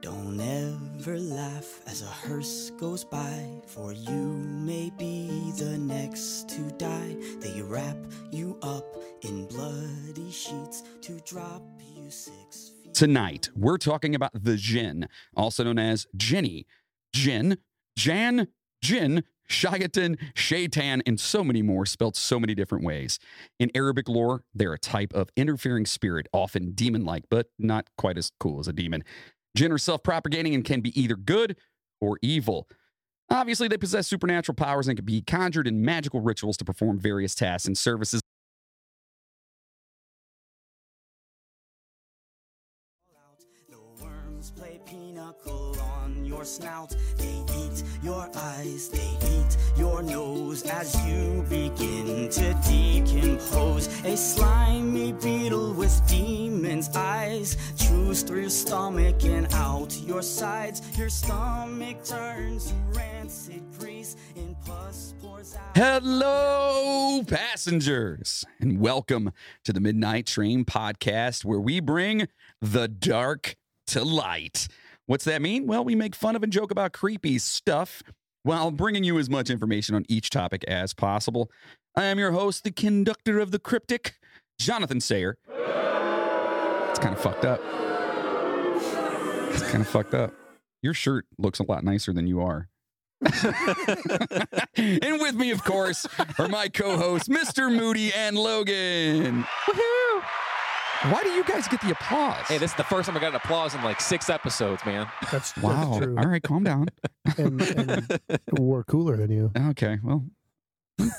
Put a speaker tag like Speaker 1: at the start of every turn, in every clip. Speaker 1: Don't ever laugh as a hearse goes by, for you may be the next to die. They wrap you up in bloody sheets to drop you six feet.
Speaker 2: Tonight, we're talking about the Jin, also known as Jenny, Jin, Jan, Jin, Shayatan, Shaitan, and so many more, spelled so many different ways. In Arabic lore, they're a type of interfering spirit, often demon like, but not quite as cool as a demon. Jinn are self propagating and can be either good or evil. Obviously, they possess supernatural powers and can be conjured in magical rituals to perform various tasks and services.
Speaker 1: The worms play pinochle on your snout. They eat your eyes, they eat your nose as you begin to decompose. A slimy beetle with demon's eyes chews through your stomach and out your sides. Your stomach turns to rancid grease and pus pours out.
Speaker 2: Hello, passengers, and welcome to the Midnight Train podcast where we bring the dark to light. What's that mean? Well, we make fun of and joke about creepy stuff while bringing you as much information on each topic as possible. I am your host, the conductor of the cryptic, Jonathan Sayer. It's kind of fucked up. It's kind of fucked up. Your shirt looks a lot nicer than you are. and with me, of course, are my co hosts, Mr. Moody and Logan. Woohoo! Why do you guys get the applause?
Speaker 3: Hey, this is the first time I got an applause in like six episodes, man.
Speaker 4: That's
Speaker 2: wow.
Speaker 4: That's true.
Speaker 2: All right, calm down.
Speaker 4: And, and we're cooler than you.
Speaker 2: Okay, well,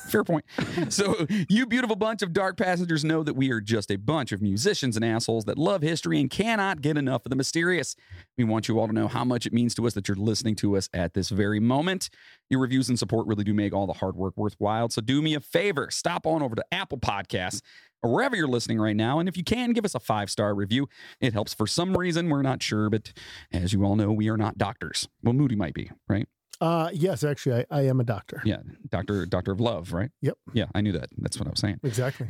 Speaker 2: fair point. So, you beautiful bunch of dark passengers know that we are just a bunch of musicians and assholes that love history and cannot get enough of the mysterious. We want you all to know how much it means to us that you're listening to us at this very moment. Your reviews and support really do make all the hard work worthwhile. So, do me a favor stop on over to Apple Podcasts. Or wherever you're listening right now. And if you can, give us a five star review. It helps for some reason. We're not sure, but as you all know, we are not doctors. Well, Moody might be, right?
Speaker 4: Uh, yes, actually, I, I am a doctor.
Speaker 2: Yeah, Doctor Doctor of Love, right?
Speaker 4: Yep.
Speaker 2: Yeah, I knew that. That's what I was saying.
Speaker 4: Exactly.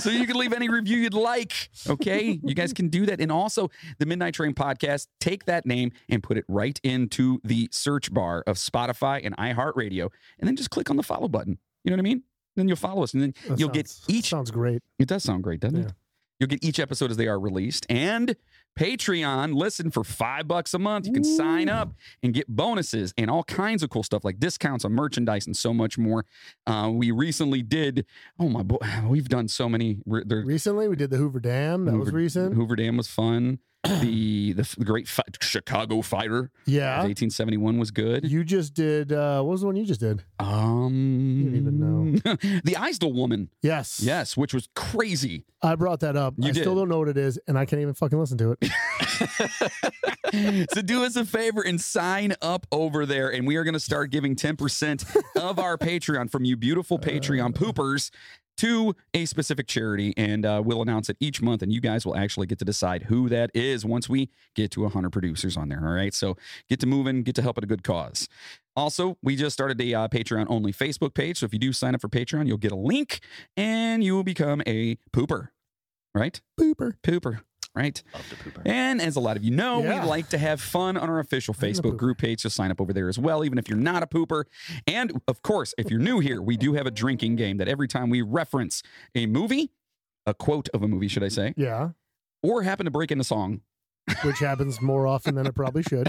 Speaker 2: so you can leave any review you'd like. Okay, you guys can do that, and also the Midnight Train podcast. Take that name and put it right into the search bar of Spotify and iHeartRadio, and then just click on the follow button. You know what I mean? Then you'll follow us, and then
Speaker 4: That
Speaker 2: you'll
Speaker 4: sounds-
Speaker 2: get each
Speaker 4: Sounds great.
Speaker 2: it does sound great, doesn't
Speaker 4: Yeah.
Speaker 2: it? You'll get each episode as they are released. And Patreon, listen for five bucks a month. You can sign up and get bonuses and all kinds of cool stuff like discounts on merchandise and so much more. Uh, we recently did, oh my boy, we've done so many. re- there-
Speaker 4: Recently, we did the Hoover Dam. That was
Speaker 2: Hoover-
Speaker 4: recent.
Speaker 2: Hoover Dam was fun. the, the f- great fi- Chicago Fire of
Speaker 4: yeah.
Speaker 2: 1871 was good.
Speaker 4: You just did. Uh, what was the one you just did?
Speaker 2: um,
Speaker 4: You don't even
Speaker 2: know. the Eisdell Woman,
Speaker 4: Yes.
Speaker 2: yes, which was crazy.
Speaker 4: I brought that up.
Speaker 2: You
Speaker 4: I still
Speaker 2: did.
Speaker 4: don't know what it is, and I can't even fucking listen to it.
Speaker 2: so do us a favor and sign up over there and we are going to start giving 10% of our patreon from you beautiful patreon poopers to a specific charity and uh, we'll announce it each month and you guys will actually get to decide who that is once we get to 100 producers on there all right so get to moving get to help at a good cause also we just started a uh, patreon only facebook page so if you do sign up for patreon you'll get a link and you will become a pooper right
Speaker 4: Pooper.
Speaker 2: pooper right
Speaker 3: Love to pooper.
Speaker 2: and as a lot of you know,
Speaker 4: Yeah.
Speaker 2: we like to have fun on our official
Speaker 4: I'm a
Speaker 2: Facebook
Speaker 4: pooper.
Speaker 2: group page. So sign up over there as well, even if you're not a pooper. And of course, if you're new here, we do have a drinking game that every time we reference a movie, a quote of a movie, should I say,
Speaker 4: Yeah.
Speaker 2: or happen to break into song,
Speaker 4: Which happens more often than it probably should.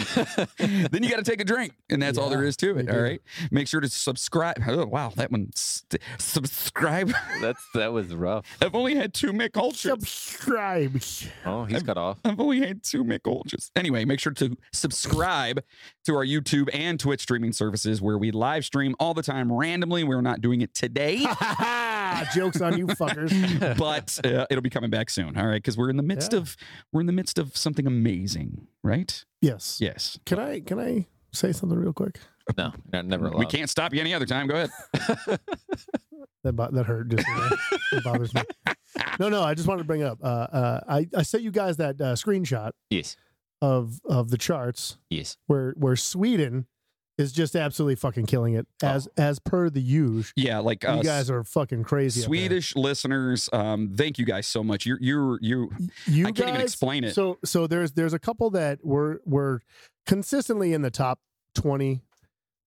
Speaker 2: then you got to take a drink, and that's all
Speaker 4: Yeah,
Speaker 2: there is to it.
Speaker 4: we
Speaker 2: All
Speaker 4: do.
Speaker 2: right, make sure to subscribe. Oh, wow, that one st- subscribe.
Speaker 3: That's that was rough.
Speaker 2: I've only had two Mick Ultras.
Speaker 4: Subscribe.
Speaker 3: Oh, he's cut off.
Speaker 2: I've only had two McUltras. Anyway, make sure to subscribe to our YouTube and Twitch streaming services where we live stream all the time randomly. We're not doing it today,
Speaker 4: Ah, Jokes on you fuckers.
Speaker 2: but uh, it'll be coming back soon. All right, because we're in the midst
Speaker 4: Yeah.
Speaker 2: of we're in the midst of something amazing, right?
Speaker 4: Yes.
Speaker 2: Yes.
Speaker 4: Can I? Can I say something real quick?
Speaker 3: No, not, never allowed.
Speaker 2: We can't stop you any other time. Go ahead.
Speaker 4: That bo- that hurt. Just, it bothers me. No, no. I just wanted to bring it up. Uh, uh, I I sent you guys that uh, screenshot
Speaker 3: Yes,
Speaker 4: of of the charts
Speaker 3: yes.
Speaker 4: where where Sweden is just absolutely fucking killing it
Speaker 2: Oh.
Speaker 4: as as per the usual.
Speaker 2: Yeah, like uh,
Speaker 4: you guys are fucking crazy. up there.
Speaker 2: Swedish listeners, um, thank you guys so much. You're you're you.
Speaker 4: You
Speaker 2: I can't even
Speaker 4: guys-
Speaker 2: explain it.
Speaker 4: So so there's there's a couple that were were consistently in the top 20,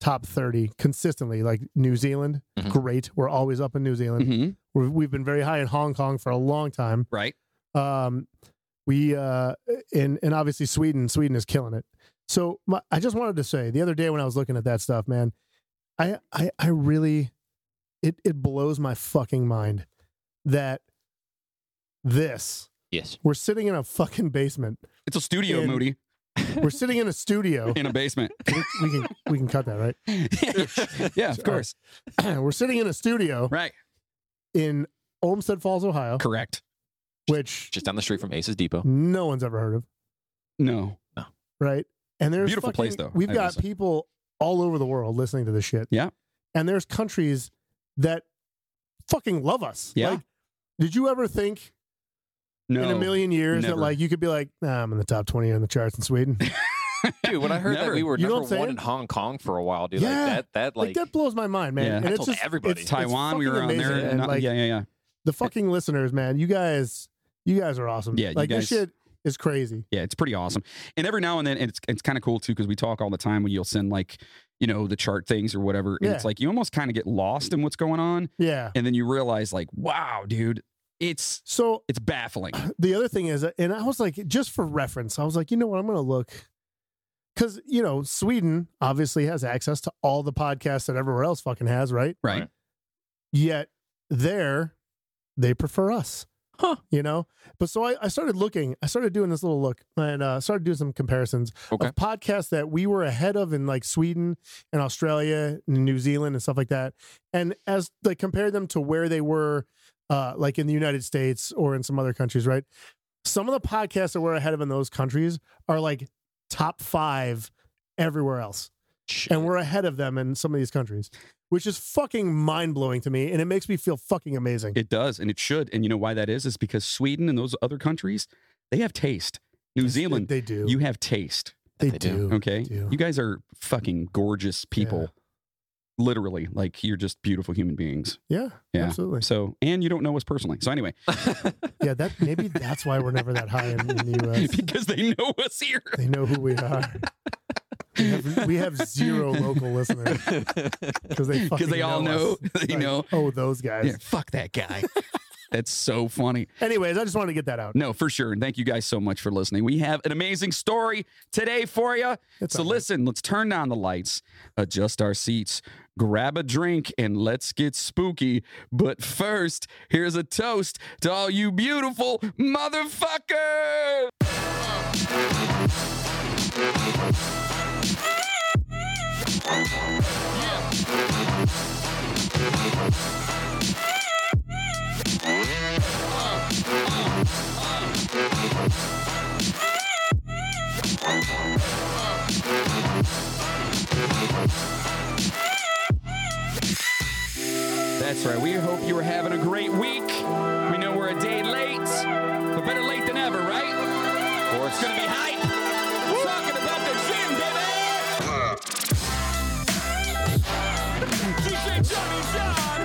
Speaker 4: top 30 consistently like New Zealand,
Speaker 2: Mm-hmm.
Speaker 3: Mhm.
Speaker 4: great. We're always up in New Zealand.
Speaker 2: Mhm,
Speaker 4: We've, we've been very high in Hong Kong for a long time.
Speaker 2: right.
Speaker 4: Um we uh and and obviously Sweden, Sweden is killing it. So my, I just wanted to say the other day when I was looking at that stuff, man, I I I really it it blows my fucking mind that this
Speaker 3: Yes.
Speaker 4: we're sitting in a fucking basement.
Speaker 2: It's a studio,
Speaker 4: And-
Speaker 2: Moody,
Speaker 4: We're sitting in a studio.
Speaker 2: in a basement.
Speaker 4: we, we can we can cut that, right?
Speaker 2: yeah, of course.
Speaker 4: We're sitting in a studio
Speaker 2: Right.
Speaker 4: in Olmsted Falls, Ohio,
Speaker 2: Correct.
Speaker 4: which
Speaker 3: Just down the street from Aces Depot.
Speaker 4: no one's ever heard of,
Speaker 2: No.
Speaker 4: right? And there's
Speaker 2: Beautiful place, though,
Speaker 4: fucking- We've
Speaker 2: I will
Speaker 4: got
Speaker 2: say.
Speaker 4: people all over the world listening to this shit.
Speaker 2: Yeah.
Speaker 4: And there's countries that fucking love us.
Speaker 2: Yeah.
Speaker 4: Like, did you ever think
Speaker 2: No.
Speaker 4: in a million years
Speaker 2: never.
Speaker 4: that like you could be like, nah, I'm in the top 20 on the charts in Sweden? like,
Speaker 3: Dude, when I heard that
Speaker 2: Never.
Speaker 3: we were
Speaker 4: You know
Speaker 3: number
Speaker 4: what I'm
Speaker 3: one
Speaker 4: saying?
Speaker 3: in Hong Kong for a while, dude,
Speaker 4: Yeah.
Speaker 3: like that, that like,
Speaker 4: that blows my mind, man.
Speaker 2: Yeah.
Speaker 4: And
Speaker 2: I
Speaker 4: it's
Speaker 3: told
Speaker 4: just
Speaker 3: everybody.
Speaker 4: it's- it's
Speaker 2: Taiwan, we
Speaker 4: fucking
Speaker 2: were on there.
Speaker 4: amazing,
Speaker 2: and
Speaker 4: man.
Speaker 2: not-
Speaker 4: Like,
Speaker 2: yeah, yeah, yeah.
Speaker 4: the fucking listeners, man, you guys, you guys are awesome.
Speaker 2: Yeah, you
Speaker 4: like
Speaker 2: guys-
Speaker 4: this shit is crazy.
Speaker 2: Yeah, it's pretty awesome. And every now and then, it's it's kind of cool too because we talk all the time when you'll send like you know the chart things or whatever, and it's
Speaker 4: Yeah.
Speaker 2: like you almost kind of get lost in what's going on,
Speaker 4: Yeah.
Speaker 2: and then you realize like, wow, dude, it's
Speaker 4: So
Speaker 2: it's baffling.
Speaker 4: the other thing is, and I was like, just for reference, I was like, you know what, I'm gonna look because you know Sweden obviously has access to all the podcasts that everywhere else fucking has, right?
Speaker 2: Right.
Speaker 3: Right.
Speaker 4: Yet there, they prefer us.
Speaker 3: Huh.
Speaker 4: You know, but so I, I started looking. I started doing this little look and uh, started doing some comparisons
Speaker 3: Okay.
Speaker 4: of podcasts that we were ahead of in like Sweden and Australia and New Zealand and stuff like that. And as like compare them to where they were, uh, like in the United States or in some other countries, right? Some of the podcasts that we're ahead of in those countries are like top five everywhere else.
Speaker 3: Shit.
Speaker 4: And we're ahead of them in some of these countries, which is fucking mind blowing to me. And it makes me feel fucking amazing.
Speaker 2: It does, and it should. And you know why that is? Is because Sweden and those other countries, they have taste. New Zealand,
Speaker 4: They do.
Speaker 2: you have taste.
Speaker 4: they,
Speaker 3: They
Speaker 4: do.
Speaker 3: do.
Speaker 2: Okay.
Speaker 4: do.
Speaker 2: You guys are fucking gorgeous people. Literally, like you're just beautiful human beings.
Speaker 4: Yeah,
Speaker 2: Yeah.
Speaker 4: Absolutely.
Speaker 2: So, and you don't know us personally. So, anyway,
Speaker 4: Yeah. That maybe that's why we're never that high in, in the US.
Speaker 2: because they know us here.
Speaker 4: They know who we are. We have, we have zero local listeners because they
Speaker 2: Because
Speaker 4: fucking
Speaker 2: they all know,
Speaker 4: know,
Speaker 2: they
Speaker 4: Like,
Speaker 2: know.
Speaker 4: Oh, those guys.
Speaker 2: Yeah, fuck that guy. That's so funny.
Speaker 4: Anyways, I just wanted to get that out.
Speaker 2: No, for sure. And thank you guys so much for listening. We have an amazing story today for you.
Speaker 4: It's
Speaker 2: so
Speaker 4: all right.
Speaker 2: listen, let's turn down the lights, adjust our seats, grab a drink, and let's get spooky. But first, here's a toast to all you beautiful motherfuckers. That's right. We hope you are having a great week. We know we're a day late, but better late than ever, right?
Speaker 3: of course.
Speaker 2: It's gonna be hype. Talking about the gym, baby. DJ Johnny John.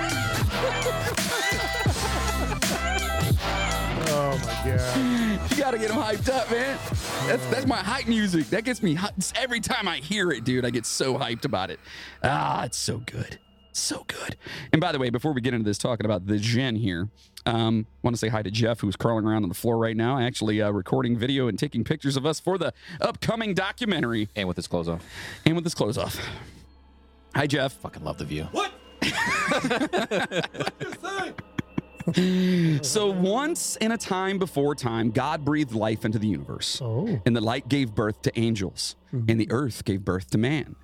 Speaker 4: Oh my god.
Speaker 2: You gotta get them hyped up, man. That's that's my hype music. That gets me hy- every time I hear it, dude. I get so hyped about it. Ah, it's so good, so good. And by the way, before we get into this talking about the gen here, um, want to say hi to Jeff, who's crawling around on the floor right now, actually uh, recording video and taking pictures of us for the upcoming documentary,
Speaker 3: and with his clothes off.
Speaker 2: and with his clothes off. Hi, Jeff.
Speaker 3: Fucking love the view.
Speaker 2: So once in a time before time, God breathed life into the universe.
Speaker 4: Oh. Hmm.
Speaker 2: And the light gave birth to angels, and the earth gave birth to man,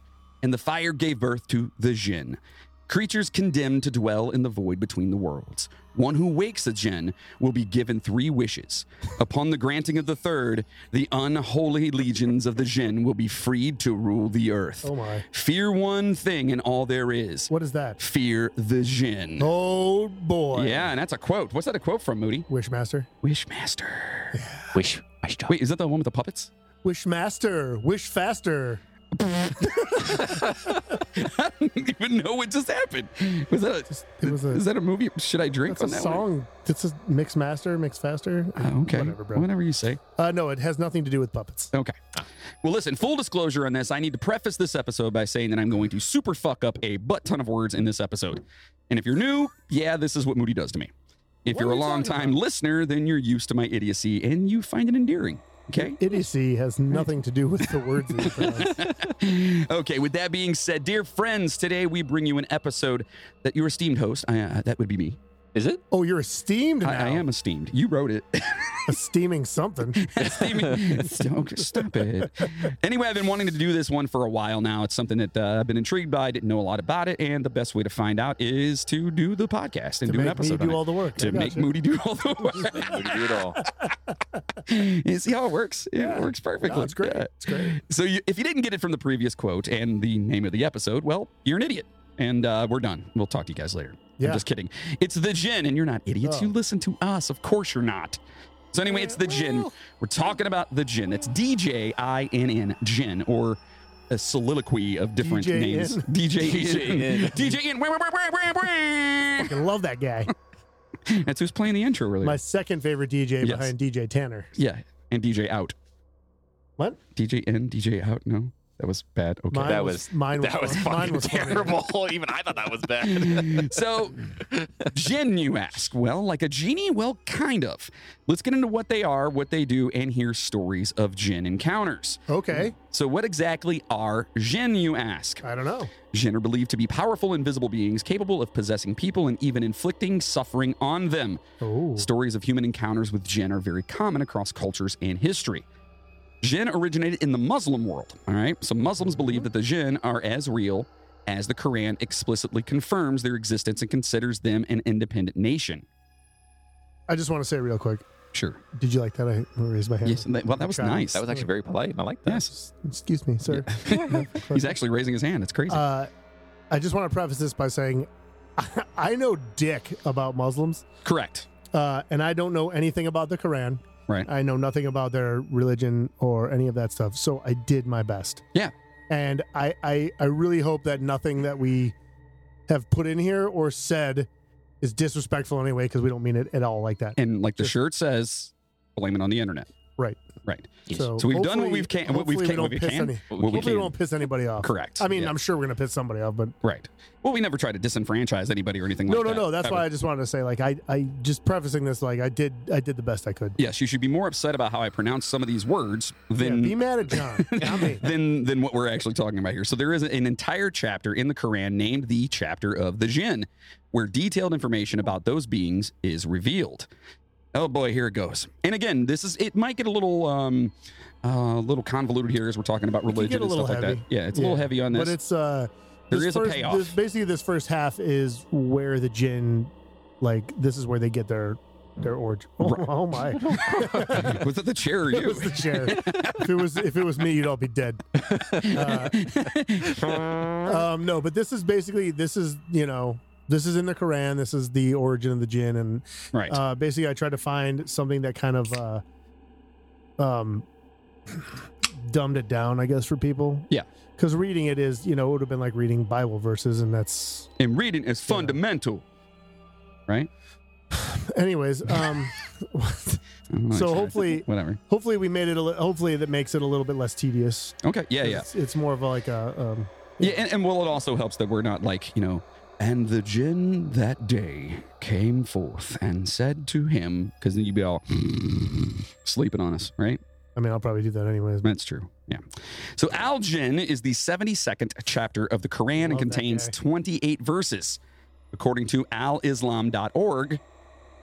Speaker 2: and the fire gave birth to the jinn, creatures condemned to dwell in the void between the worlds. One who wakes a jinn will be given three wishes. Upon the granting of the third, the unholy legions of the jinn will be freed to rule the earth.
Speaker 4: Oh my.
Speaker 2: Fear one thing and all there is
Speaker 4: What is that?
Speaker 2: fear the jinn.
Speaker 4: Oh boy.
Speaker 2: Yeah, and that's a quote. What's that a quote from, Moody?
Speaker 4: Wishmaster.
Speaker 2: Wishmaster.
Speaker 3: Wish. I should.
Speaker 2: Wait, is that the one with the puppets?
Speaker 4: Wishmaster. Wish faster.
Speaker 2: I don't even know what just happened. Was that a,
Speaker 4: It was
Speaker 2: is
Speaker 4: a
Speaker 2: that a movie? Should I drink
Speaker 4: that's a
Speaker 2: on that one?
Speaker 4: song. It's a mix master, mix faster.
Speaker 2: Oh, okay.
Speaker 4: whatever, bro. Ah.
Speaker 2: Whatever you say.
Speaker 4: Uh, no, it has nothing to do with puppets.
Speaker 2: Okay. Well, listen, full disclosure on this, I need to preface this episode by saying that I'm going to super fuck up a butt ton of words in this episode. And if you're new, yeah, this is what Moody does to me. If
Speaker 4: What
Speaker 2: you're
Speaker 4: are
Speaker 2: a
Speaker 4: you
Speaker 2: long
Speaker 4: talking
Speaker 2: time listener, then you're used to my idiocy and you find it endearing. Okay.
Speaker 4: Idiocy has nothing to do with the words. that you pronounce.
Speaker 2: okay, with that being said, dear friends, today we bring you an episode that your esteemed host, I, uh, that would be me.
Speaker 3: Is it?
Speaker 4: oh, you're esteemed now.
Speaker 2: I, I am esteemed. You wrote it.
Speaker 4: esteeming something.
Speaker 2: Steaming- Don't- Stop it. Anyway, I've been wanting to do this one for a while now. It's something that uh, I've been intrigued by. I didn't know a lot about it, and the best way to find out is to do the podcast and
Speaker 4: to
Speaker 2: do an
Speaker 4: make me
Speaker 2: episode. on
Speaker 4: do
Speaker 2: it.
Speaker 4: all the work. I
Speaker 2: to make
Speaker 4: gotcha.
Speaker 2: Moody do all the work.
Speaker 3: We can do it all.
Speaker 2: you see how it works? It works perfectly.
Speaker 4: No, it's great.
Speaker 2: Yeah.
Speaker 4: It's great.
Speaker 2: So you, if you didn't get it from the previous quote and the name of the episode, well, you're an idiot. And uh, we're done. We'll talk to you guys later.
Speaker 4: Yeah.
Speaker 2: I'm just kidding. It's the gin, and you're not idiots.
Speaker 4: Oh.
Speaker 2: You listen to us. Of course you're not. So anyway, it's the gin. We're talking about the gin. It's D J I N N gin or a soliloquy of different
Speaker 4: DJN.
Speaker 2: names. DJ
Speaker 3: DJN.
Speaker 2: in. DJ in.
Speaker 4: I love that guy.
Speaker 2: That's who's playing the intro earlier.
Speaker 4: My second favorite DJ
Speaker 2: Yes.
Speaker 4: behind DJ Tanner.
Speaker 2: yeah, and DJ out.
Speaker 4: What?
Speaker 2: DJ in, DJ out. No, that was bad. Okay.
Speaker 4: Mine
Speaker 3: That
Speaker 4: was,
Speaker 3: was-
Speaker 4: mine was
Speaker 3: That was
Speaker 4: fun-
Speaker 3: fucking
Speaker 4: mine was funny.
Speaker 3: terrible. Even I thought that was bad.
Speaker 2: so, gin, you ask. Well, like a genie? Well, kind of. Let's get into what they are, what they do, and hear stories of gin encounters.
Speaker 4: Okay,
Speaker 2: So, what exactly are gin, you ask?
Speaker 4: I don't know.
Speaker 2: Jinn are believed to be powerful invisible beings capable of possessing people and even inflicting suffering on them.
Speaker 4: Oh,
Speaker 2: Stories of human encounters with jinn are very common across cultures and history. Jinn originated in the Muslim world, all right? So Muslims
Speaker 4: Mm-hmm.
Speaker 2: believe that the jinn are as real as the Quran explicitly confirms their existence and considers them an independent nation.
Speaker 4: I just want to say real quick.
Speaker 2: Sure.
Speaker 4: Did you like that? I raised my hand.
Speaker 2: Yes. and that- well, that was
Speaker 4: Try.
Speaker 2: nice.
Speaker 3: That was actually very polite, and I like that.
Speaker 2: yes.
Speaker 4: Excuse me, sir.
Speaker 2: He's actually raising his hand. It's crazy.
Speaker 4: Uh, I just want to preface this by saying, I know dick about Muslims,
Speaker 2: Correct.
Speaker 4: uh, and I don't know anything about the Quran.
Speaker 2: Right.
Speaker 4: I know nothing about their religion or any of that stuff. So I did my best.
Speaker 2: Yeah.
Speaker 4: And I, I, I really hope that nothing that we have put in here or said is disrespectful anyway, because we don't mean it at all like that.
Speaker 2: And like the
Speaker 4: Just-
Speaker 2: shirt says, blame it on the internet.
Speaker 4: Right.
Speaker 2: Right.
Speaker 4: So,
Speaker 2: So we've done what
Speaker 4: hopefully-
Speaker 2: we've can- what we've can-
Speaker 4: hopefully we
Speaker 2: what
Speaker 4: don't
Speaker 2: we
Speaker 4: piss
Speaker 2: can.
Speaker 4: any-
Speaker 3: What we
Speaker 2: What we
Speaker 4: Hopefully, we
Speaker 2: can.
Speaker 4: don't piss anybody off.
Speaker 2: Correct.
Speaker 4: I mean,
Speaker 2: Yeah.
Speaker 4: I'm sure we're gonna piss somebody off, but
Speaker 2: Right. Well, we never try to disenfranchise anybody or anything
Speaker 4: no,
Speaker 2: like
Speaker 4: no,
Speaker 2: that.
Speaker 4: no. That's
Speaker 2: That
Speaker 4: why I
Speaker 2: would-
Speaker 4: just wanted to say, like, I, I just prefacing this, like, I did, I did the best I could.
Speaker 2: yes, you should be more upset about how I pronounce some of these words than.
Speaker 4: yeah, be mad at John. not me.
Speaker 2: than, than what we're actually talking about here. So, there is an entire chapter in the Quran named the Chapter of the Jinn, where detailed information about those beings is revealed. Oh boy, here it goes. And again, this is it might get a little um uh, little convoluted here as we're talking about
Speaker 4: can
Speaker 2: religion
Speaker 4: get a
Speaker 2: and stuff
Speaker 4: little
Speaker 2: like that.
Speaker 4: heavy.
Speaker 2: Yeah, it's a little
Speaker 4: Yeah.
Speaker 2: heavy on this.
Speaker 4: But it's uh,
Speaker 2: There
Speaker 4: this
Speaker 2: is a
Speaker 4: first,
Speaker 2: payoff.
Speaker 4: This, basically, this first half is where the gin, like, this is where they get their their origin. Oh,
Speaker 2: Right.
Speaker 4: oh my!
Speaker 2: was it the chair or
Speaker 4: it
Speaker 2: you?
Speaker 4: was the chair. if it was if it was me, you'd all be dead. Uh, um, no, but this is basically this is you know this is in the Quran. This is the origin of the jinn, and
Speaker 2: right.
Speaker 4: uh, basically I tried to find something that kind of uh, um, dumbed it down, I guess, for people.
Speaker 2: Yeah.
Speaker 4: because reading it is you know it would have been like reading Bible verses, and that's
Speaker 2: and reading is fundamental. Right?
Speaker 4: anyways. Um,
Speaker 2: I don't know,
Speaker 4: So
Speaker 2: sure.
Speaker 4: hopefully-
Speaker 2: whatever.
Speaker 4: hopefully we made it. A li- hopefully that makes it a little bit less tedious.
Speaker 2: Okay. Yeah. Yeah.
Speaker 4: It's, it's more of a, like a um,
Speaker 2: Yeah, and, and well, it also helps that we're not like, you know, and the jinn that day came forth and said to him, because then you'd be all sleeping on us, right?
Speaker 4: I mean I'll probably do that anyways.
Speaker 2: That's true. Yeah. So Al Jinn is the 72nd chapter of the Quran and
Speaker 4: Love that
Speaker 2: contains
Speaker 4: guy.
Speaker 2: 28 verses. According to alislam.org,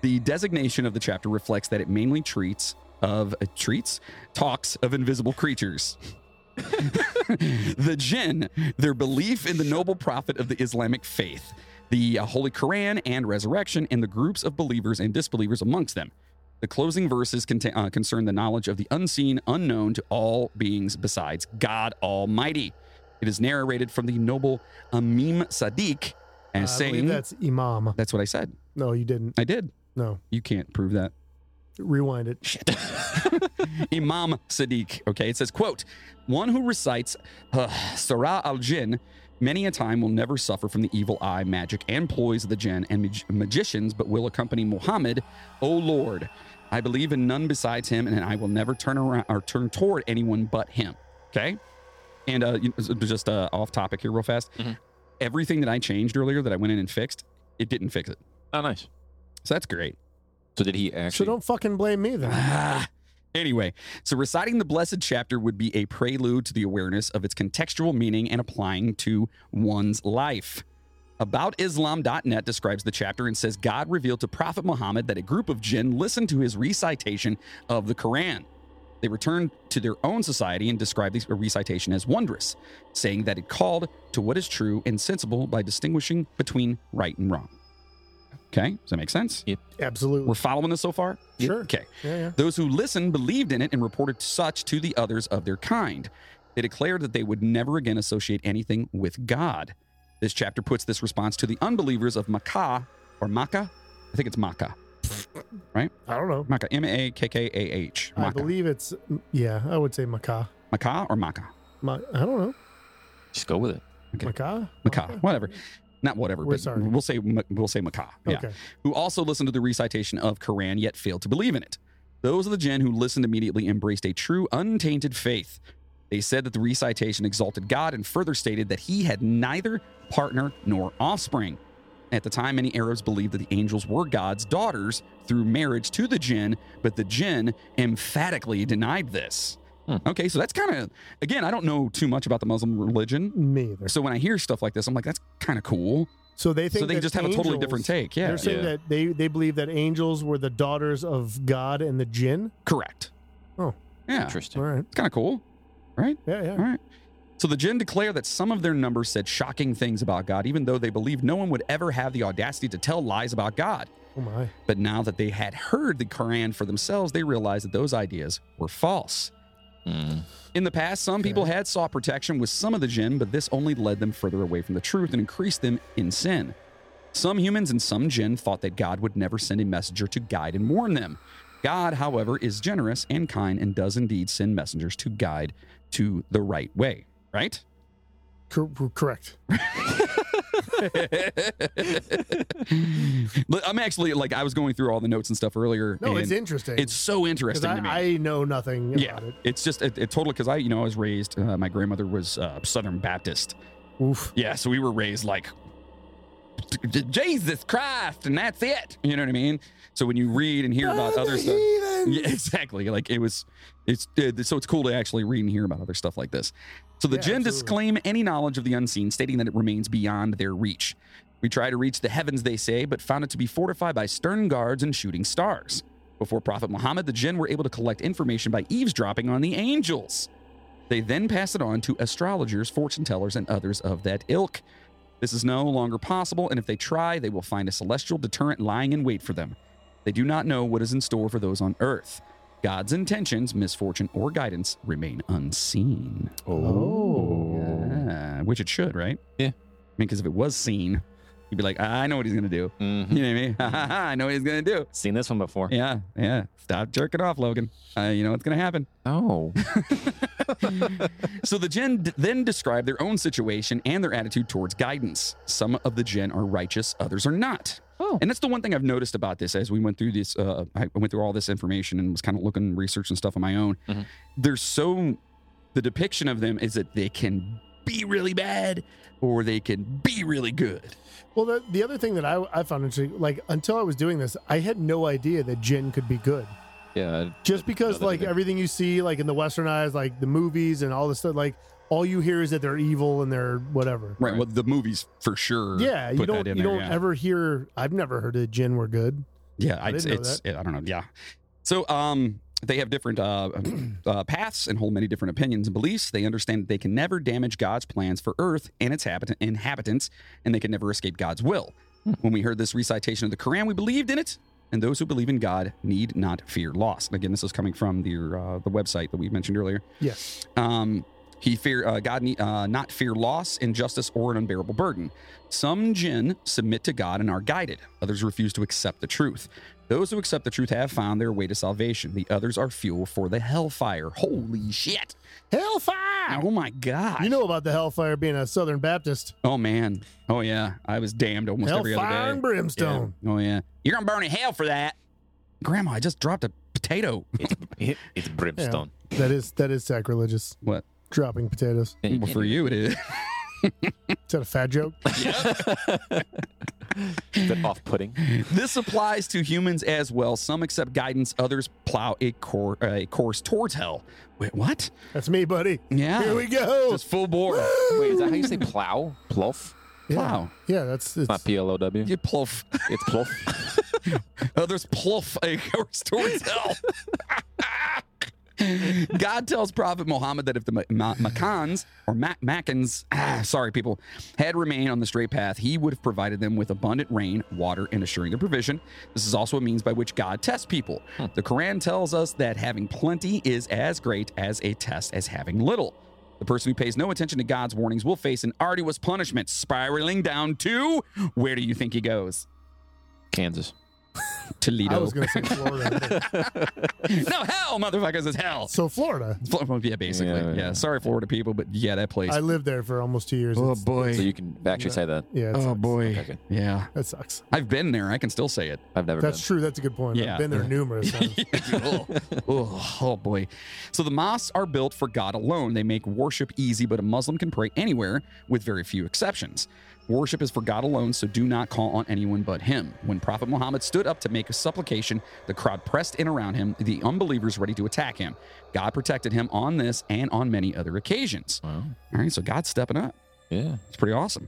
Speaker 2: the designation of the chapter reflects that it mainly treats of uh, treats talks of invisible creatures. the jinn, their belief in the noble prophet of the Islamic faith, the uh, Holy Quran and resurrection, and the groups of believers and disbelievers amongst them. The closing verses contain, uh, concern the knowledge of the unseen, unknown to all beings besides God Almighty. It is narrated from the noble Amim Sadiq
Speaker 4: Uh,
Speaker 2: as
Speaker 4: I believe
Speaker 2: saying,
Speaker 4: that's Imam.
Speaker 2: That's what I said.
Speaker 4: No, you didn't.
Speaker 2: I did.
Speaker 4: No,
Speaker 2: You can't prove that.
Speaker 4: Rewind it.
Speaker 2: Imam Sadiq. Okay, it says, quote, one who recites uh, Surah al-Jinn many a time will never suffer from the evil eye, magic, and ploys of the jinn and mag- magicians, but will accompany Muhammad, O Lord. I believe in none besides him, and I will never turn around or turn toward anyone but him. Okay? And uh, you- just uh, off topic here real fast.
Speaker 3: Mhm.
Speaker 2: Everything that I changed earlier that I went in and fixed, it didn't fix it.
Speaker 3: Oh, nice.
Speaker 2: So that's great.
Speaker 3: So did he
Speaker 4: So
Speaker 3: actually?
Speaker 4: don't fucking blame me then.
Speaker 2: Ah. Anyway, so reciting the blessed chapter would be a prelude to the awareness of its contextual meaning and applying to one's life. AboutIslam.net describes the chapter and says God revealed to Prophet Muhammad that a group of jinn listened to his recitation of the Quran. They returned to their own society and described the recitation as wondrous, saying that it called to what is true and sensible by distinguishing between right and wrong. Okay, does that make sense?
Speaker 4: Absolutely.
Speaker 2: We're following this so far?
Speaker 4: Sure.
Speaker 2: Okay.
Speaker 4: Yeah, yeah.
Speaker 2: Those who listened believed in it and reported such to the others of their kind. They declared that they would never again associate anything with God. This chapter puts this response to the unbelievers of Makkah or Makkah. I think it's Makkah.
Speaker 4: I don't know.
Speaker 2: Makkah, M A K K A H.
Speaker 4: I
Speaker 2: Makkah.
Speaker 4: believe it's yeah. I would say macaw.
Speaker 2: Makkah or Makkah?
Speaker 4: Ma- I don't know.
Speaker 3: Just go with it.
Speaker 2: Okay.
Speaker 4: Macaw.
Speaker 2: Makkah, whatever. Not whatever,
Speaker 4: We're
Speaker 2: but
Speaker 4: sorry.
Speaker 2: we'll say Ma- we'll say Makkah. Yeah.
Speaker 4: Okay.
Speaker 2: who also listened to the recitation of Quran yet failed to believe in it. Those of the jinn who listened immediately embraced a true, untainted faith. They said that the recitation exalted God and further stated that he had neither partner nor offspring. At the time, many Arabs believed that the angels were God's daughters through marriage to the jinn, but the jinn emphatically denied this.
Speaker 3: Hmm.
Speaker 2: Okay, so that's kind of, again, I don't know too much about the Muslim religion.
Speaker 4: Me either.
Speaker 2: So when I hear stuff like this, I'm like, that's kind of cool.
Speaker 4: So they think
Speaker 2: So they
Speaker 4: that
Speaker 2: just have a totally different
Speaker 4: angels-
Speaker 2: take. Yeah,
Speaker 4: They're saying
Speaker 3: Yeah.
Speaker 4: that they they believe that angels were the daughters of God and the jinn.
Speaker 2: correct.
Speaker 4: Oh.
Speaker 2: yeah.
Speaker 4: All
Speaker 3: Interesting.
Speaker 4: right.
Speaker 2: It's kind of cool.
Speaker 4: Yeah, yeah.
Speaker 2: All right. So the jinn declare that some of their number said shocking things about God, even though they believed no one would ever have the audacity to tell lies about God.
Speaker 4: Oh my.
Speaker 2: But now that they had heard the Quran for themselves, they realized that those ideas were false.
Speaker 3: Mm.
Speaker 2: In the past, some people had sought protection with some of the jinn, but this only led them further away from the truth and increased them in sin. Some humans and some jinn thought that God would never send a messenger to guide and warn them. God, however, is generous and kind and does indeed send messengers to guide to the right way, right?
Speaker 4: Cor- correct.
Speaker 2: Look, I'm actually like I was going through all the notes and stuff earlier.
Speaker 4: No,
Speaker 2: and
Speaker 4: it's interesting.
Speaker 2: it's so
Speaker 4: 'Cause
Speaker 2: interesting to me.
Speaker 4: I, I know nothing about
Speaker 2: yeah,
Speaker 4: it.
Speaker 2: it's just it, it totally because I you know I was raised. Uh, my grandmother was uh, Southern Baptist.
Speaker 4: Oof.
Speaker 2: Yeah, so we were raised like "J- Jesus Christ, and that's it. You know what I mean? So when you read and hear about
Speaker 4: Ah,
Speaker 2: other
Speaker 4: the
Speaker 2: stuff,
Speaker 4: heathens!
Speaker 2: yeah, exactly. Like it was, it's uh, so it's cool to actually read and hear about other stuff like this. So the
Speaker 4: Yeah,
Speaker 2: jinn
Speaker 4: absolutely.
Speaker 2: disclaim any knowledge of the unseen, stating that it remains beyond their reach. We try to reach the heavens, they say, but found it to be fortified by stern guards and shooting stars. Before Prophet Muhammad, the jinn were able to collect information by eavesdropping on the angels. They then pass it on to astrologers, fortune tellers, and others of that ilk. This is no longer possible, and if they try, they will find a celestial deterrent lying in wait for them. They do not know what is in store for those on earth. God's intentions, misfortune, or guidance remain unseen.
Speaker 4: Oh.
Speaker 2: Yeah, which it should, right?
Speaker 3: Yeah.
Speaker 2: I mean, because if it was seen, you'd be like, I know what he's going to do.
Speaker 3: Mhm.
Speaker 2: You know what I mean? I know what he's going to do.
Speaker 3: Seen this one before.
Speaker 2: Yeah, yeah. Stop jerking off, Logan. Uh, you know what's going to happen.
Speaker 3: Oh.
Speaker 2: So the jinn d- then describe their own situation and their attitude towards guidance. Some of the jinn are righteous, others are not.
Speaker 3: Oh.
Speaker 2: And that's the one thing I've noticed about this as we went through this. Uh, I went through all this information and was kind of looking, research and stuff on my own.
Speaker 4: Mm-hmm.
Speaker 3: Mhm.
Speaker 2: They're so, the depiction of them is that they can be really bad or they can be really good.
Speaker 4: Well, the, the other thing that I, I found interesting, like until I was doing this, I had no idea that gin could be good.
Speaker 3: Yeah.
Speaker 4: Just because,
Speaker 3: Another
Speaker 4: like
Speaker 3: thing.
Speaker 4: everything you see, like in the westernized, like the movies and all this stuff, like all you hear is that they're evil and they're whatever.
Speaker 2: Right. Well, the movies for sure.
Speaker 4: Yeah, you
Speaker 2: put
Speaker 4: don't
Speaker 2: that in
Speaker 4: you
Speaker 2: there,
Speaker 4: don't
Speaker 2: yeah.
Speaker 4: ever hear. I've never heard that gin were good.
Speaker 2: Yeah, I
Speaker 4: I
Speaker 2: it's,
Speaker 4: didn't know
Speaker 2: it's I don't know. Yeah. So um they have different uh, uh, paths and hold many different opinions and beliefs. They understand that they can never damage God's plans for Earth and its habit- inhabitants, and they can never escape God's will.
Speaker 4: Hmm.
Speaker 2: When we heard this recitation of the Quran, we believed in it, and those who believe in God need not fear loss. And again, this is coming from the uh, the website that we mentioned earlier.
Speaker 4: Yes,
Speaker 2: Um, he fear uh, God need uh, not fear loss, injustice, or an unbearable burden. Some jinn submit to God and are guided. Others refuse to accept the truth. Those who accept the truth have found their way to salvation. The others are fuel for the hellfire. Holy shit.
Speaker 4: Hellfire!
Speaker 2: Oh my God.
Speaker 4: You know about the Hellfire being a Southern Baptist.
Speaker 2: Oh man. Oh yeah. I was damned almost every
Speaker 4: Hellfire
Speaker 2: other
Speaker 4: and
Speaker 2: day.
Speaker 4: brimstone.
Speaker 2: Yeah. Oh yeah. You're gonna burn in hell for that. Grandma, I just dropped a potato.
Speaker 3: It- it's brimstone.
Speaker 4: That is that is sacrilegious.
Speaker 2: What?
Speaker 4: Dropping potatoes.
Speaker 2: Well, for you it is.
Speaker 4: Is that a fat joke?
Speaker 3: Is that off-putting?
Speaker 2: this applies to humans as well. Some accept guidance, others plow a, cor- uh, a course towards hell. Wait, what?
Speaker 4: That's me, buddy.
Speaker 2: Yeah.
Speaker 4: Here we go.
Speaker 2: Just full bore.
Speaker 3: Wait, is that how you say plow? Plof?
Speaker 4: yeah.
Speaker 2: Plow.
Speaker 4: Yeah, that's it's,
Speaker 3: Not P L O W.
Speaker 2: You plof.
Speaker 3: It's plof.
Speaker 2: Others plof a course towards hell. God tells Prophet Muhammad that if the Ma- Ma- Makans or Mac- Maccans, ah, sorry people, had remained on the straight path, he would have provided them with abundant rain, water, and assuring their provision. This is also a means by which God tests people.
Speaker 4: Hmm.
Speaker 2: The Quran tells us that having plenty is as great as a test as having little. The person who pays no attention to God's warnings will face an arduous punishment, spiraling down to where do you think he goes?
Speaker 3: Kansas.
Speaker 2: Toledo.
Speaker 4: I was gonna say Florida. but-
Speaker 2: no hell, motherfuckers, it's hell.
Speaker 4: so Florida.
Speaker 2: Fl- Yeah, basically. Yeah,
Speaker 3: Yeah, yeah.
Speaker 2: Sorry, Florida people, but yeah, that place.
Speaker 4: I lived there for almost two years. It's-
Speaker 2: Oh, boy.
Speaker 3: So you can actually say that.
Speaker 4: yeah, it
Speaker 2: oh
Speaker 4: sucks.
Speaker 2: boy.
Speaker 3: Okay, good.
Speaker 2: Yeah,
Speaker 4: that sucks.
Speaker 2: I've been there. I can still say it.
Speaker 3: I've never
Speaker 4: That's true. That's a good point.
Speaker 2: Yeah.
Speaker 4: I've been there numerous times.
Speaker 2: oh, oh, oh, boy. So the mosques are built for God alone. They make worship easy, but a Muslim can pray anywhere with very few exceptions. Worship is for God alone, so do not call on anyone but Him. When Prophet Muhammad stood up to make a supplication, the crowd pressed in around him, the unbelievers ready to attack him. God protected him on this and on many other occasions.
Speaker 3: been. Wow.
Speaker 2: All right, so God's stepping up.
Speaker 3: Yeah.
Speaker 2: It's pretty awesome.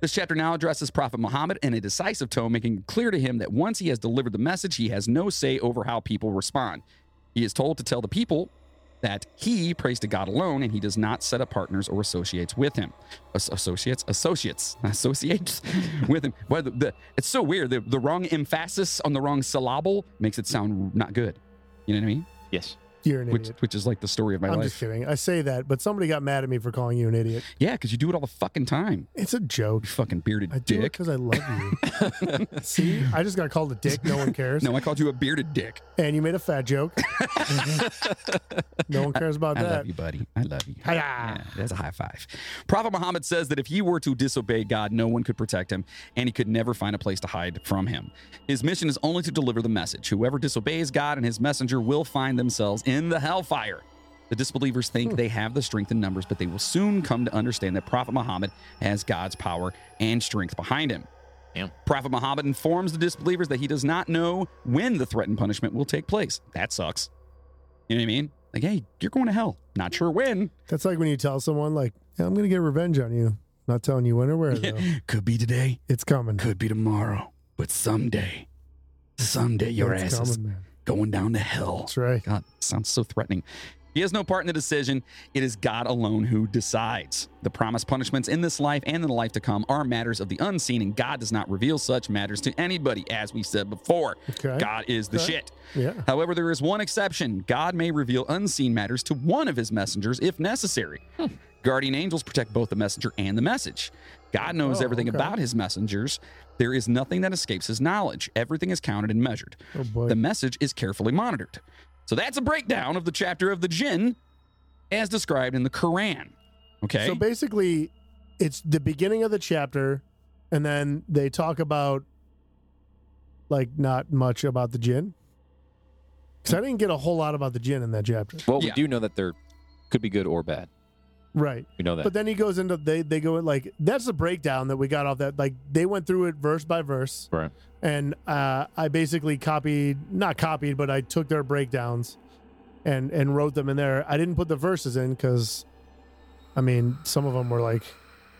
Speaker 2: This chapter now addresses Prophet Muhammad in a decisive tone, making it clear to him that once he has delivered the message, he has no say over how people respond. He is told to tell the people that he prays to God alone and he does not set up partners or associates with him. As- associates? Associates. Associates with him. Well, the, the, it's so weird. The, the wrong emphasis on the wrong syllable makes it sound not good. You know what I mean?
Speaker 3: Yes.
Speaker 4: You're an
Speaker 2: Which,
Speaker 4: idiot.
Speaker 2: which is like the story of my
Speaker 4: I'm
Speaker 2: life.
Speaker 4: just kidding. I say that, but somebody got mad at me for calling you an idiot.
Speaker 2: Yeah, because you do it all the fucking time.
Speaker 4: It's a joke.
Speaker 2: You fucking bearded
Speaker 4: I do it
Speaker 2: dick.
Speaker 4: because I love you. See, I just got called a dick. No one cares.
Speaker 2: No, I called you a bearded dick.
Speaker 4: And you made a fat joke. no one cares about
Speaker 2: I
Speaker 4: that.
Speaker 2: love you, buddy. I love you.
Speaker 4: Hi-ya.
Speaker 2: Yeah, that's a high five. Prophet Muhammad says that if he were to disobey God, no one could protect him, and he could never find a place to hide from him. His mission is only to deliver the message. Whoever disobeys God and his messenger will find themselves in the hellfire. The disbelievers think
Speaker 4: Hmm.
Speaker 2: they have the strength in numbers, but they will soon come to understand that Prophet Muhammad has God's power and strength behind him.
Speaker 3: Damn.
Speaker 2: Prophet Muhammad informs the disbelievers that he does not know when the threatened punishment will take place. That sucks. You know what I mean? Like, hey, you're going to hell. Not sure when.
Speaker 4: That's like when you tell someone, like, "Yeah, I'm going to get revenge on you. Not telling you when or where, though.
Speaker 2: Could be today.
Speaker 4: It's coming.
Speaker 2: Could be tomorrow. But someday, someday your
Speaker 4: it's
Speaker 2: ass is
Speaker 4: coming, man.
Speaker 2: going down to hell.
Speaker 4: That's right.
Speaker 2: God, sounds so threatening. He has no part in the decision. It is God alone who decides. The promised punishments in this life and in the life to come are matters of the unseen, and God does not reveal such matters to anybody, as we said before.
Speaker 4: Okay.
Speaker 2: God is the
Speaker 4: Okay.
Speaker 2: shit.
Speaker 4: Yeah.
Speaker 2: However, there is one exception. God may reveal unseen matters to one of his messengers if necessary.
Speaker 4: Hmm.
Speaker 2: Guardian angels protect both the messenger and the message. God knows
Speaker 4: Oh,
Speaker 2: everything
Speaker 4: okay.
Speaker 2: about his messengers. There is nothing that escapes his knowledge. Everything is counted and measured.
Speaker 4: Oh boy.
Speaker 2: The message is carefully monitored. So that's a breakdown of the chapter of the jinn as described in the Quran. Okay.
Speaker 4: So basically, it's the beginning of the chapter, and then they talk about like not much about the gin. Because I didn't get a whole lot about the gin in that chapter.
Speaker 3: Well, we
Speaker 2: Yeah.
Speaker 3: do know that they're could be good or bad.
Speaker 4: Right.
Speaker 3: We know that.
Speaker 4: But then he goes into they they go in, like that's the breakdown that we got off that like they went through it verse by verse.
Speaker 3: Right.
Speaker 4: And uh, I basically copied not copied but I took their breakdowns and and wrote them in there. I didn't put the verses in because I mean some of them were like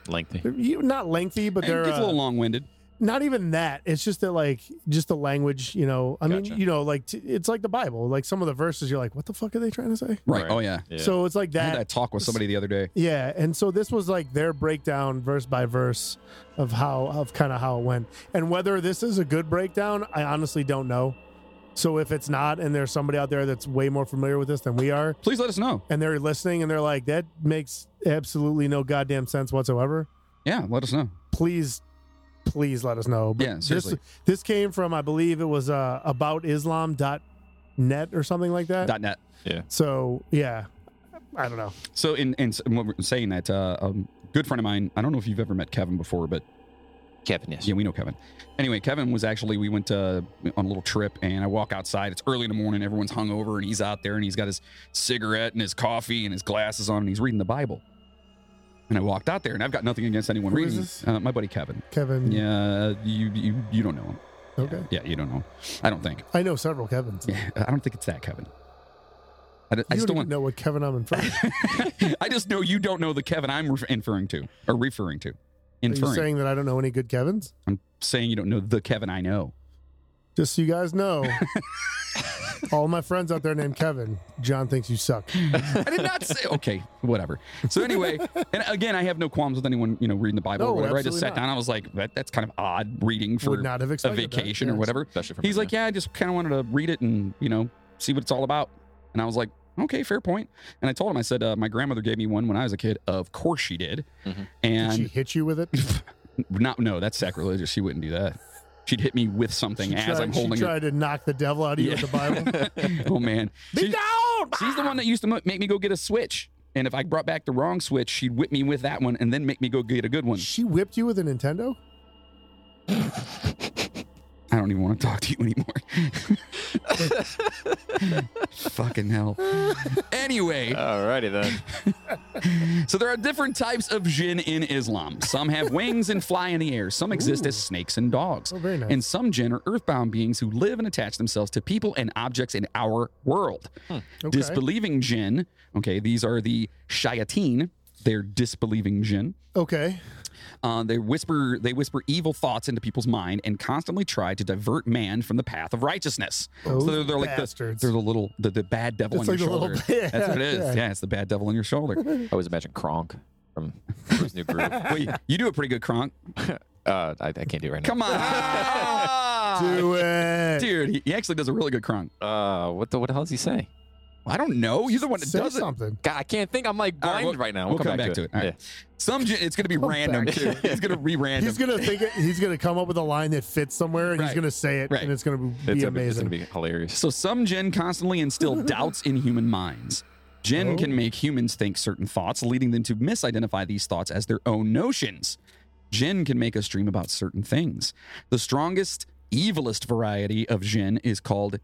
Speaker 3: Lengthy.
Speaker 4: they're- you- not lengthy but
Speaker 2: it
Speaker 4: they're
Speaker 2: gets a
Speaker 4: uh,
Speaker 2: little long winded.
Speaker 4: not even that. It's just that like just the language. You know I mean
Speaker 3: Gotcha.
Speaker 4: you know like t- it's like the Bible. Like some of the verses you're like what the fuck are they trying to say?
Speaker 2: Right.
Speaker 3: Right.
Speaker 2: Oh, yeah.
Speaker 3: Yeah.
Speaker 4: So it's like
Speaker 2: I
Speaker 4: that.
Speaker 2: had that talk with somebody the other day.
Speaker 4: Yeah, and so this was like their breakdown verse by verse of how of kind of how it went. And whether this is a good breakdown, I honestly don't know. So if it's not and there's somebody out there that's way more familiar with this than we are
Speaker 2: Please let us know.
Speaker 4: and they're listening and they're like that makes absolutely no goddamn sense whatsoever,
Speaker 2: Yeah, let us know.
Speaker 4: please please let us know.
Speaker 2: Yeah, seriously.
Speaker 4: This, this came from, I believe it was uh, aboutislam.net or something like that.
Speaker 2: Dot net.
Speaker 4: So, yeah, I don't know.
Speaker 2: So in in s- when we're saying that, uh, um, good friend of mine. I don't know if you've ever met Kevin before, but
Speaker 3: Kevin, yes.
Speaker 2: yeah, we know Kevin. Anyway, Kevin was actually we went uh, on a little trip, and I walk outside. It's early in the morning. Everyone's hungover, and he's out there, and he's got his cigarette and his coffee and his glasses on, and he's reading the Bible. And I walked out there, and I've got nothing against anyone
Speaker 4: Who is
Speaker 2: reading.
Speaker 4: this?
Speaker 2: Uh, my buddy Kevin.
Speaker 4: Kevin.
Speaker 2: Yeah, you you you don't know him.
Speaker 4: Okay.
Speaker 2: Yeah, you don't know. Him. I don't think.
Speaker 4: I know several Kevins.
Speaker 2: Yeah, I don't think it's that Kevin. I, d- I
Speaker 4: You
Speaker 2: just don't
Speaker 4: don't even
Speaker 2: want.
Speaker 4: know what Kevin I'm in front of.
Speaker 2: I just know you don't know the Kevin I'm ref inferring to or referring to.
Speaker 4: Are you
Speaker 2: Inferring.
Speaker 4: saying that I don't know any good Kevins?
Speaker 2: I'm saying you don't know the Kevin I know.
Speaker 4: Just so you guys know, all my friends out there named Kevin, John thinks you suck.
Speaker 2: I did not say. Okay, whatever. So anyway, and again, I have no qualms with anyone you know reading the Bible
Speaker 4: No,
Speaker 2: or whatever. I just
Speaker 4: absolutely
Speaker 2: sat
Speaker 4: not.
Speaker 2: down. I was like, that, that's kind of odd reading for
Speaker 4: Would not have
Speaker 2: a
Speaker 4: expected that.
Speaker 2: vacation or
Speaker 4: Yeah.
Speaker 2: whatever.
Speaker 3: Especially from
Speaker 2: He's like, yeah, I just kind of wanted to read it and you know see what it's all about. And I was like, okay, fair point. And I told him, I said, uh, my grandmother gave me one when I was a kid. Of course she did.
Speaker 3: Mhm.
Speaker 2: And
Speaker 4: Did she hit you with it?
Speaker 2: Not no, that's sacrilegious. She wouldn't do that. She'd hit me with something
Speaker 4: She
Speaker 2: as
Speaker 4: tried,
Speaker 2: I'm
Speaker 4: she
Speaker 2: holding it.
Speaker 4: tried to knock the devil out of you
Speaker 2: Yeah.
Speaker 4: with the Bible.
Speaker 2: oh man,
Speaker 4: Be
Speaker 2: She's-
Speaker 4: down!
Speaker 2: she's the one that used to mo- make me go get a switch. And if I brought back the wrong switch, she'd whip me with that one and then make me go get a good one.
Speaker 4: She whipped you with a Nintendo?
Speaker 2: I don't even want to talk to you anymore. Fucking hell. Anyway,
Speaker 3: Alrighty then.
Speaker 2: so there are different types of jinn in Islam. Some have wings and fly in the air. Some exist as snakes and dogs.
Speaker 4: Oh, very nice.
Speaker 2: And some jinn are earthbound beings who live and attach themselves to people and objects in our world.
Speaker 4: Hmm, Okay.
Speaker 2: Disbelieving jinn, okay, these are the shayateen. They're disbelieving jinn.
Speaker 4: okay.
Speaker 2: Uh, they whisper they whisper evil thoughts into people's mind and constantly try to divert man from the path of righteousness.
Speaker 4: Those
Speaker 2: so they're, they're like the,
Speaker 4: bastards.
Speaker 2: they're the little the, the bad devil
Speaker 4: It's
Speaker 2: on
Speaker 4: like
Speaker 2: your
Speaker 4: the
Speaker 2: shoulder.
Speaker 4: little- yeah,
Speaker 2: That's what it is.
Speaker 4: yeah.
Speaker 2: Yeah, it's the bad devil on your shoulder.
Speaker 3: I always imagine Kronk from his new group. uh,
Speaker 2: Well, you, you do a pretty good cronk.
Speaker 3: I, I can't do it right
Speaker 2: Come on.
Speaker 4: Do it.
Speaker 2: Uh, Dude, he, he actually does a really good cronk.
Speaker 3: now. Uh, what the what the hell does he say?
Speaker 2: I don't know. You're the one that
Speaker 4: Say
Speaker 2: does it.
Speaker 4: something.
Speaker 3: God, I can't think. I'm like
Speaker 2: All right,
Speaker 3: blind
Speaker 2: we'll-
Speaker 3: right now.
Speaker 2: We'll, come, back, to it. All right. Some jinn, it's going to be random
Speaker 4: back
Speaker 2: too. It's going to be random.
Speaker 4: He's gonna think it, he's gonna come up with a line that fits somewhere, and
Speaker 2: Right.
Speaker 4: he's gonna say it,
Speaker 2: Right.
Speaker 4: and it's gonna be
Speaker 3: Yeah. It's, gonna be, it's
Speaker 4: amazing.
Speaker 3: gonna be hilarious.
Speaker 2: So some jinn constantly instill doubts in human minds. Jinn can
Speaker 4: Oh.
Speaker 2: make humans think certain thoughts, leading them to misidentify these thoughts as their own notions. Jinn can make us dream about certain things. The strongest, evilest variety of jinn is called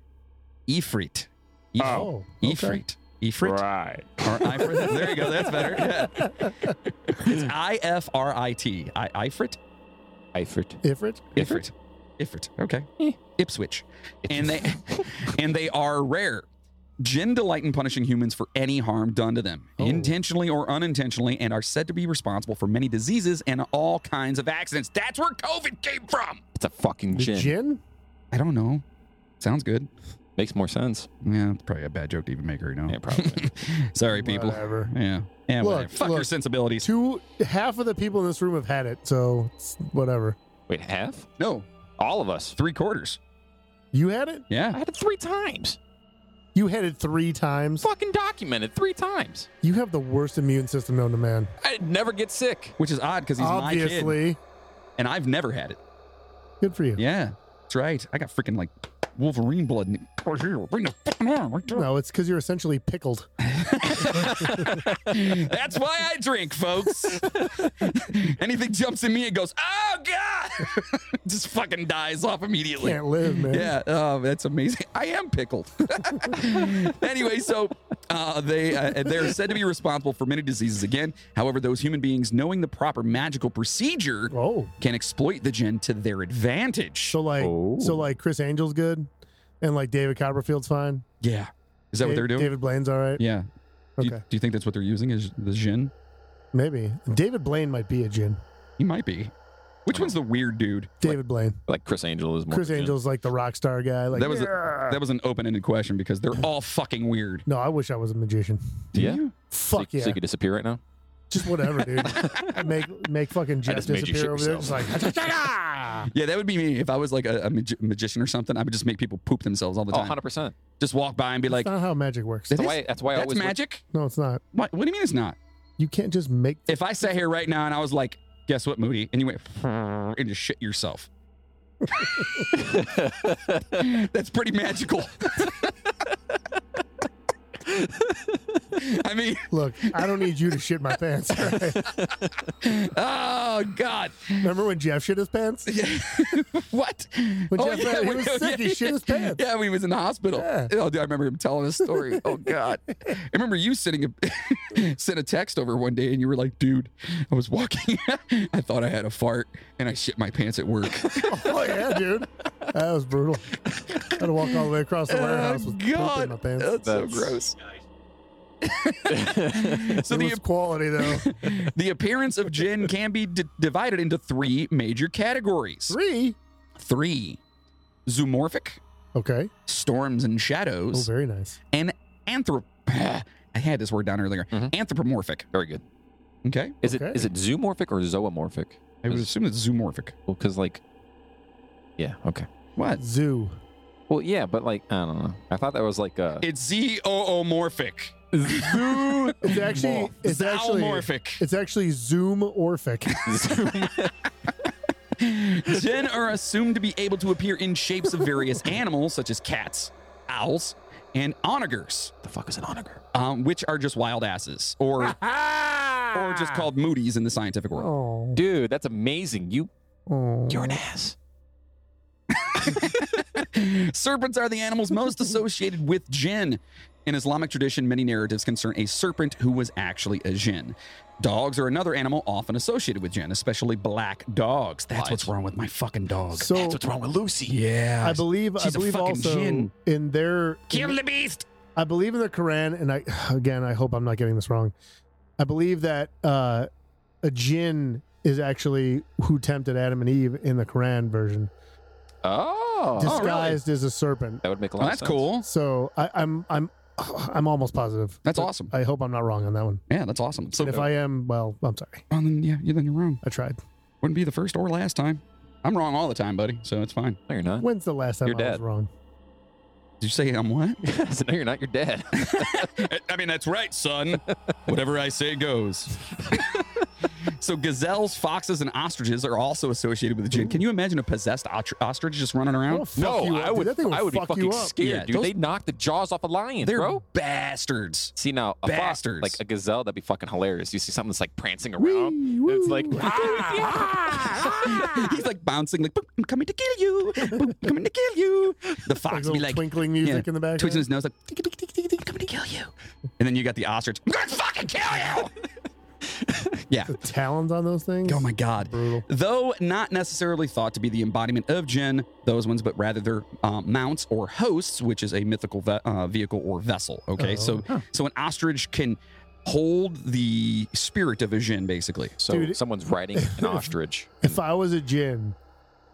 Speaker 2: Ifrit. Ifrit.
Speaker 4: Oh, okay.
Speaker 2: Ifrit. Ifrit.
Speaker 3: Right.
Speaker 2: Or Ifrit. There you go. That's better. Yeah. It's I F R I T. I Ifrit.
Speaker 3: Eifert.
Speaker 4: Ifrit.
Speaker 2: Ifrit. Ifrit. Okay. Ipswich. And they and they are rare. Jinn delight in punishing humans for any harm done to them, intentionally or unintentionally, and are said to be responsible for many diseases and all kinds of accidents. That's where COVID came from.
Speaker 3: It's a fucking
Speaker 4: The
Speaker 3: gin.
Speaker 4: gin?
Speaker 2: I don't know. Sounds good.
Speaker 3: Makes more sense.
Speaker 2: Yeah, it's probably a bad joke to even make right now.
Speaker 3: Yeah, probably.
Speaker 2: Sorry, people.
Speaker 4: Whatever.
Speaker 2: Yeah. Yeah,
Speaker 4: Look,
Speaker 2: whatever. Fuck your
Speaker 4: look.
Speaker 2: sensibilities.
Speaker 4: Two half of the people in this room have had it, so it's whatever.
Speaker 3: Wait, half?
Speaker 2: No,
Speaker 3: All of us.
Speaker 2: three quarters.
Speaker 4: You had it?
Speaker 3: I
Speaker 2: Yeah.
Speaker 3: had it three times.
Speaker 4: You had it three times.
Speaker 3: Fucking documented three times.
Speaker 4: You have the worst immune system known to man.
Speaker 3: I never get sick.
Speaker 2: Which is odd because he's my kid.
Speaker 4: Obviously.
Speaker 2: And I've never had it.
Speaker 4: Good for you.
Speaker 2: Yeah, that's right. I got freaking like Wolverine blood. in- Bring the fucking arm right there.
Speaker 4: No, it's because you're essentially pickled.
Speaker 2: That's why I drink, folks. Anything jumps in me and goes, oh god, just fucking dies off immediately.
Speaker 4: Can't live, man.
Speaker 2: Yeah, oh, that's amazing. I am pickled. anyway, so uh, they uh, they're said to be responsible for many diseases. Again, however, those human beings knowing the proper magical procedure
Speaker 4: Oh.
Speaker 2: can exploit the gin to their advantage.
Speaker 4: So like,
Speaker 3: Oh.
Speaker 4: so like, Chris Angel's good, and like David Copperfield's fine.
Speaker 2: yeah, is that what
Speaker 4: Da-
Speaker 2: they're doing?
Speaker 4: David Blaine's all right.
Speaker 2: Yeah. Do, you,
Speaker 4: Okay.
Speaker 2: do you think that's what they're using is the gin?
Speaker 4: Maybe David Blaine might be a gin.
Speaker 2: He might be. Which one's the weird dude?
Speaker 4: David Blaine.
Speaker 3: Like Chris Angel is more.
Speaker 4: Chris
Speaker 3: gin.
Speaker 4: Angel's like the rock star guy. Like
Speaker 2: that was a, that was an open-ended question because they're all fucking weird.
Speaker 4: no, I wish I was a magician.
Speaker 3: Yeah.
Speaker 4: Fuck
Speaker 3: so, you-
Speaker 4: yeah,
Speaker 3: So you could disappear right now.
Speaker 4: just whatever, dude. make make fucking Jeff
Speaker 3: just made you shit
Speaker 4: disappear over there. Just
Speaker 3: yourself.
Speaker 4: like "Ah!"
Speaker 2: Yeah, that would be me if I was like a, a magi- magician or something. I would just make people poop themselves all the
Speaker 3: Oh,
Speaker 2: time.
Speaker 3: 100%.
Speaker 2: Just walk by and be like,
Speaker 4: that's not how magic works.
Speaker 2: "That is-
Speaker 3: That's why, that's why I
Speaker 2: that's
Speaker 3: always.
Speaker 2: magic."
Speaker 4: No, it's not.
Speaker 2: What, what do you mean it's not?
Speaker 4: You can't just make.
Speaker 2: If I sat here right now and I was like, guess what, Moody? And you went and just shit yourself. That's pretty magical. I mean,
Speaker 4: Look, I don't need you to shit my pants. all right?
Speaker 2: oh God,
Speaker 4: Remember when Jeff shit his pants?
Speaker 2: what? Oh,
Speaker 4: When Jeff Bennett- he was sick, he shit his pants.
Speaker 2: Yeah, when he was in the hospital.
Speaker 4: Yeah.
Speaker 2: Oh, dude, I remember him telling his story. Oh God, I remember you sending a sent a text over one day, and you were like, "Dude, I was walking, I thought I had a fart, and I shit my pants at work."
Speaker 4: Oh yeah, dude. That was brutal. I had to walk all the way across
Speaker 2: Oh,
Speaker 4: the warehouse with poop in my pants.
Speaker 2: that's, so
Speaker 3: That's-
Speaker 2: gross.
Speaker 4: So
Speaker 2: So
Speaker 4: it
Speaker 2: the
Speaker 4: was quality though.
Speaker 2: the appearance of gin can be d- divided into three major categories:
Speaker 4: Three.
Speaker 2: three, zoomorphic,
Speaker 4: Okay.
Speaker 2: storms and shadows,
Speaker 4: Oh, very nice.
Speaker 2: and anthrop. I had this word down earlier.
Speaker 4: Mm-hmm.
Speaker 3: Mhm.
Speaker 2: Anthropomorphic.
Speaker 3: Very good.
Speaker 2: Okay.
Speaker 3: Is
Speaker 4: Okay.
Speaker 3: it is it zoomorphic or zoomorphic?
Speaker 2: I would assume it's zoomorphic.
Speaker 3: Well, because like, yeah, okay.
Speaker 2: What?
Speaker 4: Zoo.
Speaker 3: Well, yeah, but like, I don't know. I thought that was like uh, a
Speaker 2: It's zoomorphic.
Speaker 4: It's actually it's actually
Speaker 2: Zoomorphic.
Speaker 4: it's actually Zoom Orphic.
Speaker 2: Gen are assumed to be able to appear in shapes of various animals, such as cats, owls, and onagers,
Speaker 3: the fuck is an onager?
Speaker 2: um, which are just wild asses, or or just called mooties in the scientific world.
Speaker 4: Oh.
Speaker 3: Dude, that's amazing. You
Speaker 4: oh.
Speaker 3: you're an ass.
Speaker 2: Serpents are the animals most associated with jinn. In Islamic tradition, many narratives concern a serpent who was actually a jinn. Dogs are another animal often associated with jinn, especially black dogs. That's what's wrong with my fucking dog.
Speaker 4: So
Speaker 3: wrong with Lucy.
Speaker 2: yeah.
Speaker 4: I believe I
Speaker 2: She's a
Speaker 4: believe
Speaker 2: fucking
Speaker 4: also
Speaker 2: gin.
Speaker 4: in their
Speaker 2: Kill the beast.
Speaker 4: I believe in the Quran, and I again, I hope I'm not getting this wrong. I believe that uh, a jinn is actually who tempted Adam and Eve in the Quran version,
Speaker 3: Oh,
Speaker 2: Dis- really?
Speaker 4: disguised as a serpent.
Speaker 3: that would make a lot
Speaker 2: Oh,
Speaker 3: of
Speaker 2: that's
Speaker 3: sense.
Speaker 2: cool.
Speaker 4: So I, I'm I'm I'm almost positive.
Speaker 2: That's
Speaker 4: But
Speaker 2: awesome.
Speaker 4: I hope I'm not wrong on that one.
Speaker 2: Yeah, that's awesome. So,
Speaker 4: And if I am, well, I'm sorry.
Speaker 2: Oh, then, yeah, yeah, then you're wrong.
Speaker 4: I tried.
Speaker 2: Wouldn't be the first or last time. I'm wrong all the time, buddy. So it's fine.
Speaker 3: No, you're not.
Speaker 4: When's the last time
Speaker 3: You're
Speaker 4: I was
Speaker 3: dead.
Speaker 4: wrong?
Speaker 2: Did you say I'm what?
Speaker 3: So, no, you're not. You're dead.
Speaker 2: I mean, that's right, son. Whatever I say goes. so gazelles, foxes, and ostriches are also associated with the jinn. Can you imagine a possessed ostr- ostrich just running around?
Speaker 4: They'll fuck you up,
Speaker 3: I
Speaker 4: dude.
Speaker 3: would.
Speaker 4: That thing would
Speaker 3: I would
Speaker 4: fuck
Speaker 3: be
Speaker 4: you
Speaker 3: fucking
Speaker 4: up.
Speaker 3: scared,
Speaker 2: Yeah,
Speaker 3: dude.
Speaker 2: those-
Speaker 3: they knock the jaws off a lion,
Speaker 2: They're
Speaker 3: bro.
Speaker 2: bastards.
Speaker 3: See now, a fox,
Speaker 2: bastards.
Speaker 3: like a gazelle, that'd be fucking hilarious. You see something that's like prancing around.
Speaker 4: Wee, woo.
Speaker 3: It's like "Ah,
Speaker 4: ah.
Speaker 2: He's like bouncing, like "Boop, I'm coming to kill you. Boop, I'm coming to kill you. The
Speaker 4: Like
Speaker 2: fox
Speaker 4: little
Speaker 2: be like
Speaker 4: twinkling
Speaker 2: yeah,
Speaker 4: music in the back.
Speaker 2: twitching his nose, like "Tick, tick, tick, tick, tick, I'm coming to kill you. And then you got the ostrich. I'm gonna fucking kill you. yeah.
Speaker 4: Talons on those things.
Speaker 2: Oh my god.
Speaker 4: Brutal.
Speaker 2: Though not necessarily thought to be the embodiment of Jinn, those ones, but rather their um, mounts or hosts, which is a mythical ve- uh, vehicle or vessel. Okay,
Speaker 4: Oh.
Speaker 2: so so an ostrich can hold the spirit of a Jinn, basically.
Speaker 3: so
Speaker 4: Dude.
Speaker 3: someone's riding an ostrich.
Speaker 4: If I was a jinn,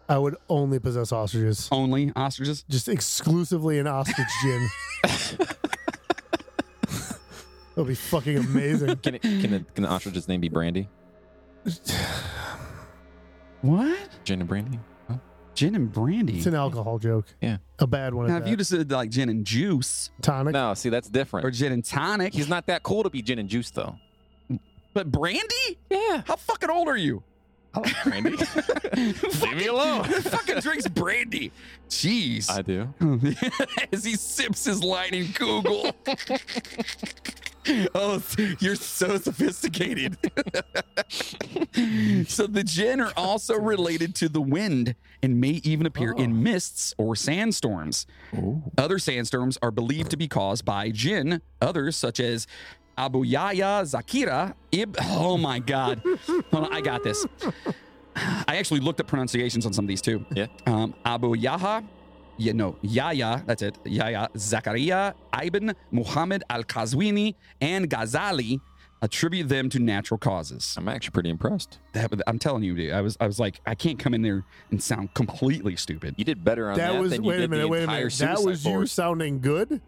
Speaker 4: I would only possess ostriches.
Speaker 2: Only ostriches.
Speaker 4: just exclusively an ostrich gin. That'll be fucking amazing.
Speaker 3: Can it, can, it, can the ostrich's name be Brandy?
Speaker 2: What?
Speaker 3: Gin and Brandy?
Speaker 2: Gin and brandy.
Speaker 4: It's an alcohol joke.
Speaker 3: Yeah.
Speaker 4: a bad one.
Speaker 2: Now,
Speaker 4: At
Speaker 2: if you
Speaker 4: that.
Speaker 2: just said like gin and juice
Speaker 4: Tonic.
Speaker 3: No, see that's different.
Speaker 2: or gin and tonic,
Speaker 3: He's not that cool to be gin and juice though.
Speaker 2: but brandy?
Speaker 3: Yeah,
Speaker 2: How fucking old are you?
Speaker 3: I like Brandy.
Speaker 2: Leave
Speaker 3: me alone.
Speaker 2: Who fucking drinks brandy? Jeez.
Speaker 3: I do.
Speaker 2: as he sips his line in Google. oh, you're so sophisticated. so the jinn are also related to the wind and may even appear in mists or sandstorms. Other sandstorms are believed to be caused by jinn. Others, such as Abu Yahya Zakira Ib. Oh my God. Hold on, I got this. I actually looked up pronunciations on some of these too.
Speaker 3: Yeah.
Speaker 2: Um, Abu Yaha, yeah, no, Yahya, that's it. Yahya, Zakaria, Ibn, Muhammad al Qazwini, and Ghazali attribute them to natural causes.
Speaker 3: I'm actually pretty impressed.
Speaker 2: That, I'm telling you, dude, I was, I was like, I can't come in there and sound completely stupid.
Speaker 3: You did better on that,
Speaker 4: that was
Speaker 3: than you
Speaker 4: wait
Speaker 3: did
Speaker 4: a minute.
Speaker 3: the
Speaker 4: Wait a
Speaker 3: entire
Speaker 4: minute.
Speaker 3: Suicide
Speaker 4: That was you
Speaker 3: Force.
Speaker 4: sounding good.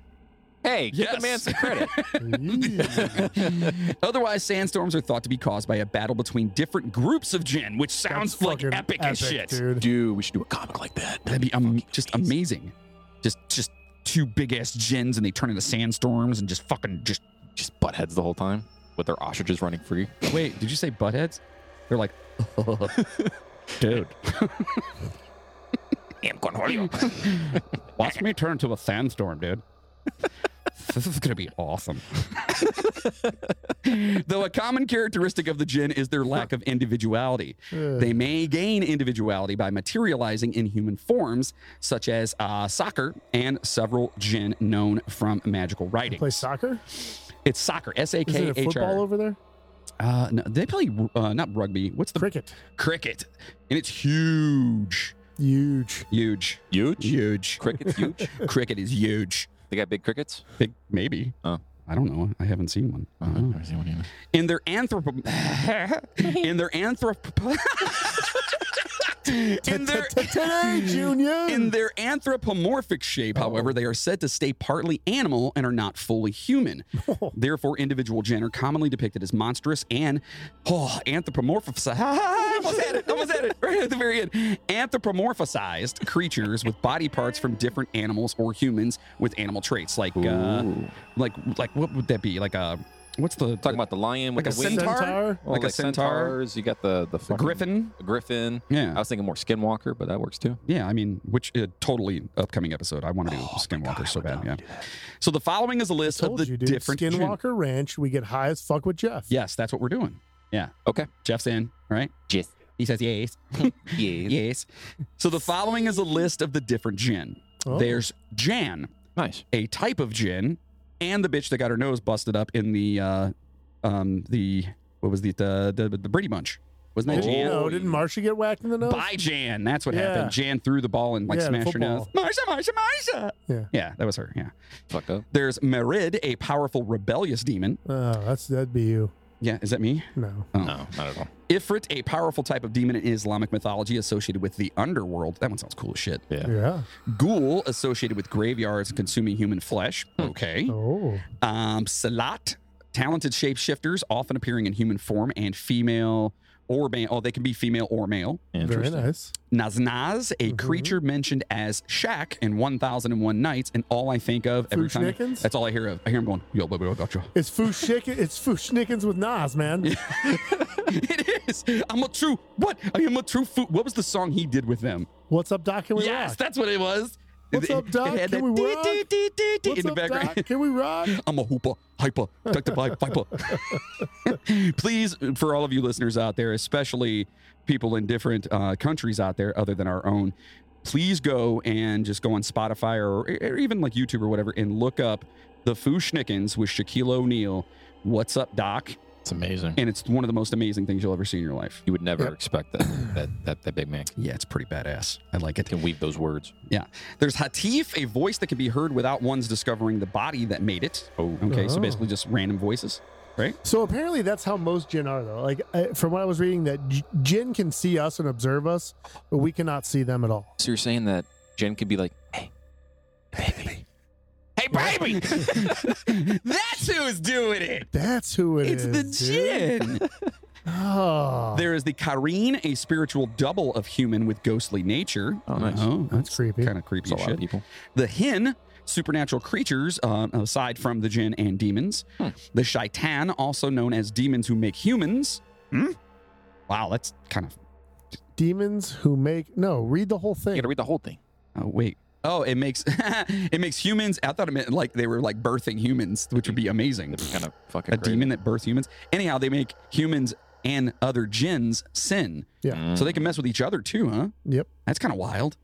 Speaker 3: Hey, give
Speaker 2: Yes.
Speaker 3: the man some credit.
Speaker 4: Eee.
Speaker 2: Otherwise, sandstorms are thought to be caused by a battle between different groups of jinn, which sounds
Speaker 4: That's
Speaker 2: like
Speaker 4: fucking
Speaker 2: epic, as shit.
Speaker 4: dude.
Speaker 3: Dude, we should do a comic like that.
Speaker 2: That'd be um, just amazing. Just, just two big ass jinns, and they turn into sandstorms and just fucking just.
Speaker 3: Just butt heads the whole time with their ostriches running free.
Speaker 2: Wait, did you say buttheads? They're like,
Speaker 5: Dude,
Speaker 3: Am Cornholio.
Speaker 5: watch me turn into a sandstorm, dude. This is gonna be awesome.
Speaker 2: Though a common characteristic of the jinn is their lack of individuality. They may gain individuality by materializing in human forms, such as uh, soccer and several jinn known from magical writing.
Speaker 4: Play soccer?
Speaker 2: It's soccer, S A
Speaker 4: Is
Speaker 2: K
Speaker 4: it a
Speaker 2: H
Speaker 4: football
Speaker 2: R.
Speaker 4: over there?
Speaker 2: Uh, no, They play uh, not rugby. What's the
Speaker 4: Cricket.
Speaker 2: cricket? And it's huge,
Speaker 4: Huge.
Speaker 2: huge,
Speaker 3: Huge.
Speaker 2: huge.
Speaker 3: Crickets huge.
Speaker 2: cricket is huge.
Speaker 3: They got big crickets.
Speaker 2: Big, maybe.
Speaker 3: Oh.
Speaker 2: I don't know. I haven't seen one. I don't know.
Speaker 3: seen one either.
Speaker 2: in their anthrop in their anthrop in their
Speaker 4: Today, Junior.
Speaker 2: in their anthropomorphic shape, however, they are said to stay partly animal and are not fully human. Therefore, individual gen are commonly depicted as monstrous and oh, anthropomorphized. I almost had it. I Almost had it. Right at the very end. Anthropomorphized creatures with body parts from different animals or humans with animal traits, like uh, like like what would that be? Like a what's the
Speaker 3: Talking about the lion with
Speaker 2: Like a
Speaker 3: the wings.
Speaker 2: centaur?
Speaker 4: Centaur?
Speaker 3: Well,
Speaker 2: Like a centaur?
Speaker 3: Centaurs. You got the the
Speaker 2: the
Speaker 3: fucking
Speaker 2: griffin?
Speaker 3: a griffin.
Speaker 2: Yeah.
Speaker 3: I was thinking more skinwalker, but that works too.
Speaker 2: Yeah, I mean, which uh, totally upcoming episode. Oh I want to do Skinwalker so bad. Yeah. So the following is a list of
Speaker 4: Told
Speaker 2: the
Speaker 4: you, dude.
Speaker 2: different gen-
Speaker 4: Skinwalker Ranch. We get high as fuck with Jeff.
Speaker 2: Yes, that's what we're doing. Yeah.
Speaker 3: Okay.
Speaker 2: Jeff's in. All right.
Speaker 3: Yes.
Speaker 2: He says yes.
Speaker 3: Yeah.
Speaker 2: yes. So the following is a list of the different gin.
Speaker 4: Oh.
Speaker 2: There's Jan,
Speaker 3: Nice.
Speaker 2: a type of gin, and the bitch that got her nose busted up in the uh, um the what was the the the, the Brady Bunch. Wasn't that
Speaker 4: Didn't,
Speaker 2: Jan?
Speaker 4: no, Oh, didn't Marsha get whacked in the nose?
Speaker 2: By Jan. That's what
Speaker 4: Yeah.
Speaker 2: happened. Jan threw the ball and like
Speaker 4: Yeah, the
Speaker 2: smashed her nose. Marsha, Marsha, Marsha.
Speaker 4: Yeah.
Speaker 2: Yeah, that was her. Yeah.
Speaker 3: Fucked up.
Speaker 2: There's Merid, a powerful rebellious demon.
Speaker 4: Oh, that's that'd be you.
Speaker 2: Yeah, is that me?
Speaker 4: No.
Speaker 3: No, not at all.
Speaker 2: Ifrit, a powerful type of demon in Islamic mythology associated with the underworld. That one sounds cool as shit.
Speaker 3: Yeah.
Speaker 4: Yeah.
Speaker 2: Ghoul, associated with graveyards and consuming human flesh. Okay.
Speaker 4: Oh.
Speaker 2: Um, Salat, talented shapeshifters, often appearing in human form and female or male. Oh, they can be female or male.
Speaker 4: Very nice.
Speaker 2: Naznaz, a
Speaker 4: Mhm.
Speaker 2: creature mentioned as Shaq in 1001 Nights, and all I think of every time.
Speaker 4: Fushnikins?
Speaker 2: That's all I hear of. I hear him going, yo, baby, I got you.
Speaker 4: It's Fushnik. It's Fushnikins with Nas, man.
Speaker 2: it is. I'm a true what? I am a true food. What was the song he did with them?
Speaker 4: What's up, Doc? Can we
Speaker 2: yes,
Speaker 4: rock?
Speaker 2: that's what it was.
Speaker 4: What's
Speaker 2: It-
Speaker 4: up, Doc?
Speaker 2: It had
Speaker 4: Can
Speaker 2: that
Speaker 4: we
Speaker 2: dee,
Speaker 4: rock?
Speaker 2: dee, dee, dee, dee
Speaker 4: What's
Speaker 2: in the
Speaker 4: up,
Speaker 2: background.
Speaker 4: Doc? Can we rock?
Speaker 2: I'm a hooper, hyper, Dr. Vibe, viper. Please, for all of you listeners out there, especially people in different uh, countries out there other than our own, please go and just go on Spotify or, or even like YouTube or whatever and look up the Fushnikins with Shaquille O'Neal. What's up, Doc?
Speaker 3: It's amazing.
Speaker 2: And it's one of the most amazing things you'll ever see in your life.
Speaker 3: You would never
Speaker 4: Yep.
Speaker 3: expect that, that that that big man
Speaker 2: Yeah, it's pretty badass. I like it.
Speaker 3: can weave those words.
Speaker 2: Yeah. There's Hatif, a voice that can be heard without one's discovering the body that made it.
Speaker 3: Oh.
Speaker 2: Okay, so
Speaker 4: Oh.
Speaker 2: basically just random voices.
Speaker 4: So apparently that's how most jinn are, though. Like I, from what I was reading, that j- jinn can see us and observe us, but we cannot see them at all.
Speaker 3: So you're saying that Jen could be like, hey, baby. Hey, baby.
Speaker 2: That's who's doing it.
Speaker 4: That's who it
Speaker 2: it's
Speaker 4: is.
Speaker 2: the
Speaker 4: dude.
Speaker 2: jinn.
Speaker 4: Oh,
Speaker 2: There is the Kareen, a spiritual double of human with ghostly nature.
Speaker 3: Oh, nice.
Speaker 2: Oh,
Speaker 4: that's, creepy.
Speaker 2: kind of creepy
Speaker 3: It's a
Speaker 2: as
Speaker 3: lot of
Speaker 2: shit.
Speaker 3: people.
Speaker 2: The Hin, supernatural creatures uh, aside from the jinn and demons.
Speaker 3: Hmm.
Speaker 2: The Shaitan, also known as demons who make humans. Hmm? Wow, that's kind of
Speaker 4: Demons who make no. Read the whole
Speaker 3: You
Speaker 4: thing.
Speaker 3: got to read the whole thing.
Speaker 2: Oh wait. Oh, it makes it makes humans. I thought it meant like they were like birthing humans, which would be amazing.
Speaker 3: It's kind of fucking
Speaker 2: A
Speaker 3: crazy.
Speaker 2: demon that births humans. Anyhow, they make humans and other gins sin,
Speaker 4: Yeah.
Speaker 2: so they can mess with each other too, huh?
Speaker 4: Yep.
Speaker 2: That's kind of wild.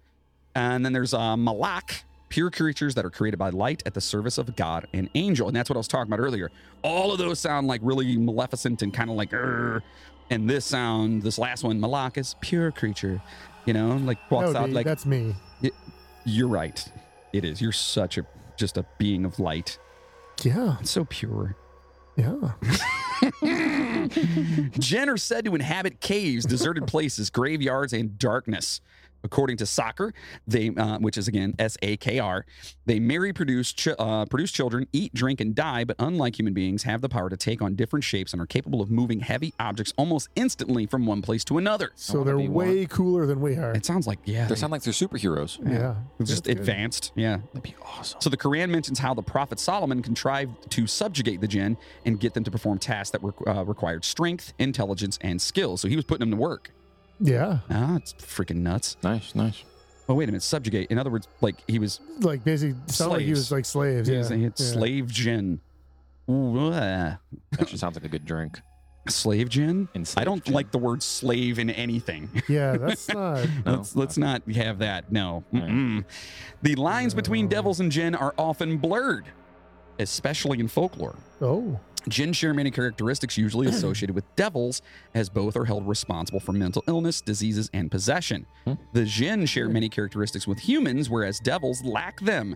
Speaker 2: And then there's uh, Malak, pure creatures that are created by light at the service of God and angel, and that's what I was talking about earlier. All of those sound like really maleficent and kind of like, "Grr." and this sound, this last one, Malak is pure creature. You know, like walks
Speaker 4: no,
Speaker 2: out
Speaker 4: dude,
Speaker 2: like
Speaker 4: that's me.
Speaker 2: you're right. It is. You're such a just a being of light.
Speaker 4: Yeah.
Speaker 2: It's so pure.
Speaker 4: Yeah.
Speaker 2: Jinn are said to inhabit caves, deserted places, graveyards, and darkness. According to Soccer, they, uh, which is again S A K R, they marry, produce, ch- uh, produce children, eat, drink, and die. But unlike human beings, have the power to take on different shapes and are capable of moving heavy objects almost instantly from one place to another.
Speaker 4: So
Speaker 3: wanna
Speaker 4: they're
Speaker 3: be
Speaker 4: way cooler than we are.
Speaker 2: It sounds like yeah,
Speaker 3: They sound like they're superheroes.
Speaker 4: yeah.
Speaker 2: they're just
Speaker 4: That's good.
Speaker 2: advanced. Yeah,
Speaker 3: That'd be awesome.
Speaker 2: so the Quran mentions how the prophet Solomon contrived to subjugate the jinn and get them to perform tasks that requ uh, required strength, intelligence, and skill. So he was putting them to work.
Speaker 4: Yeah.
Speaker 2: Ah, it's freaking nuts.
Speaker 3: Nice, nice.
Speaker 2: Well, wait a minute, subjugate. In other words, like he was,
Speaker 4: Like basically sounded like he
Speaker 2: Slaves.
Speaker 4: was like slaves.
Speaker 2: he
Speaker 4: Yeah.
Speaker 2: was he had
Speaker 4: Yeah.
Speaker 2: slave jinn. Ooh, ah.
Speaker 3: That just sounds like a good drink.
Speaker 2: Slave jinn.
Speaker 3: And
Speaker 2: I don't
Speaker 3: slave
Speaker 2: like the word slave in anything.
Speaker 4: Yeah, that's not
Speaker 3: No?
Speaker 2: Let's let's not have that. No.
Speaker 3: All right.
Speaker 2: Mm-mm. The lines between
Speaker 4: No.
Speaker 2: devils and jinn are often blurred, especially in folklore.
Speaker 4: oh.
Speaker 2: Jinn share many characteristics usually associated with devils, as both are held responsible for mental illness, diseases, and possession.
Speaker 3: Hmm.
Speaker 2: The Jinn share many characteristics with humans, whereas devils lack them.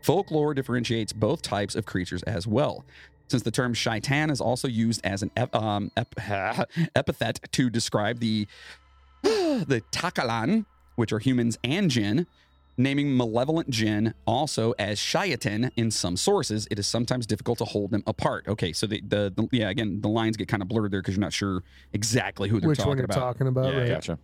Speaker 2: Folklore differentiates both types of creatures as well. Since the term shaitan is also used as an ep- um, ep- epithet to describe the the Takalan, which are humans and jinn, naming malevolent jinn also as shaitan in some sources, it is sometimes difficult to hold them apart. Okay, so the, the, the- yeah, again, the lines get kind of blurred there because you're not sure exactly who they're
Speaker 4: Which
Speaker 2: talking
Speaker 4: one you're
Speaker 2: about.
Speaker 4: talking about,
Speaker 2: Yeah,
Speaker 4: right?
Speaker 3: Gotcha.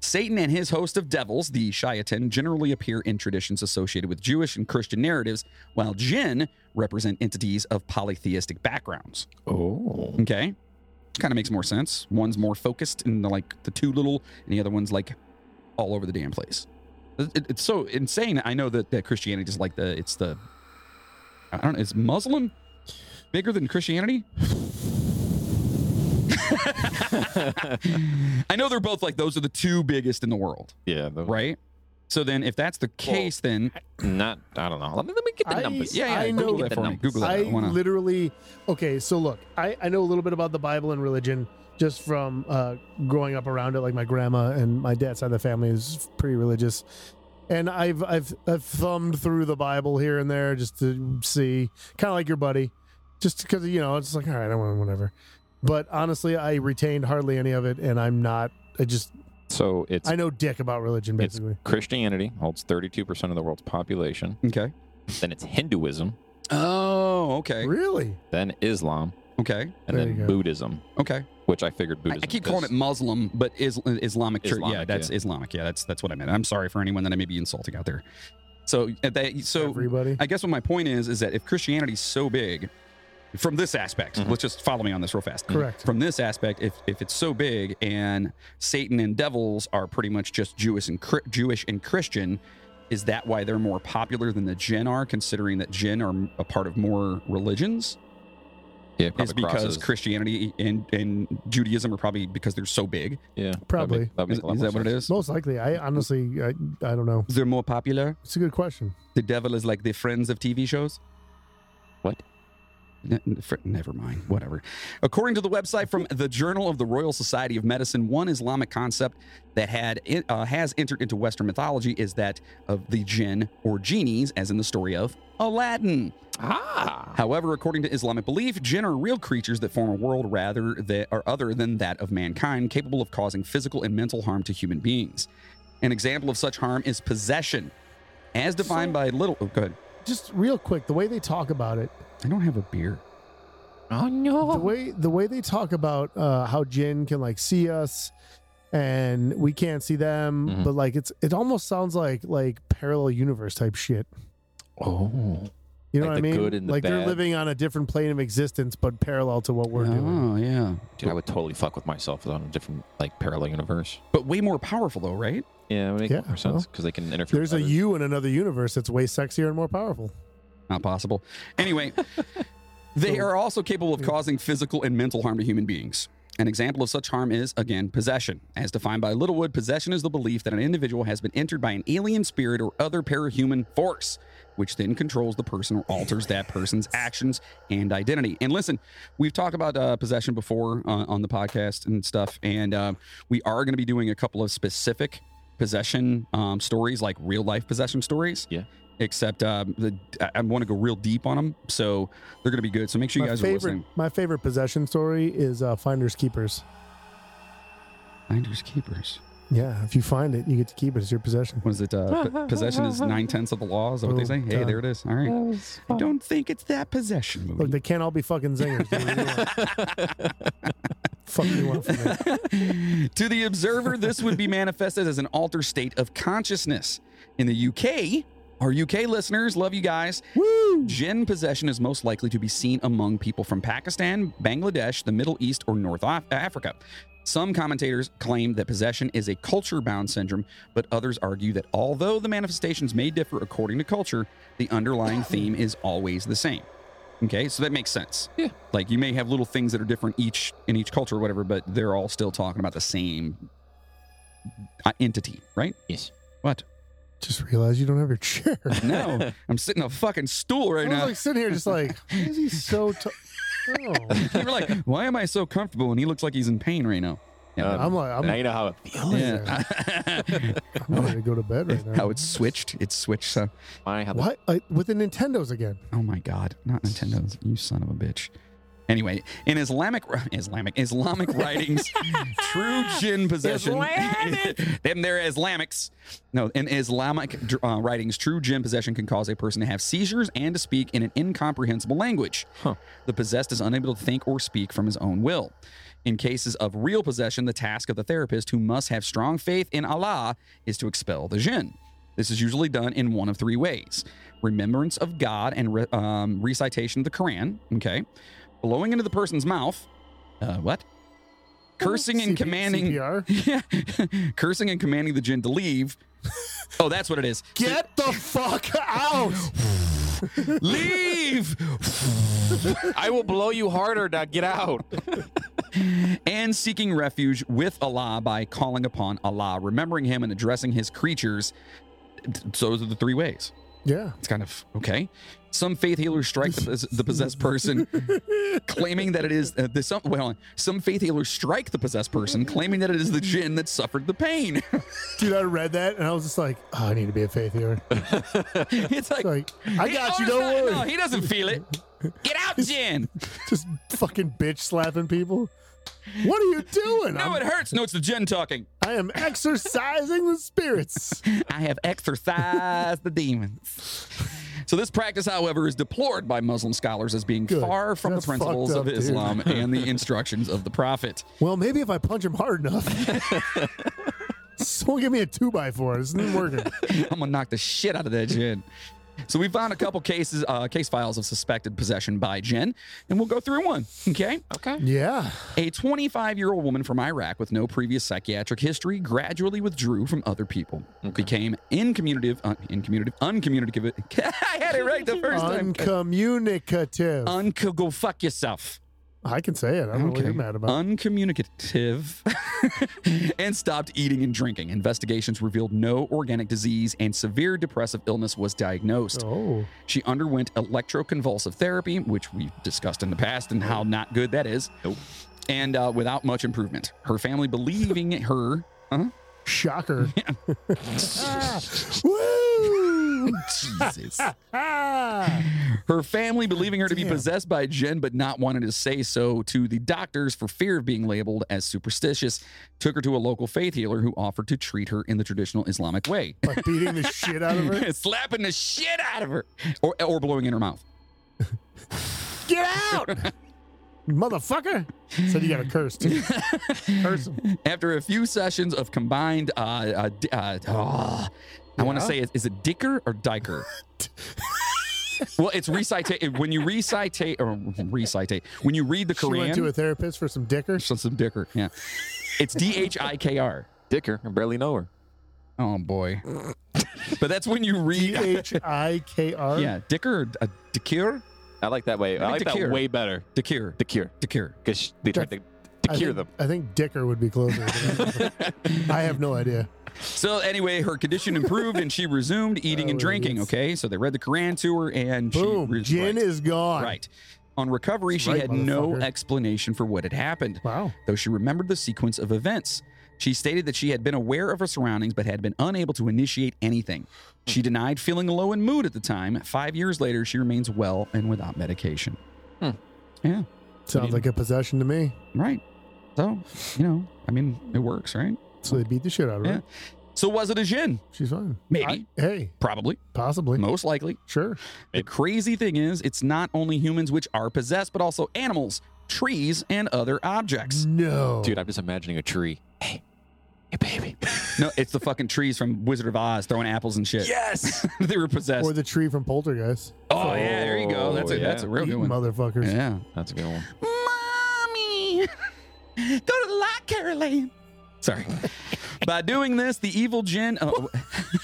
Speaker 2: Satan and his host of devils, the Shaitan, generally appear in traditions associated with Jewish and Christian narratives, while jinn represent entities of polytheistic backgrounds.
Speaker 3: Oh.
Speaker 2: Okay? Kind of makes more sense. One's more focused in the, like the two little, and the other one's like all over the damn place. It- it- it's so insane. I know that, that Christianity is like the, it's the, I don't know, is Muslim bigger than Christianity? I know they're both like, those are the two biggest in the world
Speaker 3: Yeah. The,
Speaker 2: right? So then, if that's the case, then
Speaker 3: Not. I don't know. Let me let me get the
Speaker 4: I-
Speaker 3: numbers.
Speaker 2: yeah, yeah,
Speaker 4: I
Speaker 2: Google
Speaker 4: know-
Speaker 2: that for me.
Speaker 3: numbers.
Speaker 2: Google that.
Speaker 4: I
Speaker 2: I wanna-
Speaker 4: literally okay. So look, I I know a little bit about the Bible and religion just from uh, growing up around it. Like my grandma and my dad's side of the family is pretty religious, and I've I've, I've thumbed through the Bible here and there just to see, kind of like your buddy, just because you know it's like all right, I want whatever. But honestly, I retained hardly any of it, and I'm not. I just
Speaker 3: So it's
Speaker 4: I know dick about religion
Speaker 3: It's-
Speaker 4: basically.
Speaker 3: Christianity holds 32% of the world's population.
Speaker 2: okay.
Speaker 3: Then it's Hinduism.
Speaker 2: Oh, okay,
Speaker 4: Really?
Speaker 3: Then Islam.
Speaker 2: okay,
Speaker 3: And
Speaker 4: There you
Speaker 3: then
Speaker 4: go.
Speaker 3: Buddhism,
Speaker 2: okay.
Speaker 3: which I figured
Speaker 2: I, I
Speaker 3: Buddhism.
Speaker 2: keep calling it Muslim, but is, Islamic Church. yeah,
Speaker 3: Islamic,
Speaker 2: that's
Speaker 3: yeah.
Speaker 2: Islamic. Yeah, that's that's what I meant. I'm sorry for anyone that I may be insulting out there. So uh, that so
Speaker 4: Everybody.
Speaker 2: I guess what my point is is that if Christianity's so big, from this aspect,
Speaker 3: Mhm.
Speaker 2: let's just follow me on this real fast. Mm-hmm.
Speaker 4: Correct.
Speaker 2: From this aspect, if if it's so big and Satan and devils are pretty much just Jewish and Chri- Jewish and Christian, is that why they're more popular than the Jinn are? Considering that Jinn are a part of more religions,
Speaker 3: Yeah, probably
Speaker 2: is because
Speaker 3: crosses.
Speaker 2: Christianity and and Judaism are probably because they're so big.
Speaker 3: yeah,
Speaker 4: Probably.
Speaker 3: That
Speaker 2: Is,
Speaker 3: makes,
Speaker 2: is that what it is?
Speaker 4: Most likely. I honestly I, I don't know.
Speaker 2: They're more popular.
Speaker 4: It's a good question.
Speaker 2: The devil is like the friends of TV shows.
Speaker 3: What?
Speaker 2: Ne- ne- fr- Never mind. Whatever. According to the website from the Journal of the Royal Society of Medicine, one Islamic concept that had uh, has entered into Western mythology is that of the jinn or genies, as in the story of Aladdin.
Speaker 3: Ah,
Speaker 2: However, according to Islamic belief, jinn are real creatures that form a world rather than or other than that of mankind, capable of causing physical and mental harm to human beings. An example of such harm is possession, as defined
Speaker 4: So-
Speaker 2: by little. Oh, good.
Speaker 4: Just real quick, the way they talk about it,
Speaker 2: I don't have a beer.
Speaker 3: oh
Speaker 4: the
Speaker 3: no.
Speaker 4: way the way they talk about uh, how Jin can like see us and we can't see them,
Speaker 3: Mhm.
Speaker 4: but like it's it almost sounds like like parallel universe type shit.
Speaker 3: Oh,
Speaker 4: You know
Speaker 3: Like
Speaker 4: what I
Speaker 3: the
Speaker 4: mean?
Speaker 3: good and the
Speaker 4: like they're
Speaker 3: bad.
Speaker 4: living on a different plane of existence, but parallel to what we're doing.
Speaker 2: Oh yeah,
Speaker 3: dude, I would totally fuck with myself on a different like parallel universe.
Speaker 2: but way more powerful though, right?
Speaker 3: Yeah, it would make
Speaker 4: Yeah,
Speaker 3: more sense because they can interfere.
Speaker 4: There's a
Speaker 3: with others.
Speaker 4: you in another universe that's way sexier and more powerful.
Speaker 2: Not possible. Anyway, they
Speaker 4: So-
Speaker 2: are also capable of causing physical and mental harm to human beings. An example of such harm is, again, possession. As defined by Littlewood, possession is the belief that an individual has been entered by an alien spirit or other parahuman force, which then controls the person or alters that person's actions and identity. And listen, we've talked about uh, possession before uh, on the podcast and stuff, and um, we are going to be doing a couple of specific possession um, stories, like real life possession stories.
Speaker 3: Yeah.
Speaker 2: Except um, the, I, I want to go real deep on them, so they're going to be good. So make sure you
Speaker 4: my
Speaker 2: guys are
Speaker 4: favorite
Speaker 2: listening.
Speaker 4: my favorite possession story is uh, Finders Keepers.
Speaker 2: Finders keepers.
Speaker 4: Yeah, if you find it, you get to keep it as your possession.
Speaker 2: What is it? Uh, p- possession is nine tenths of the law. Is that what they
Speaker 4: Oh,
Speaker 2: say? Hey,
Speaker 4: God.
Speaker 2: there it is. All right. I don't think it's that possession movie.
Speaker 4: Look, they can't all be fucking zingers. dude. What do you want? Fuck you up for that.
Speaker 2: to the observer, this would be manifested as an altered state of consciousness. In the UK, our UK listeners love you guys. Woo! Jinn possession is most likely to be seen among people from Pakistan, Bangladesh, the Middle East, or North Af- Africa. Some commentators claim that possession is a culture bound syndrome, but others argue that although the manifestations may differ according to culture, the underlying theme is always the same. Okay, so that makes sense.
Speaker 3: Yeah.
Speaker 2: Like you may have little things that are different each in each culture or whatever, but they're all still talking about the same uh, entity, right?
Speaker 3: Yes.
Speaker 2: What?
Speaker 4: Just realize you don't have your chair.
Speaker 2: No, I'm sitting on a fucking stool
Speaker 4: I
Speaker 2: right
Speaker 4: was
Speaker 2: now.
Speaker 4: like sitting here, just like, why is he so? T- oh.
Speaker 2: you were like, why am I so comfortable? And he looks like he's in pain right now. Yeah.
Speaker 3: Um,
Speaker 4: I'm like, I'm,
Speaker 3: now you know how it feels.
Speaker 2: Uh, oh, yeah.
Speaker 4: I'm ready to go to bed right now.
Speaker 2: How it's switched. It's switched. So,
Speaker 3: My, how the
Speaker 4: What? I, with the Nintendos again?
Speaker 2: oh my God, not Nintendo's. You son of a bitch. Anyway, in Islamic Islamic Islamic writings, true jinn possession. them they're Islamics. No, in Islamic uh, writings, true jinn possession can cause a person to have seizures and to speak in an incomprehensible language. The possessed is unable to think or speak from his own will. In cases of real possession, the task of the therapist, who must have strong faith in Allah, is to expel the jinn. This is usually done in one of three ways remembrance of God and re- um, recitation of the Quran, okay? Blowing into the person's mouth. Uh, what? Cursing and
Speaker 4: CP
Speaker 2: commanding.
Speaker 4: CPR?
Speaker 2: Yeah. Cursing and commanding the jinn to leave. Oh, that's what it is.
Speaker 4: Get the fuck out!
Speaker 2: leave!
Speaker 3: I will blow you harder. Now get out.
Speaker 2: and seeking refuge with Allah by calling upon Allah, remembering him and addressing his creatures. So those are the three ways.
Speaker 4: Yeah.
Speaker 2: It's kind of okay. Some faith healers strike the, pos- the possessed person, claiming that it is uh, the some. Well, some faith healers strike the possessed person, claiming that it is the jinn that suffered the pain.
Speaker 4: Dude, I read that and I was just like, oh, I need to be a faith healer.
Speaker 2: it's like,
Speaker 4: Like, I
Speaker 2: "He- oh,
Speaker 4: got you,
Speaker 2: it's
Speaker 4: don't
Speaker 2: not-
Speaker 4: worry.
Speaker 2: No, he doesn't feel it. Get out, jinn.
Speaker 4: Just fucking bitch slapping people. What are you doing?
Speaker 2: No,
Speaker 4: I'm-
Speaker 2: it hurts. No, it's the jinn talking.
Speaker 4: I am exercising the spirits.
Speaker 2: I have exorcised the demons. So this practice, however, is deplored by Muslim scholars as being
Speaker 4: Good.
Speaker 2: far from
Speaker 4: That's
Speaker 2: the principles
Speaker 4: fucked up,
Speaker 2: of
Speaker 4: dude.
Speaker 2: Islam and the instructions of the Prophet.
Speaker 4: Well, maybe if I punch him hard enough. Someone give me a two by four. This isn't working.
Speaker 2: I'm gonna knock the shit out of that jinn. So we found a couple cases, uh, case files of suspected possession by jinn, and we'll go through one. Okay.
Speaker 3: Okay.
Speaker 4: Yeah.
Speaker 2: A 25 year old woman from Iraq with no previous psychiatric history gradually withdrew from other people, became incommunicative, un- incommunicative, uncommunicative. I had it right the first time.
Speaker 4: Uncommunicative.
Speaker 2: Unco, go fuck yourself.
Speaker 4: I can say it. I don't know what you're mad about.
Speaker 2: Uncommunicative and stopped eating and drinking. Investigations revealed no organic disease and severe depressive illness was diagnosed.
Speaker 4: oh.
Speaker 2: She underwent electroconvulsive therapy, which we've discussed in the past and how not good that is. Nope. And uh, without much improvement. Her family believing her. Huh?
Speaker 4: Shocker. Woo!
Speaker 2: Jesus.
Speaker 4: Ah!
Speaker 2: Her family believing her to be possessed by Jen, but not wanting to say so to the doctors for fear of being labeled as superstitious, took her to a local faith healer who offered to treat her in the traditional Islamic way,
Speaker 4: By beating the shit out of her.
Speaker 2: slapping the shit out of her, or, or blowing in her mouth.
Speaker 4: Get out! Motherfucker! Said you got a curse too. curse him.
Speaker 2: After a few sessions of combined, uh, uh, d- uh, oh, I want to
Speaker 4: Yeah.
Speaker 2: say, is, is it Dicker or Diker? well, it's recitate when you recitate or recitate when you read the
Speaker 4: She went
Speaker 2: Koran.
Speaker 4: to a therapist for some dicker.
Speaker 2: so some Dicker, yeah. It's D H I K R.
Speaker 3: Dicker. I barely know her.
Speaker 2: Oh boy. but that's when you read.
Speaker 4: D H I K R.
Speaker 2: yeah, Dicker, or uh, Dikir,
Speaker 3: I like that way. I,
Speaker 2: I
Speaker 3: like
Speaker 2: think
Speaker 3: that
Speaker 2: Dakir.
Speaker 3: way better.
Speaker 2: Dikir,
Speaker 3: Dakir.
Speaker 2: Dikir.
Speaker 3: Because they tried to, to
Speaker 4: I
Speaker 3: cure
Speaker 4: think,
Speaker 3: them.
Speaker 4: I think dicker would be closer. I have no idea.
Speaker 2: So anyway, her condition improved and she resumed eating and
Speaker 4: Oh,
Speaker 2: drinking.
Speaker 4: yes.
Speaker 2: Okay, so they read the Quran to her and
Speaker 4: Boom.
Speaker 2: she re- right,
Speaker 4: Gin is gone.
Speaker 2: right. On recovery, she
Speaker 4: right,
Speaker 2: had no
Speaker 4: motherfucker.
Speaker 2: explanation for what had happened,
Speaker 4: Wow.
Speaker 2: though she remembered the sequence of events. She stated that she had been aware of her surroundings but had been unable to initiate anything. She denied feeling low in mood at the time. Five years later, she remains well and without medication.
Speaker 3: Hmm.
Speaker 2: Yeah.
Speaker 4: Sounds like a possession to me.
Speaker 2: Right. So, you know, I mean, it works, right?
Speaker 4: So they beat the shit out of her.
Speaker 2: Yeah. So was it a Jin?
Speaker 4: She's fine.
Speaker 2: Maybe.
Speaker 4: I- hey,
Speaker 2: Probably.
Speaker 4: possibly.
Speaker 2: Most likely.
Speaker 4: Sure.
Speaker 2: The crazy thing is, it's not only humans which are possessed, but also animals, trees, and other objects.
Speaker 4: No.
Speaker 3: Dude, I'm just imagining a tree. Hey, hey, baby.
Speaker 2: No, it's the fucking trees from Wizard of Oz throwing apples and shit.
Speaker 3: yes.
Speaker 2: they were possessed.
Speaker 4: or the tree from Poltergeist.
Speaker 2: oh, yeah, there you go. That's a
Speaker 3: Oh,
Speaker 2: that's a
Speaker 3: yeah.
Speaker 2: real
Speaker 4: You
Speaker 2: good one.
Speaker 4: motherfuckers.
Speaker 2: Yeah.
Speaker 3: That's a good one.
Speaker 2: Mommy, go to the lot, Caroline. Sorry. By doing this, the evil Jin. Oh,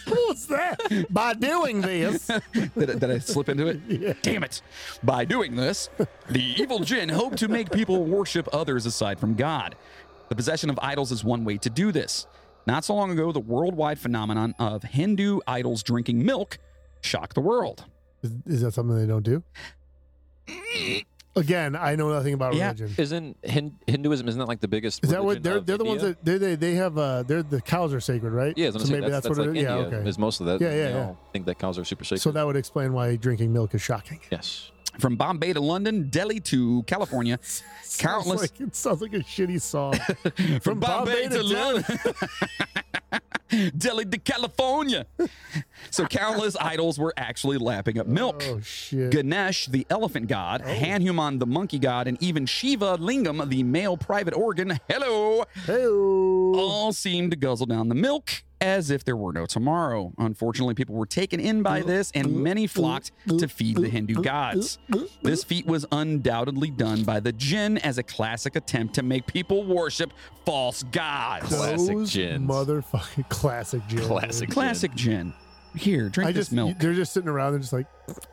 Speaker 4: What's that? By doing this.
Speaker 2: did, I, did I slip into it? Damn it. By doing this, the evil Jin hope to make people worship others aside from God. The possession of idols is one way to do this. Not so long ago, the worldwide phenomenon of Hindu idols drinking milk shocked the world.
Speaker 4: Is, is that something they don't do? Again, I know nothing about
Speaker 2: Yeah.
Speaker 4: religion.
Speaker 3: Isn't Hin- Hinduism isn't that like the biggest?
Speaker 4: Is that what
Speaker 3: religion
Speaker 4: they're
Speaker 3: of
Speaker 4: they're the ones
Speaker 3: India?
Speaker 4: that they they they have uh they're the cows are sacred, right?
Speaker 3: Yeah, that's what I'm
Speaker 4: so
Speaker 3: saying.
Speaker 4: maybe
Speaker 3: that's,
Speaker 4: that's,
Speaker 3: that's
Speaker 4: what
Speaker 3: like
Speaker 4: it is.
Speaker 3: India
Speaker 4: yeah, okay.
Speaker 3: is most of that.
Speaker 4: Yeah, yeah,
Speaker 3: they
Speaker 4: yeah.
Speaker 3: all think that cows are super sacred.
Speaker 4: So that would explain why drinking milk is shocking.
Speaker 3: yes.
Speaker 2: From Bombay to London, Delhi to California,
Speaker 4: Sounds
Speaker 2: countless
Speaker 4: like, it sounds like a shitty song.
Speaker 2: From Bombay, to,
Speaker 4: London.
Speaker 2: London, Delhi to California. So countless idols were actually lapping up milk.
Speaker 4: Oh shit.
Speaker 2: Ganesh, the elephant god, Hanuman, the monkey god, and even Shiva Lingam, the male private organ, hello,
Speaker 4: Hey-o.
Speaker 2: all seemed to guzzle down the milk as if there were no tomorrow. Unfortunately, people were taken in by this, and many flocked to feed the Hindu gods. This feat was undoubtedly done by the jinn as a classic attempt to make people worship false gods.
Speaker 3: Classic
Speaker 4: Those
Speaker 3: gins.
Speaker 4: Motherfucking classic gin.
Speaker 3: Classic.
Speaker 2: Classic gin. Here, drink
Speaker 4: I
Speaker 2: this
Speaker 4: just
Speaker 2: milk.
Speaker 4: they're just sitting around and just like,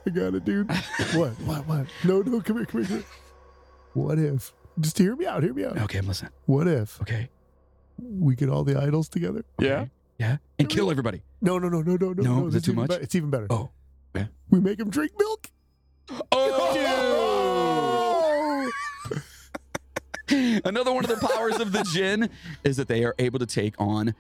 Speaker 4: I got it, dude. what? What? What? No, no, come here, come here, come here. What if? Just hear me out. Hear me out.
Speaker 2: okay, listen.
Speaker 4: What if
Speaker 2: Okay.
Speaker 4: we get all the idols together?
Speaker 2: Yeah. Yeah. And kill everybody.
Speaker 4: No, no, no, no, no, no.
Speaker 2: No,
Speaker 4: no
Speaker 2: is that
Speaker 4: it's
Speaker 2: too
Speaker 4: even
Speaker 2: much?
Speaker 4: be- it's even better.
Speaker 2: Oh.
Speaker 4: We make them drink milk.
Speaker 2: Oh! Another one of the powers of the jinn is that they are able to take on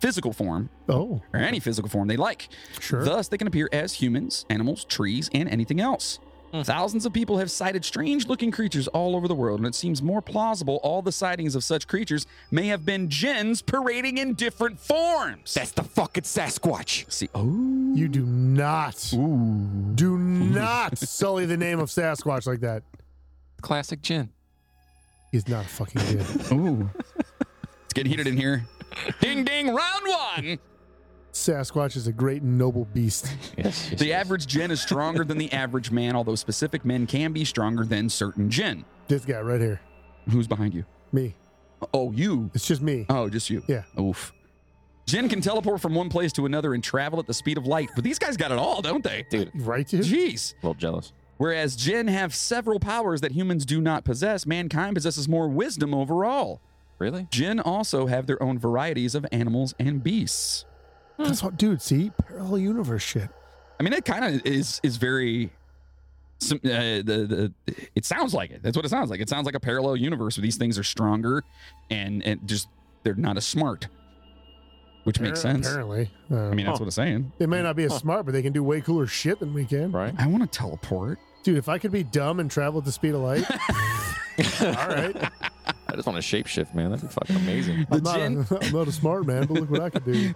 Speaker 2: physical form
Speaker 4: Oh,
Speaker 2: or any physical form they like.
Speaker 4: sure.
Speaker 2: Thus, they can appear as humans, animals, trees, and anything else.
Speaker 3: Hmm.
Speaker 2: Thousands of people have sighted strange looking creatures all over the world, and it seems more plausible all the sightings of such creatures may have been jinns parading in different forms.
Speaker 3: That's the fucking Sasquatch.
Speaker 2: See, oh,
Speaker 4: you do not, do not sully the name of Sasquatch like that.
Speaker 3: Classic gin.
Speaker 4: He's not a fucking gin.
Speaker 2: ooh, it's getting heated in here. ding, ding, round one.
Speaker 4: Sasquatch is a great and noble beast.
Speaker 3: Yes. yes,
Speaker 2: The
Speaker 3: yes.
Speaker 2: average jinn is stronger than the average man, although specific men can be stronger than certain jinn.
Speaker 4: This guy right here,
Speaker 2: Who's behind you?
Speaker 4: me.
Speaker 2: Oh, you.
Speaker 4: It's just me.
Speaker 2: Oh, just you.
Speaker 4: Yeah.
Speaker 2: Oof. Jin can teleport from one place to another and travel at the speed of light, but these guys got it all, don't they?
Speaker 3: dude.
Speaker 4: Right, dude.
Speaker 2: Jeez.
Speaker 3: A little jealous.
Speaker 2: Whereas Jin have several powers that humans do not possess, mankind possesses more wisdom overall.
Speaker 3: Really?
Speaker 2: Jin also have their own varieties of animals and beasts.
Speaker 4: That's what, dude. See, parallel universe shit.
Speaker 2: I mean, it kind of is is very. sim- Uh, the, the it sounds like it. That's what it sounds like. It sounds like a parallel universe where these things are stronger, and and just they're not as smart, which makes
Speaker 4: Appar-
Speaker 2: sense.
Speaker 4: Apparently, Uh,
Speaker 2: I mean, that's what it's saying.
Speaker 4: they may not be as smart, but they can do way cooler shit than we can.
Speaker 3: Right?
Speaker 2: I want to teleport.
Speaker 4: Dude, if I could be dumb and travel at the speed of light, all right.
Speaker 3: I just want to shapeshift, man. That'd be fucking amazing.
Speaker 4: I'm not, a, I'm not a smart man, but look what I could do.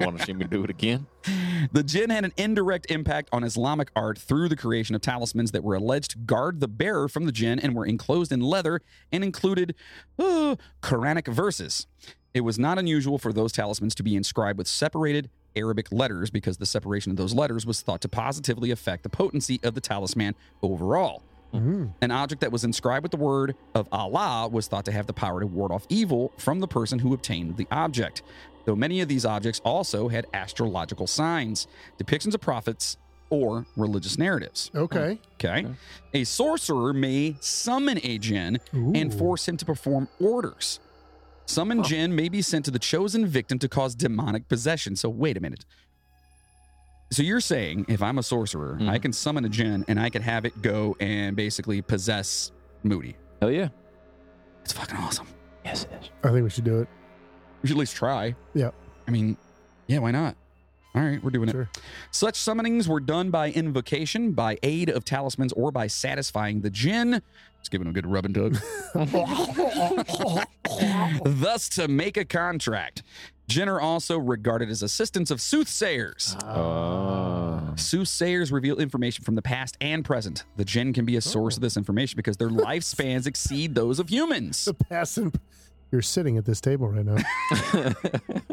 Speaker 3: want to see me do it again?
Speaker 2: The jinn had an indirect impact on Islamic art through the creation of talismans that were alleged to guard the bearer from the jinn and were enclosed in leather and included uh, Quranic verses. It was not unusual for those talismans to be inscribed with separated Arabic letters because the separation of those letters was thought to positively affect the potency of the talisman overall.
Speaker 4: Mm.
Speaker 2: An object that was inscribed with the word of Allah was thought to have the power to ward off evil from the person who obtained the object, though many of these objects also had astrological signs, depictions of prophets, or religious narratives.
Speaker 4: Okay.
Speaker 2: Okay?
Speaker 3: Okay.
Speaker 2: A sorcerer may summon a jinn and
Speaker 4: Ooh.
Speaker 2: force him to perform orders. Summoned jinn may be sent to the chosen victim to cause demonic possession. So, wait a minute. So, you're saying if I'm a sorcerer, I
Speaker 3: Mhm.
Speaker 2: can summon a jinn and I can have it go and basically possess Moody.
Speaker 3: Hell yeah.
Speaker 2: It's fucking awesome.
Speaker 3: Yes, it is.
Speaker 4: I think we should do it.
Speaker 2: We should at least try.
Speaker 4: Yep.
Speaker 2: I mean, yeah, why not? All right, we're doing
Speaker 4: Sure.
Speaker 2: it. Such summonings were done by invocation, by aid of talismans, or by satisfying the jinn. Just giving him a good rub and tug. Thus, to make a contract. Jinn are also regarded as assistants of soothsayers.
Speaker 4: Ah.
Speaker 3: Oh.
Speaker 2: Soothsayers reveal information from the past and present. The jinn can be a source
Speaker 4: Oh.
Speaker 2: of this information because their lifespans exceed those of humans.
Speaker 4: The past and you're sitting at this table right now.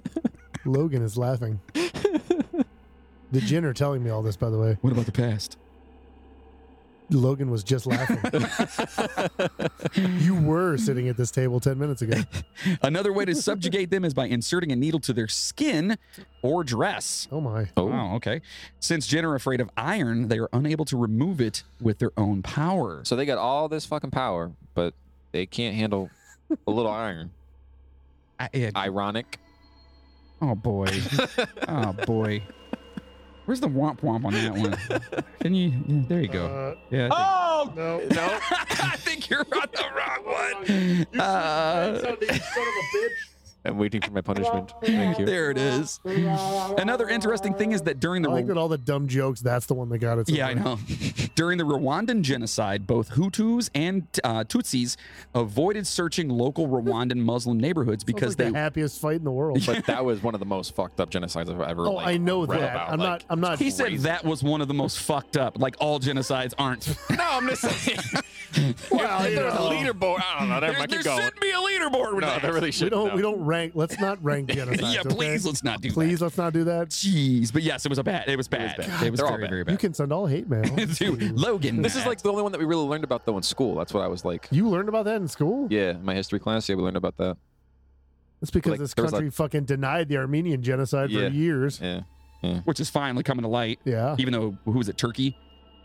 Speaker 4: Logan is laughing. The gin are telling me all this, by the way.
Speaker 2: What about the past?
Speaker 4: Logan was just laughing. you were sitting at this table 10 minutes ago.
Speaker 2: Another way to subjugate them is by inserting a needle to their skin or dress.
Speaker 4: Oh my.
Speaker 3: Oh.
Speaker 2: Oh, okay. Since Jin are afraid of iron, they are unable to remove it with their own power.
Speaker 3: So they got all this fucking power, but they can't handle a little iron.
Speaker 2: I- yeah.
Speaker 3: Ironic.
Speaker 2: oh boy. oh boy. Where's the womp womp on that one? Can you? yeah, there you go.
Speaker 4: Uh,
Speaker 2: Yeah. I
Speaker 3: Oh
Speaker 4: no.
Speaker 3: no!
Speaker 2: think, I think you're on the wrong one. Uh,
Speaker 3: I'm waiting for my punishment. Thank you.
Speaker 2: there it is. Another interesting thing is that during
Speaker 4: I
Speaker 2: the
Speaker 4: like
Speaker 2: Rwan-
Speaker 4: that all the dumb jokes, that's the one that got it. so
Speaker 2: Yeah, I
Speaker 4: far.
Speaker 2: know. During the Rwandan genocide, both Hutus and uh, Tutsis avoided searching local Rwandan Muslim neighborhoods because
Speaker 4: Sounds like the
Speaker 2: they.
Speaker 4: happiest fight in the world.
Speaker 3: But that was one of the most fucked up genocides I've ever.
Speaker 4: oh,
Speaker 3: like,
Speaker 4: I know
Speaker 3: read
Speaker 4: that.
Speaker 3: about,
Speaker 4: I'm
Speaker 3: like-
Speaker 4: not I'm not
Speaker 2: He said that was one of the most fucked up. Like all genocides aren't.
Speaker 3: No, I'm just saying.
Speaker 4: Well,
Speaker 3: if
Speaker 4: you
Speaker 3: there's a
Speaker 4: know.
Speaker 3: leaderboard. I don't know. Never
Speaker 2: there
Speaker 3: mind.
Speaker 2: there
Speaker 3: Keep going.
Speaker 2: shouldn't be a leaderboard with
Speaker 3: No,
Speaker 2: that.
Speaker 3: there really
Speaker 4: we
Speaker 3: should.
Speaker 4: don't
Speaker 3: no.
Speaker 4: we don't rank let's not rank genocides.
Speaker 2: yeah, please
Speaker 4: okay?
Speaker 2: let's not do
Speaker 4: please
Speaker 2: that.
Speaker 4: let's not do that.
Speaker 2: Jeez, but yes, it was a bad. It was bad.
Speaker 3: bad.
Speaker 2: It was,
Speaker 3: They're all
Speaker 2: very
Speaker 3: bad.
Speaker 2: very
Speaker 4: You
Speaker 2: bad.
Speaker 4: can send all hate mail.
Speaker 2: to Logan.
Speaker 3: This is
Speaker 2: Matt.
Speaker 3: like the only one that we really learned about though in school. That's what I was like.
Speaker 4: You learned about that in school?
Speaker 3: Yeah, in my history class. Yeah, we learned about that.
Speaker 4: That's because
Speaker 3: Like,
Speaker 4: this
Speaker 3: there was
Speaker 4: country fucking denied the Armenian genocide
Speaker 3: Yeah.
Speaker 4: for years.
Speaker 3: Yeah.
Speaker 2: which is finally coming to light,
Speaker 4: Yeah.
Speaker 2: even though who was it? Turkey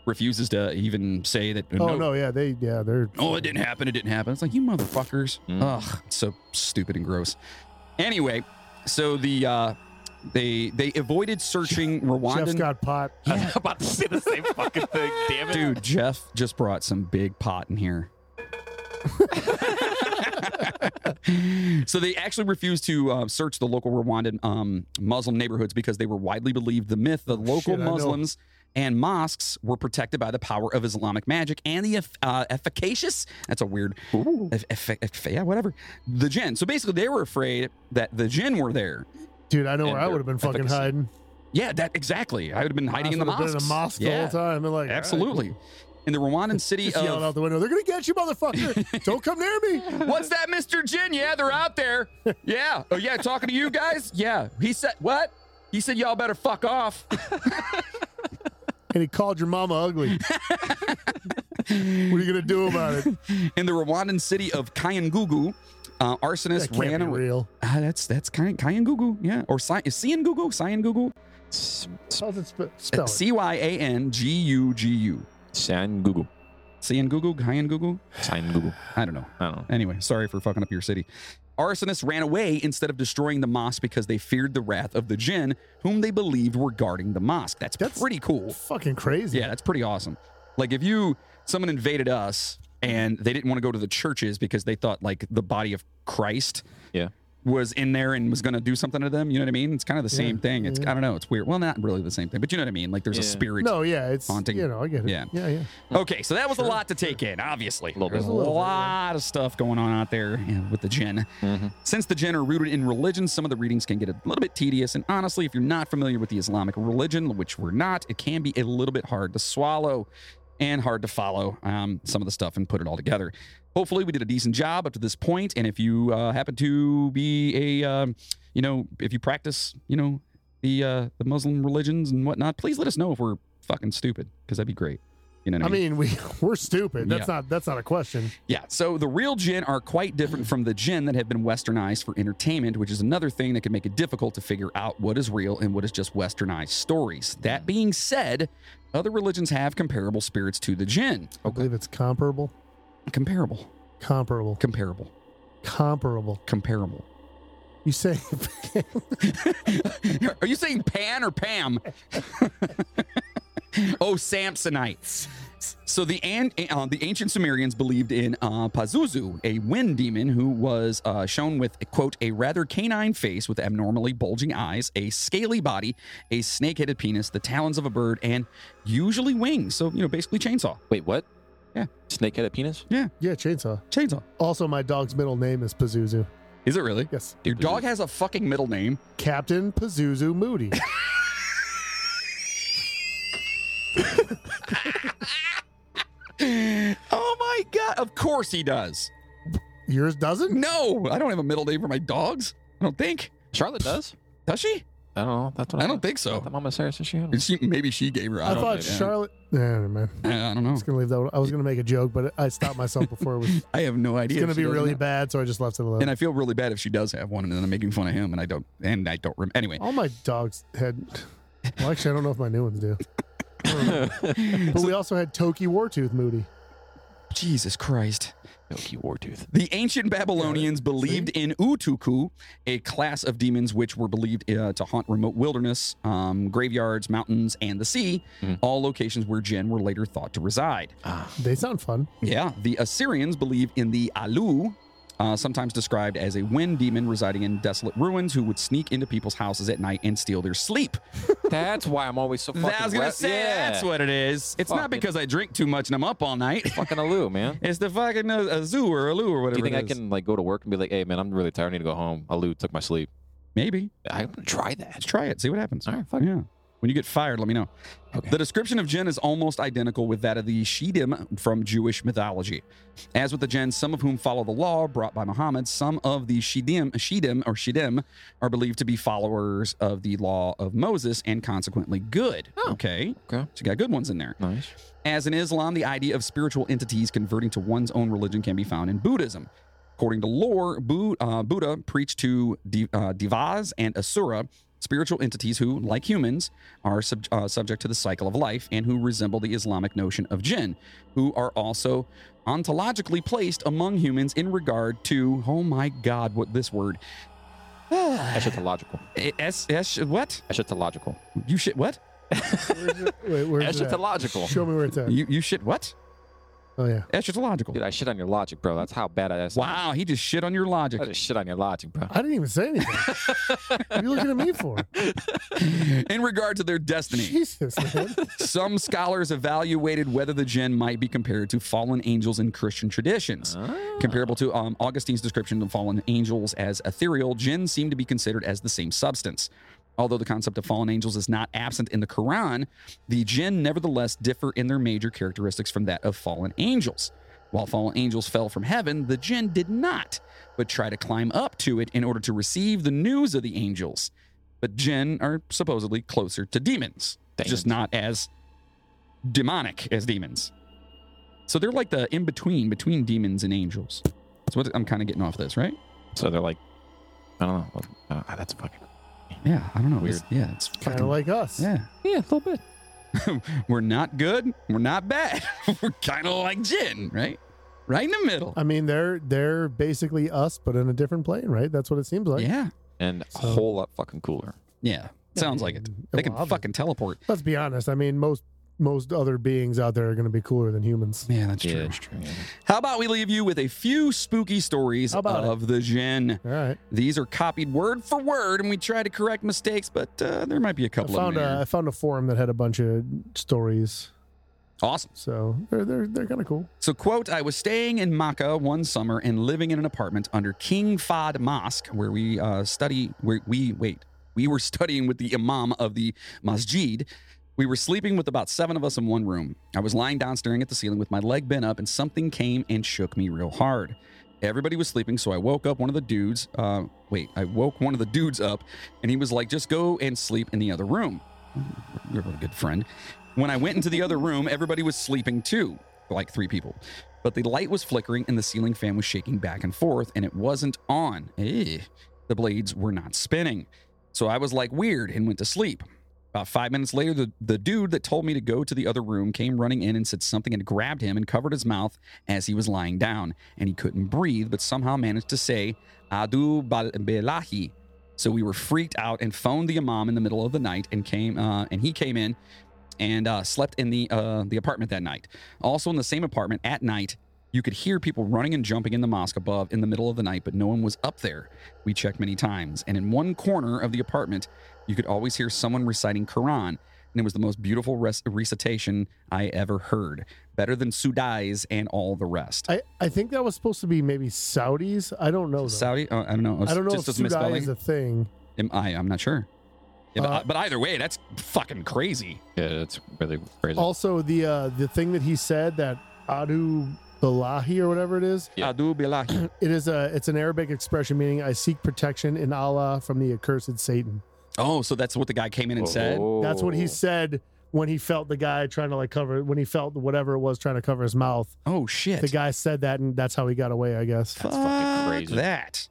Speaker 2: refuses to even say that.
Speaker 4: Oh no, yeah, they yeah, they're
Speaker 2: oh, it didn't happen. It didn't happen. It's like, you motherfuckers.
Speaker 3: Mm.
Speaker 2: Ugh, it's so stupid and gross. Anyway, so the uh, they they avoided searching
Speaker 4: Jeff's
Speaker 2: Rwandan.
Speaker 4: got pot.
Speaker 3: I'm about to say the same fucking thing. Damn it.
Speaker 2: Dude, Jeff just brought some big pot in here. so they actually refused to uh, search the local Rwandan um, Muslim neighborhoods because they were widely believed the myth that local
Speaker 4: Oh, shit, I know.
Speaker 2: Muslims and mosques were protected by the power of Islamic magic and the eff- uh, efficacious. That's a weird. eff- eff- eff- yeah, whatever. The jinn. So basically, they were afraid that the jinn were there.
Speaker 4: Dude, I know
Speaker 3: And
Speaker 4: where I
Speaker 3: their
Speaker 4: would have been fucking
Speaker 3: efficacy.
Speaker 4: hiding.
Speaker 2: Yeah, that exactly. I would have been hiding in the
Speaker 4: I would've
Speaker 2: mosques.
Speaker 4: been in a mosque the
Speaker 2: yeah,
Speaker 4: whole time. And like,
Speaker 2: absolutely. In the Rwandan city
Speaker 4: Just
Speaker 2: of
Speaker 4: yelling out the window, they're gonna get you, motherfucker! Don't come near me.
Speaker 2: What's that, Mr. Jin? Yeah, they're out there. Yeah. Oh, yeah, talking to you guys? Yeah. He said, what? He said, y'all better fuck off.
Speaker 4: And he called your mama ugly. what are you gonna do about it?
Speaker 2: In the Rwandan city of Kayangugu, uh,
Speaker 4: That
Speaker 2: arsonist
Speaker 4: can't
Speaker 2: ran
Speaker 4: be
Speaker 2: away.
Speaker 4: real.
Speaker 2: Ah, that's that's Kay- Kayangugu, yeah. Or Cy- is Cyangugu? Cyangugu?
Speaker 3: S- s-
Speaker 4: How's it spe- spell?
Speaker 2: Uh,
Speaker 4: it?
Speaker 2: C Y A N G U G U.
Speaker 3: San Google.
Speaker 2: Cyangugu? Kayangugu?
Speaker 3: Sign Google.
Speaker 2: I don't know.
Speaker 3: I don't know.
Speaker 2: Anyway, sorry for fucking up your city. Arsonists ran away instead of destroying the mosque because they feared the wrath of the jinn, whom they believed were guarding the mosque. That's,
Speaker 4: That's-
Speaker 2: pretty cool.
Speaker 4: fucking crazy.
Speaker 2: Yeah, that's pretty awesome. Like if you someone invaded us and they didn't want to go to the churches because they thought like the body of Christ
Speaker 3: Yeah.
Speaker 2: was in there and was going to do something to them, you know what I mean? It's kind of the same thing. It's I don't know, it's weird. Well, not really the same thing, but you know what I mean? Like there's a
Speaker 3: Yeah.
Speaker 2: spirit.
Speaker 4: No, yeah, it's
Speaker 2: Haunting.
Speaker 4: You know, I get it.
Speaker 2: Yeah.
Speaker 4: yeah, yeah.
Speaker 2: Okay, so that was a lot to take in, obviously.
Speaker 3: Little bit.
Speaker 2: There's a
Speaker 4: A little bit,
Speaker 2: lot of stuff going on out there you know, with the jinn.
Speaker 3: Mhm.
Speaker 2: Since the jinn are rooted in religion, some of the readings can get a little bit tedious. And honestly, if you're not familiar with the Islamic religion, which we're not, it can be a little bit hard to swallow and hard to follow um, some of the stuff and put it all together. Hopefully, we did a decent job up to this point, And if you uh, happen to be a, um, you know, if you practice, you know, the uh, the Muslim religions and whatnot, please let us know if we're fucking stupid because that'd be great. You know what
Speaker 4: I mean, we we're stupid. That's
Speaker 2: Yeah.
Speaker 4: not that's not a question.
Speaker 2: yeah, so the real jinn are quite different from the jinn that have been westernized for entertainment, which is another thing that can make it difficult to figure out what is real and what is just westernized stories. That being said, other religions have comparable spirits to the jinn.
Speaker 4: I believe it's comparable,
Speaker 2: Comparable,
Speaker 4: comparable,
Speaker 2: comparable,
Speaker 4: comparable.
Speaker 2: comparable.
Speaker 4: You say
Speaker 2: are you saying Pan or Pam? Oh, Samsonites. So the an- uh, the ancient Sumerians believed in uh, Pazuzu, a wind demon who was uh, shown with quote a rather canine face with abnormally bulging eyes, a scaly body, a snake-headed penis, the talons of a bird, and usually wings. So you know, basically chainsaw.
Speaker 3: Wait, what?
Speaker 2: Yeah.
Speaker 3: Snake had a penis?
Speaker 4: Yeah, chainsaw.
Speaker 2: Chainsaw.
Speaker 4: Also, my dog's middle name is Pazuzu.
Speaker 2: Is it really?
Speaker 4: Yes,
Speaker 2: Your dog has a fucking middle name.
Speaker 4: Captain Pazuzu Moody.
Speaker 2: oh my god! Of course he does.
Speaker 4: Yours doesn't?
Speaker 2: No, I don't have a middle name for my dogs. I don't think.
Speaker 3: Charlotte does.
Speaker 2: Does she?
Speaker 3: I don't know. That's what
Speaker 2: I don't think so.
Speaker 3: That Mama Sarah says she had one.
Speaker 2: She, maybe she gave her. I,
Speaker 4: I,
Speaker 2: don't,
Speaker 4: thought Charlotte. Nah, never mind. I
Speaker 2: I don't know.
Speaker 4: was gonna leave that. One. I was gonna make a joke, but I stopped myself before it was
Speaker 2: I have no idea.
Speaker 4: it's
Speaker 2: if
Speaker 4: gonna
Speaker 2: she
Speaker 4: be
Speaker 2: does or
Speaker 4: really
Speaker 2: not.
Speaker 4: bad, so I just left it alone.
Speaker 2: And I feel really bad if she does have one, and then I'm making fun of him, and I don't, and I don't remember. Anyway,
Speaker 4: All my dogs had. Well, actually, I don't know if my new ones do. but we also had Toki Wartooth Moody.
Speaker 2: Jesus Christ.
Speaker 3: Yoki Wartooth.
Speaker 2: The ancient Babylonians believed in Utuku, a class of demons which were believed uh, to haunt remote wilderness, um, graveyards, mountains, and the sea, all locations where jinn were later thought to reside.
Speaker 4: They sound fun.
Speaker 2: Yeah, the Assyrians believe in the Alu, uh, sometimes described as a wind demon residing in desolate ruins who would sneak into people's houses at night and steal their sleep.
Speaker 3: That's why I'm always so fucking.
Speaker 2: I was gonna
Speaker 3: wet.
Speaker 2: say
Speaker 3: yeah.
Speaker 2: that's what it is. It's not
Speaker 3: Fuck it.
Speaker 2: because I drink too much and I'm up all night.
Speaker 3: fucking Alu, man.
Speaker 2: It's the fucking uh, a zoo or a loo or
Speaker 3: Do
Speaker 2: whatever.
Speaker 3: you think
Speaker 2: it
Speaker 3: I
Speaker 2: is.
Speaker 3: can like go to work and be like, hey man, I'm really tired. I need to go home. Alu took my sleep.
Speaker 2: Maybe
Speaker 3: I'm gonna try that.
Speaker 2: let's try it. See what happens.
Speaker 3: All right, fuck.
Speaker 2: Yeah. When you get fired, let me know.
Speaker 3: Okay.
Speaker 2: The description of jinn is almost identical with that of the Shedim from Jewish mythology. As with the jinn, some of whom follow the law brought by Muhammad, some of the Shedim, Shedim or Shedim are believed to be followers of the law of Moses and consequently good.
Speaker 3: Oh.
Speaker 2: Okay.
Speaker 3: Okay.
Speaker 2: So you got good ones in there.
Speaker 3: Nice.
Speaker 2: As in Islam, the idea of spiritual entities converting to one's own religion can be found in Buddhism. According to lore, Bu- uh, Buddha preached to de- uh, Devas and Asura, spiritual entities who, like humans, are sub- uh, subject to the cycle of life and who resemble the Islamic notion of jinn, who are also ontologically placed among humans in regard to, oh my God, what this word. e,
Speaker 3: Eschatological.
Speaker 2: Es- es- what?
Speaker 3: Eschatological.
Speaker 2: You shit what?
Speaker 4: Where's it- Wait, where's it at?
Speaker 3: Eschatological.
Speaker 4: Show me where it's at.
Speaker 2: You, you shit what?
Speaker 4: Oh yeah.
Speaker 2: Eschatological.
Speaker 3: Dude, I shit on your logic, bro. That's how bad I am.
Speaker 2: Wow, he just shit on your logic.
Speaker 3: I just shit on your logic, bro.
Speaker 4: I didn't even say anything. what are you looking at me for?
Speaker 2: In regard to their destiny,
Speaker 4: Jesus, man.
Speaker 2: some scholars evaluated whether the jinn might be compared to fallen angels in Christian traditions. Comparable to um, Augustine's description of fallen angels as ethereal, jinn seem to be considered as the same substance. Although the concept of fallen angels is not absent in the Quran, the jinn nevertheless differ in their major characteristics from that of fallen angels. While fallen angels fell from heaven, the jinn did not, but try to climb up to it in order to receive the news of the angels. But jinn are supposedly closer to demons, just
Speaker 3: Demons.
Speaker 2: not as demonic as demons. So they're like the in between between demons and angels. That's what I'm kind of getting off this, right?
Speaker 3: So they're like, I don't know. Uh, that's fucking.
Speaker 2: Yeah, I don't know. It's- yeah, it's
Speaker 4: kind
Speaker 2: fucking
Speaker 4: of like us.
Speaker 2: yeah.
Speaker 3: Yeah, a little bit.
Speaker 2: We're not good. We're not bad. we're kind of like Jin, right? Right in the middle.
Speaker 4: I mean, they're they're basically us, but in a different plane, right? That's what it seems like.
Speaker 2: yeah,
Speaker 3: And a
Speaker 4: So-
Speaker 3: whole lot fucking cooler.
Speaker 2: yeah. Sounds like it.
Speaker 4: And-
Speaker 2: They
Speaker 4: well,
Speaker 2: can
Speaker 4: obvi-
Speaker 2: fucking teleport.
Speaker 4: Let's be honest. I mean, most most other beings out there are going to be cooler than humans.
Speaker 2: Yeah, that's
Speaker 3: yeah,
Speaker 2: true.
Speaker 3: that's true. yeah.
Speaker 2: How about we leave you with a few spooky stories
Speaker 4: How about
Speaker 2: of the Jin?
Speaker 4: All right.
Speaker 2: These are copied word for word, and we try to correct mistakes, but uh, there might be a
Speaker 4: I
Speaker 2: couple of
Speaker 4: found uh,
Speaker 2: them.
Speaker 4: a,
Speaker 2: in
Speaker 4: I found a forum that had a bunch of stories,
Speaker 2: there. Awesome.
Speaker 4: so they're they're they're kind of cool.
Speaker 2: So, quote, I was staying in Makkah one summer and living in an apartment under King Fahd Mosque, where we uh, study, where we, wait, we were studying with the Imam of the Masjid. We were sleeping with about seven of us in one room. I was lying down staring at the ceiling with my leg bent up, and something came and shook me real hard. Everybody was sleeping, so I woke up one of the dudes. Uh, wait, I woke one of the dudes up, and he was like, just go and sleep in the other room. You're a good friend. When I went into the other room, everybody was sleeping too, like three people. But the light was flickering and the ceiling fan was shaking back and forth, and it wasn't on. Eh. The blades were not spinning. So I was like weird and went to sleep. About five minutes later, the, the dude that told me to go to the other room came running in and said something and grabbed him and covered his mouth as he was lying down. And he couldn't breathe, but somehow managed to say, Adu Bal- Belahi. So we were freaked out and phoned the imam in the middle of the night and came uh, and he came in and uh, slept in the uh, the apartment that night. Also in the same apartment at night, you could hear people running and jumping in the mosque above in the middle of the night, but no one was up there. We checked many times, and in one corner of the apartment, you could always hear someone reciting Quran, and it was the most beautiful res- recitation I ever heard, better than Sudais and all the rest.
Speaker 4: I, I think that was supposed to be maybe Saudis. I don't know. though.
Speaker 2: Saudi, oh, I don't know.
Speaker 4: I don't know
Speaker 2: Just as
Speaker 4: if Sudai
Speaker 2: misspelling.
Speaker 4: is a thing.
Speaker 2: Am I? I'm not sure. Yeah, but,
Speaker 4: Uh,
Speaker 2: but either way, that's fucking crazy.
Speaker 3: Yeah, that's really crazy.
Speaker 4: Also, the uh, the thing that he said that Adu Bilahi or whatever it is,
Speaker 3: Yeah.
Speaker 2: Adu billahi.
Speaker 4: it is a it's an Arabic expression meaning I seek protection in Allah from the accursed Satan.
Speaker 2: Oh, so that's what the guy came in and said.
Speaker 4: That's
Speaker 2: Oh.
Speaker 4: what he said when he felt the guy trying to like cover when he felt whatever it was trying to cover his mouth.
Speaker 2: Oh shit.
Speaker 4: The guy said that, and that's how he got away. I guess.
Speaker 3: That's fucking crazy.
Speaker 2: That.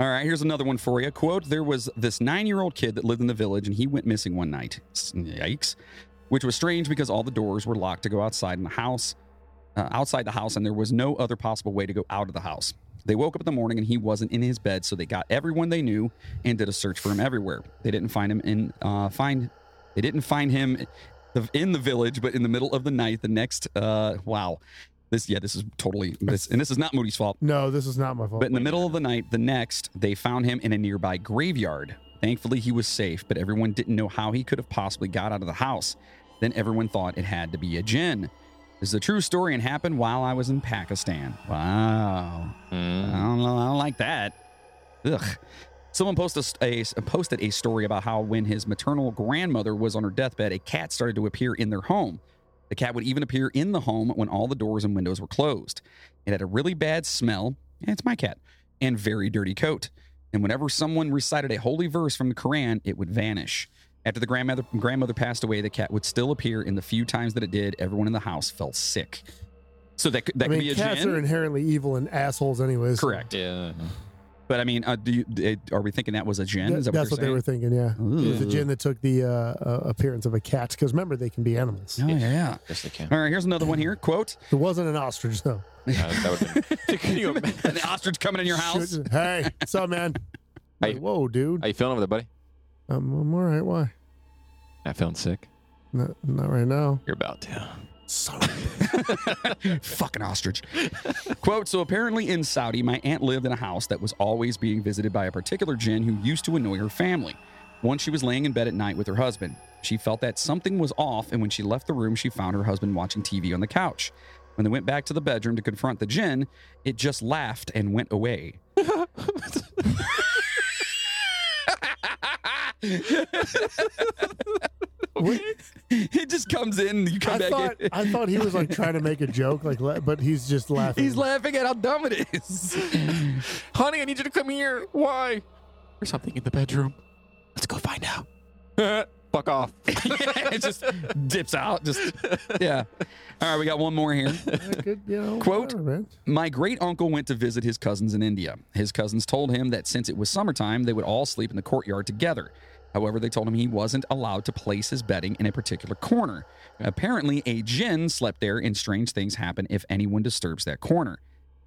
Speaker 2: All right, here's another one for you. Quote There was this nine year old kid that lived in the village and he went missing one night. S- Yikes. Which was strange because all the doors were locked to go outside in the house, uh, outside the house, and there was no other possible way to go out of the house. They woke up in the morning and he wasn't in his bed, so they got everyone they knew and did a search for him everywhere. They didn't find him in uh, find they didn't find him the- in the village, but in the middle of the night, the next uh, wow, this yeah, this is totally this, and this is not Moody's fault.
Speaker 4: No, this is not my fault.
Speaker 2: But in the middle of the night, the next, they found him in a nearby graveyard. Thankfully, he was safe, but everyone didn't know how he could have possibly got out of the house. Then everyone thought it had to be a jinn. This is a true story and happened while I was in Pakistan. Wow. I
Speaker 3: Mm.
Speaker 2: don't know. I don't like that. Ugh. Someone posted a, a- posted a story about how when his maternal grandmother was on her deathbed, a cat started to appear in their home. The cat would even appear in the home when all the doors and windows were closed. It had a really bad smell. and It's my cat. And very dirty coat. And whenever someone recited a holy verse from the Quran, it would vanish. After the grandmother grandmother passed away, the cat would still appear, and the few times that it did, everyone in the house felt sick. So that could- that
Speaker 4: I
Speaker 2: could be
Speaker 4: mean,
Speaker 2: a
Speaker 4: cats
Speaker 2: jinn.
Speaker 4: are inherently evil and assholes, anyways.
Speaker 2: Correct.
Speaker 3: Yeah.
Speaker 2: But I mean, uh, do you, d- are we thinking that was a gin?
Speaker 4: Th-
Speaker 2: Is that
Speaker 4: that's what
Speaker 2: what
Speaker 4: they
Speaker 2: they're
Speaker 4: were thinking. Yeah. It was
Speaker 2: saying?
Speaker 4: the gin that took the uh, uh, appearance of a cat. Because remember, they can be animals.
Speaker 2: Oh yeah.
Speaker 3: Yes, they can.
Speaker 2: All right, here's another one here. Quote:
Speaker 4: It wasn't an ostrich, though.
Speaker 3: Uh, that would've been- Can you imagine?
Speaker 2: An ostrich coming in your house.
Speaker 4: Should- Hey, what's up, man?
Speaker 3: Hey.
Speaker 4: Like, Whoa, dude.
Speaker 3: How you feeling over there, buddy?
Speaker 4: I'm, I'm all right. Why?
Speaker 3: Not feeling sick.
Speaker 4: Not, not right now.
Speaker 3: You're about to.
Speaker 4: So
Speaker 2: Fucking ostrich. Quote: So apparently in Saudi, my aunt lived in a house that was always being visited by a particular jinn who used to annoy her family. Once she was laying in bed at night with her husband, she felt that something was off, and when she left the room, she found her husband watching TV on the couch. When they went back to the bedroom to confront the jinn, it just laughed and went away. It just comes in, you come
Speaker 4: I
Speaker 2: back
Speaker 4: thought
Speaker 2: in.
Speaker 4: I thought he was like trying to make a joke, like, la- but he's just laughing.
Speaker 2: He's laughing at how dumb it is.
Speaker 3: Honey, I need you to come here. Why? There's something in the bedroom. Let's go find out. Fuck off.
Speaker 2: it just dips out. Just yeah. All right, we got one more here.
Speaker 4: Good, you know,
Speaker 2: Quote.
Speaker 4: whatever, man.
Speaker 2: My great uncle went to visit his cousins in India. His cousins told him that since it was summertime, they would all sleep in the courtyard together. However, they told him he wasn't allowed to place his bedding in a particular corner. Apparently, a jinn slept there, and strange things happen if anyone disturbs that corner.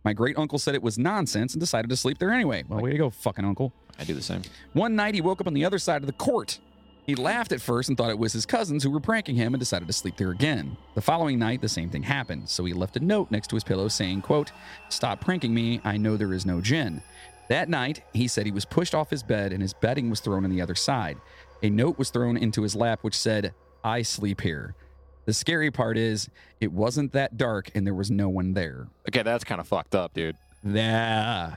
Speaker 2: My great uncle said it was nonsense and decided to sleep there anyway. Well, way to go, fucking uncle.
Speaker 3: I do the same.
Speaker 2: One night, he woke up on the other side of the court. He laughed at first and thought it was his cousins who were pranking him and decided to sleep there again. The following night, the same thing happened, so he left a note next to his pillow saying, quote, Stop pranking me. I know there is no gin. That night, he said he was pushed off his bed and his bedding was thrown on the other side. A note was thrown into his lap which said, I sleep here. The scary part is, it wasn't that dark and there was no one there.
Speaker 3: Okay, that's kind of fucked up, dude.
Speaker 2: Yeah.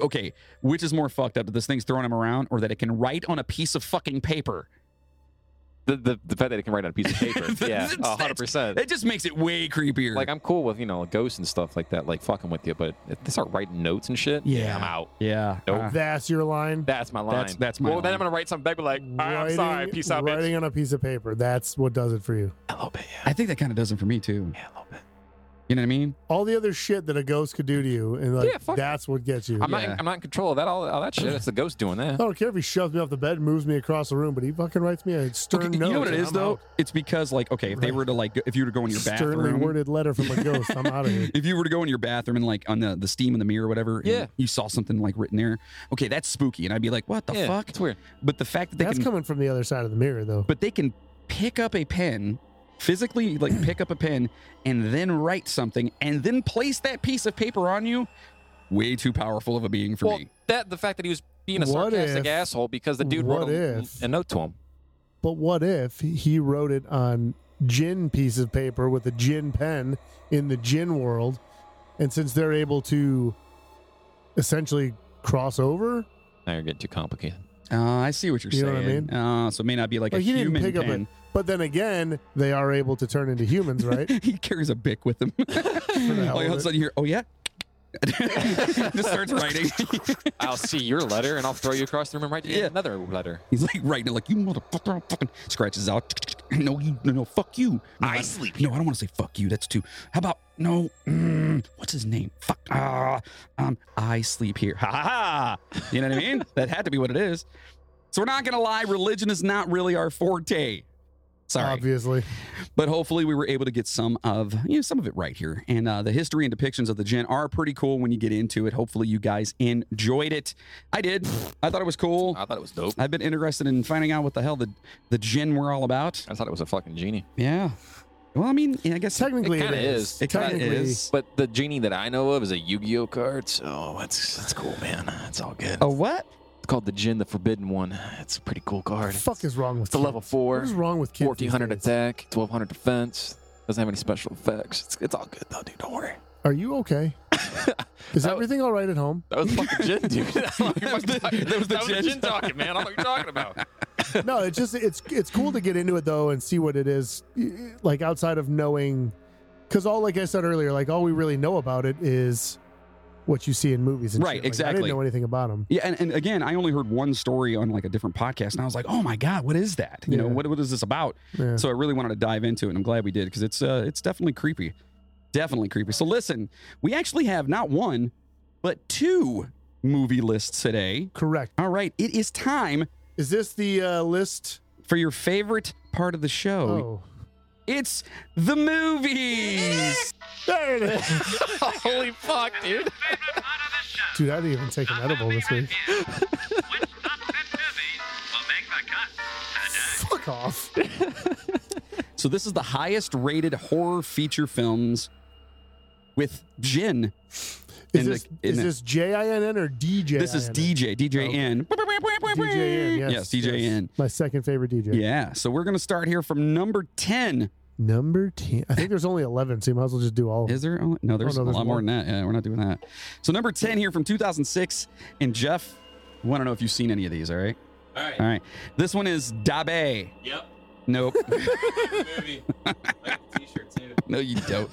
Speaker 2: Okay, which is more fucked up that this thing's throwing him around or that it can write on a piece of fucking paper?
Speaker 3: The, the, the fact that it can write on a piece of paper. yeah,
Speaker 2: That's-
Speaker 3: a hundred percent.
Speaker 2: It just makes it way creepier.
Speaker 3: Like I'm cool with you know ghosts and stuff like that, like fucking with you, but if they start writing notes and shit,
Speaker 2: Yeah.
Speaker 3: I'm out.
Speaker 2: yeah.
Speaker 3: Nope.
Speaker 2: Uh,
Speaker 4: That's your line.
Speaker 3: That's my line.
Speaker 2: That's- that's my
Speaker 3: Well, then
Speaker 2: line.
Speaker 3: I'm gonna write something back, be
Speaker 2: "Ah,
Speaker 3: like, "Ah, I'm
Speaker 4: Writing-
Speaker 3: sorry, peace out, bitch.
Speaker 4: Writing on a piece of paper. That's what does it for you.
Speaker 3: A little bit, yeah.
Speaker 2: I think that kind of does it for me too.
Speaker 3: yeah, a little bit.
Speaker 2: You know what I mean?
Speaker 4: All the other shit that a ghost could do to you, and like
Speaker 3: Yeah, fuck.
Speaker 4: that's what gets you.
Speaker 3: I'm
Speaker 4: I
Speaker 3: not.
Speaker 2: Yeah.
Speaker 3: In, I'm not in control of that. All, all that shit. That's the ghost doing that.
Speaker 4: don't care if he shoves me off the bed and moves me across the room, but he fucking writes me a stern
Speaker 2: Okay, you
Speaker 4: note.
Speaker 2: know what it
Speaker 4: and
Speaker 2: is
Speaker 4: I'm
Speaker 2: though?
Speaker 4: out.
Speaker 2: It's because like okay, if they
Speaker 4: Right.
Speaker 2: were to like if you were to go in your
Speaker 4: Sternly
Speaker 2: bathroom
Speaker 4: worded letter from a ghost. I'm out of here.
Speaker 2: If you were to go in your bathroom and like on the, the steam in the mirror or whatever, and
Speaker 3: Yeah.
Speaker 2: you saw something like written there. Okay, that's spooky, and I'd be like, "What the
Speaker 3: yeah,
Speaker 2: fuck?"
Speaker 3: It's weird.
Speaker 2: But the fact that they
Speaker 4: That's
Speaker 2: can,
Speaker 4: coming from the other side of the mirror, though.
Speaker 2: but they can pick up a pen physically like pick up a pen and then write something and then place that piece of paper on you, way too powerful of a being for
Speaker 3: well,
Speaker 2: me.
Speaker 3: that the fact that he was being a
Speaker 4: What
Speaker 3: sarcastic
Speaker 4: if-
Speaker 3: asshole because the dude wrote
Speaker 4: what
Speaker 3: a,
Speaker 4: if-
Speaker 3: a note to him.
Speaker 4: But what if he wrote it on gin piece of paper with a gin pen in the gin world? And since they're able to essentially cross over,
Speaker 3: Now you're getting too complicated.
Speaker 2: Uh, I see what you're
Speaker 4: You know
Speaker 2: saying.
Speaker 4: what I mean?
Speaker 2: uh, so it may not be like
Speaker 4: But
Speaker 2: a
Speaker 4: he didn't
Speaker 2: human
Speaker 4: pick up
Speaker 2: pen.
Speaker 4: but then again, they are able to turn into humans, right?
Speaker 2: he carries a bic with him. like
Speaker 4: hell
Speaker 2: all
Speaker 4: of
Speaker 2: of a
Speaker 4: it.
Speaker 2: sudden you hear, oh yeah. just starts writing.
Speaker 3: I'll see your letter and I'll throw you across the room and write you
Speaker 2: Yeah.
Speaker 3: another letter.
Speaker 2: He's like writing it like you motherfucker I'm fucking scratches out. No, you no, no fuck you. No, I sleep. No, I don't want to say fuck you. That's too. How about no? mm, what's his name? Fuck. Ah, um, I sleep here. Ha ha. ha. You know what I mean? that had to be what it is. So we're not gonna lie. Religion is not really our forte. Sorry
Speaker 4: Obviously.
Speaker 2: but hopefully we were able to get some of you know some of it right here and uh, the history and depictions of the gin are pretty cool when you get into it hopefully you guys enjoyed it i did i thought it was cool
Speaker 3: I thought it was dope.
Speaker 2: i've been interested in finding out what the hell the the gin were all about
Speaker 3: I thought it was a fucking genie.
Speaker 2: yeah well i mean i guess
Speaker 4: Technically,
Speaker 3: kinda is.
Speaker 2: it kind of
Speaker 4: Technically-
Speaker 2: is
Speaker 3: But the genie that I know of is a Yu-Gi-Oh card, so that's that's cool, man. It's all good.
Speaker 4: Oh.
Speaker 2: a what
Speaker 3: It's called the Jin, the Forbidden One. It's a pretty cool
Speaker 4: What
Speaker 3: card.
Speaker 4: the fuck is wrong with
Speaker 3: It's a
Speaker 4: kids?
Speaker 3: level four.
Speaker 4: What is wrong with kids? these
Speaker 3: 1400
Speaker 4: days?
Speaker 3: attack, 1200 defense. Doesn't have any special effects. It's, it's all good though, dude. Don't worry.
Speaker 4: Are you okay? Is
Speaker 3: Oh.
Speaker 4: everything all right at home?
Speaker 3: That was fucking gin, dude. that was
Speaker 2: the- that was the gin.
Speaker 3: talking, man. I don't know what you're talking about.
Speaker 4: No, it's just it's it's cool to get into it though and see what it is like outside of knowing because all like I said earlier, like all we really know about it is what you see in movies. And
Speaker 2: Right,
Speaker 4: shit. Like, I
Speaker 2: exactly.
Speaker 4: didn't know anything about them.
Speaker 2: Yeah, and, and again, I only heard one story on like a different podcast, and I was like, "Oh my god, what is that? You know,
Speaker 4: Yeah.
Speaker 2: what what is this about?"
Speaker 4: Yeah.
Speaker 2: So I really wanted to dive into it, and I'm glad we did because it's uh, it's definitely creepy, definitely creepy. So listen, we actually have not one, but two movie lists today.
Speaker 4: Correct.
Speaker 2: All right, it is time
Speaker 4: Is this the uh, list?
Speaker 2: for your favorite part of the show.
Speaker 4: Oh,
Speaker 2: It's the movies.
Speaker 4: there it is.
Speaker 3: Holy fuck, dude.
Speaker 4: Dude, I didn't even take an edible this week. Fuck off.
Speaker 2: So this is the highest rated horror feature films with Jin
Speaker 4: Is
Speaker 2: the-
Speaker 4: this
Speaker 2: in
Speaker 4: is
Speaker 2: the-
Speaker 4: this J I N N or D J?
Speaker 2: This is DJ,
Speaker 4: Oh.
Speaker 2: DJN.
Speaker 4: DJN. Yes,
Speaker 2: Yes, DJN.
Speaker 4: My second favorite DJ.
Speaker 2: Yeah. So we're going to start here from number 10.
Speaker 4: Number ten. I think there's only eleven, so you might as well just do all. Of them.
Speaker 2: Is there? Oh, no, there's,
Speaker 4: no,
Speaker 2: a
Speaker 4: there's
Speaker 2: lot more
Speaker 4: more.
Speaker 2: than that. Yeah, we're not doing that. So number 10 here from 2006. And Jeff, I want to know if you've seen any of these, all right?
Speaker 6: All right.
Speaker 2: All right. This one is Dabe.
Speaker 6: Yep.
Speaker 2: Nope.
Speaker 6: Movie. like the T-shirt too.
Speaker 2: no, you don't.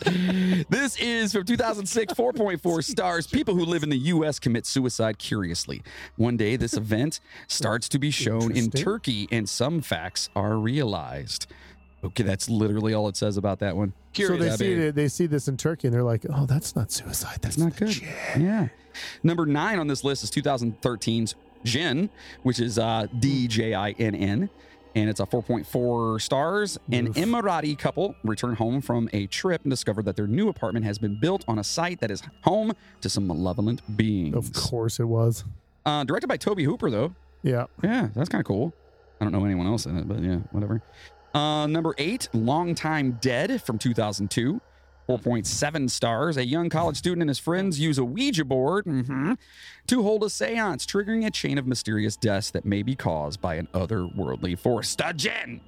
Speaker 2: this is from 2006, 4.4 stars. People who live in the U.S. commit suicide curiously. One day, this event starts to be shown in
Speaker 4: Interesting.
Speaker 2: Turkey, and some facts are realized. Okay, that's literally all it says about that one.
Speaker 4: so they
Speaker 2: Dabe.
Speaker 4: see it, they see this in Turkey and they're like, oh, that's not suicide.
Speaker 2: That's
Speaker 4: That's,
Speaker 2: not
Speaker 4: the
Speaker 2: good.
Speaker 4: gin."
Speaker 2: Yeah. Number nine on this list is 2013's Jin, which is uh, D J I N N, and it's a 4.4 stars. An
Speaker 4: Oof.
Speaker 2: Emirati couple return home from a trip and discover that their new apartment has been built on a site that is home to some malevolent beings.
Speaker 4: Of course it was.
Speaker 2: Uh, directed by Toby Hooper, though.
Speaker 4: Yeah.
Speaker 2: Yeah, that's kind of cool. I don't know anyone else in it, but yeah, whatever. Uh, number eight, Long Time Dead from 2002. 4.7 stars. A young college student and his friends use a Ouija board mhm, to hold a seance, triggering a chain of mysterious deaths that may be caused by an otherworldly force. The Jinn!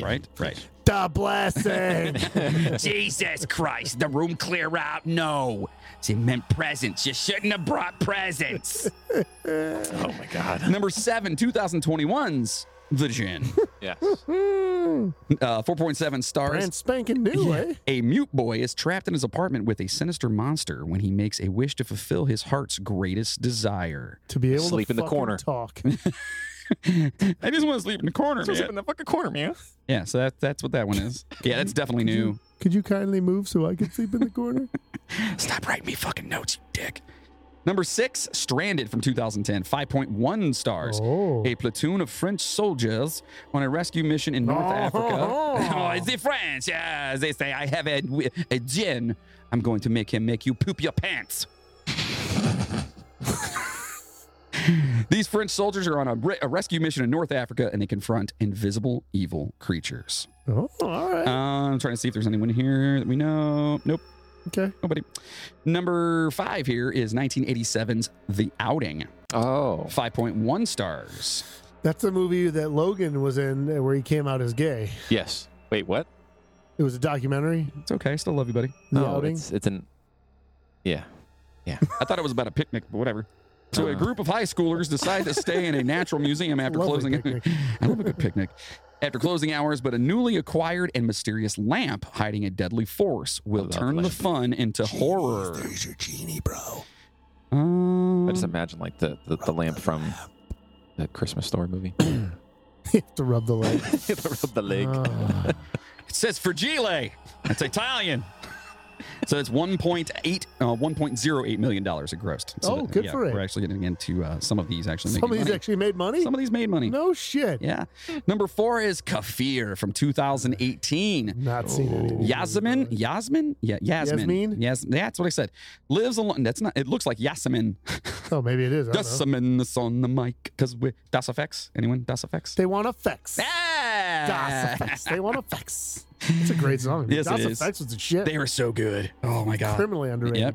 Speaker 2: Right? Right.
Speaker 4: The blessing.
Speaker 2: Jesus Christ, the room clear out. No. It meant presents. You shouldn't have brought presents.
Speaker 3: Oh my god.
Speaker 2: Number seven, 2021's The Jinn.
Speaker 3: Yeah.
Speaker 4: Mm,
Speaker 2: Uh, 4.7 stars.
Speaker 4: Brand spanking new, eh?
Speaker 2: A mute boy is trapped in his apartment with a sinister monster when he makes a wish to fulfill his heart's greatest desire.
Speaker 4: To be able
Speaker 3: Sleep
Speaker 4: to
Speaker 3: in the
Speaker 4: fucking
Speaker 3: corner.
Speaker 4: talk.
Speaker 2: I just want to sleep in the corner,
Speaker 3: Sleep in the fucking corner, man.
Speaker 2: Yeah, so that, that's what that one is. Yeah, that's definitely
Speaker 4: Could
Speaker 2: new.
Speaker 4: you, could you kindly move so I could sleep in the corner?
Speaker 2: Stop writing me fucking notes, you dick. Number six, Stranded from 2010, 5.1 stars.
Speaker 4: oh.
Speaker 2: A platoon of French soldiers on a rescue mission in North
Speaker 4: Oh.
Speaker 2: Africa. Oh, it's the French. Yeah, they say I have a, a gin. I'm going to make him make you poop your pants. These French soldiers are on a, re- a rescue mission in North Africa and they confront invisible evil creatures.
Speaker 4: Oh, all right.
Speaker 2: Uh, I'm trying to see if there's anyone here that we know. Nope.
Speaker 4: okay.
Speaker 2: Nobody. Oh, Number five here is 1987's The Outing.
Speaker 3: Oh.
Speaker 2: 5.1 stars.
Speaker 4: That's the movie that Logan was in uh, where he came out as gay.
Speaker 3: Yes. Wait, what?
Speaker 4: It was a documentary.
Speaker 2: It's okay. I still love you, buddy.
Speaker 4: The
Speaker 3: no,
Speaker 4: outing.
Speaker 3: it's it's an. Yeah.
Speaker 2: I thought it was about a picnic, but whatever. So a
Speaker 3: Uh.
Speaker 2: group of high schoolers decide to stay in a natural museum after
Speaker 4: Lovely
Speaker 2: closing.
Speaker 4: picnic.
Speaker 2: I love a good picnic. After closing hours, but a newly acquired and mysterious lamp hiding a deadly force will
Speaker 3: love
Speaker 2: turn the
Speaker 3: lamp.
Speaker 2: fun into horror.
Speaker 1: There's your genie, bro.
Speaker 2: Um,
Speaker 3: I just imagine like the the, the lamp from the Christmas Story movie.
Speaker 4: You have to rub the leg.
Speaker 3: the leg.
Speaker 4: Oh.
Speaker 2: it says fragile. It's Italian. so it's 1.8, uh, 1.08 million dollars it grossed. So
Speaker 4: Oh, good for it.
Speaker 2: We're actually getting into uh, some of these actually.
Speaker 4: Some of
Speaker 2: making
Speaker 4: these
Speaker 2: money.
Speaker 4: actually made money.
Speaker 2: some of these made money.
Speaker 4: No shit.
Speaker 2: Yeah. Number four is Kafir from 2018.
Speaker 4: Not seen it. either.
Speaker 2: Yasmin, Yasmin, yeah, Yasmin,
Speaker 4: Yasmin?
Speaker 2: yes, that's what I said. Lives alone. That's not. It looks like Yasmin.
Speaker 4: Oh, maybe it is. I don't know.
Speaker 2: Yasmin is on the mic because we. Das effects. Anyone? Das effects.
Speaker 4: They want effects. Das
Speaker 2: Ah!
Speaker 4: effects. They want effects. It's a great song.
Speaker 2: Yes, it
Speaker 4: das
Speaker 2: is.
Speaker 4: effects was the shit.
Speaker 2: They were so good. Oh my god.
Speaker 4: criminally underrated.
Speaker 2: Yep.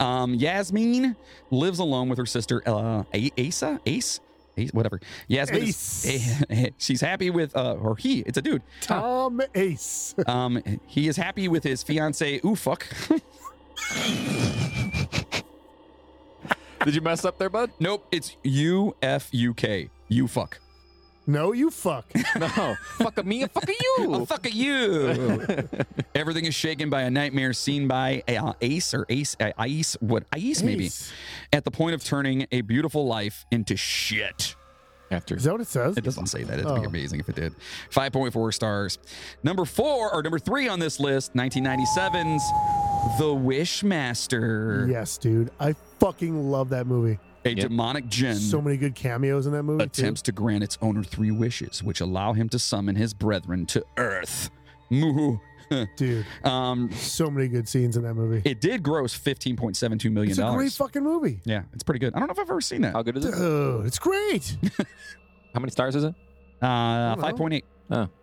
Speaker 2: Um, Yasmin lives alone with her sister uh, A- Asa, Ace, Ace, whatever. Yasmin, is- eh, she's happy with uh, or he. It's a dude.
Speaker 4: Tom Ace.
Speaker 2: Um, he is happy with his fiance. Ooh, fuck.
Speaker 3: Did you mess up there, bud?
Speaker 2: nope, it's U F U K. You fuck.
Speaker 4: No, you fuck.
Speaker 3: No. fuck me and fuck
Speaker 2: Oh,
Speaker 3: you.
Speaker 2: fuck are you. Everything is shaken by a nightmare seen by uh, Ace or Ace, uh, Ice, what Ice maybe,
Speaker 4: Ace.
Speaker 2: at the point of turning a beautiful life into shit.
Speaker 3: After
Speaker 4: Is that what it says?
Speaker 2: It doesn't say that. It'd be
Speaker 4: Oh.
Speaker 2: amazing if it did. 5.4 stars. Number four or number three on this list, 1997's The Wishmaster,
Speaker 4: Yes, dude. I fucking love that movie.
Speaker 2: a
Speaker 3: Yep.
Speaker 2: demonic djinn.
Speaker 4: So many good cameos in that movie. too.
Speaker 2: attempts to grant its owner three wishes, which allow him to summon his brethren to Earth. Moo.
Speaker 4: dude.
Speaker 2: Um,
Speaker 4: So many good scenes in that movie.
Speaker 2: it did gross fifteen point seven two million
Speaker 4: It's a great Uh,
Speaker 2: dollars.
Speaker 4: fucking movie.
Speaker 2: yeah, it's pretty good. I don't know if I've ever seen that.
Speaker 3: how good is it?
Speaker 4: Dude, it's great.
Speaker 3: How many stars is it?
Speaker 2: Uh,
Speaker 4: know.
Speaker 2: five point eight.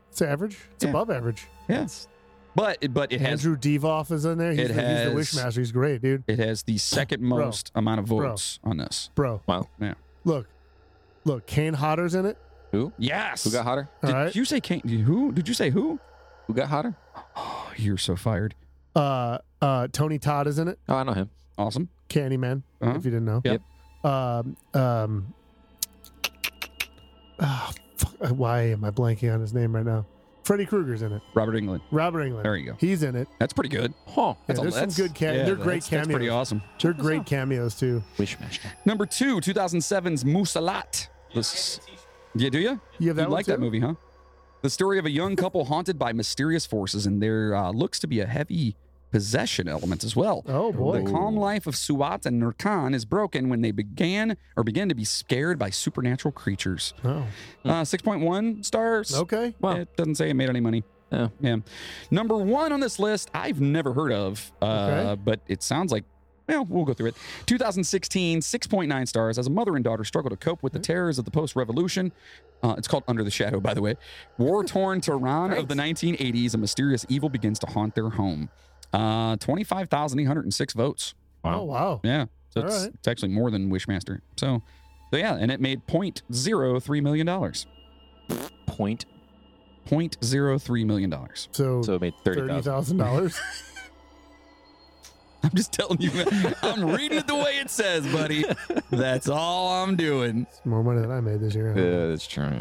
Speaker 4: It's average. It's
Speaker 2: Yeah.
Speaker 4: above average.
Speaker 2: Yes, but but it has
Speaker 4: Andrew Devoff is in there. He's,
Speaker 2: It
Speaker 4: the,
Speaker 2: has-
Speaker 4: he's the Wishmaster. He's great, dude.
Speaker 2: it has the second most amount of
Speaker 4: Bro.
Speaker 2: votes on this.
Speaker 4: Bro.
Speaker 3: Wow.
Speaker 2: Yeah.
Speaker 4: Look. Look, Kane Hodder's in it.
Speaker 3: Who?
Speaker 2: Yes.
Speaker 3: Who got hotter?
Speaker 4: All
Speaker 2: did
Speaker 4: right.
Speaker 2: you say Kane? Who did you say who?
Speaker 3: Who got hotter?
Speaker 2: Oh, you're so fired.
Speaker 4: Uh uh Tony Todd is in it.
Speaker 3: Oh, I know him.
Speaker 2: Awesome.
Speaker 4: Candyman,
Speaker 2: Uh-huh.
Speaker 4: if you didn't know.
Speaker 2: Yep.
Speaker 4: Um um ah, fuck, why am I blanking on his name right now? Freddy Krueger's in it.
Speaker 2: Robert England.
Speaker 4: Robert England.
Speaker 2: There you go.
Speaker 4: He's in it.
Speaker 2: That's pretty good.
Speaker 3: Huh.
Speaker 2: That's a-
Speaker 4: there's some
Speaker 2: that's-
Speaker 4: good ca- they're great
Speaker 2: that's- That's pretty
Speaker 4: cameos.
Speaker 2: awesome.
Speaker 4: They're great cameos too.
Speaker 3: Wishmaster.
Speaker 2: Number two, 2007's Musalat. This, yeah, do you?
Speaker 4: You have that
Speaker 2: you
Speaker 4: one
Speaker 2: like that
Speaker 4: too?
Speaker 2: movie, huh? The story of a young couple haunted by mysterious forces, and there uh, looks to be a heavy possession element as well.
Speaker 4: Oh boy.
Speaker 2: The calm life of Suat and Nurkan is broken when they began or begin to be scared by supernatural creatures.
Speaker 4: Oh.
Speaker 2: Uh, 6.1 stars.
Speaker 4: Okay.
Speaker 3: Wow.
Speaker 2: It doesn't say it made any money.
Speaker 3: Oh.
Speaker 2: Yeah. Number one on this list, I've never heard of, uh,
Speaker 4: Okay.
Speaker 2: but it sounds like, well, we'll go through it. 2016, 6.9 stars as a mother and daughter struggle to cope with the terrors of the post revolution. Uh, it's called Under the Shadow, by the way. War torn Tehran of the 1980s, a mysterious evil begins to haunt their home. Uh, 25,806 votes.
Speaker 4: Oh wow.
Speaker 2: Yeah. So it's,
Speaker 4: Alright.
Speaker 2: it's actually more than Wishmaster. So, so yeah, and it made $0.03 million.
Speaker 3: oh. Point.
Speaker 2: $0.03 million.
Speaker 4: So,
Speaker 3: So it made thirty
Speaker 4: thirty
Speaker 3: thousand.
Speaker 4: thousand dollars.
Speaker 2: I'm just telling you, man. I'm reading it the way it says, buddy. That's all I'm doing.
Speaker 4: More money than I made this year.
Speaker 3: Yeah, that's true.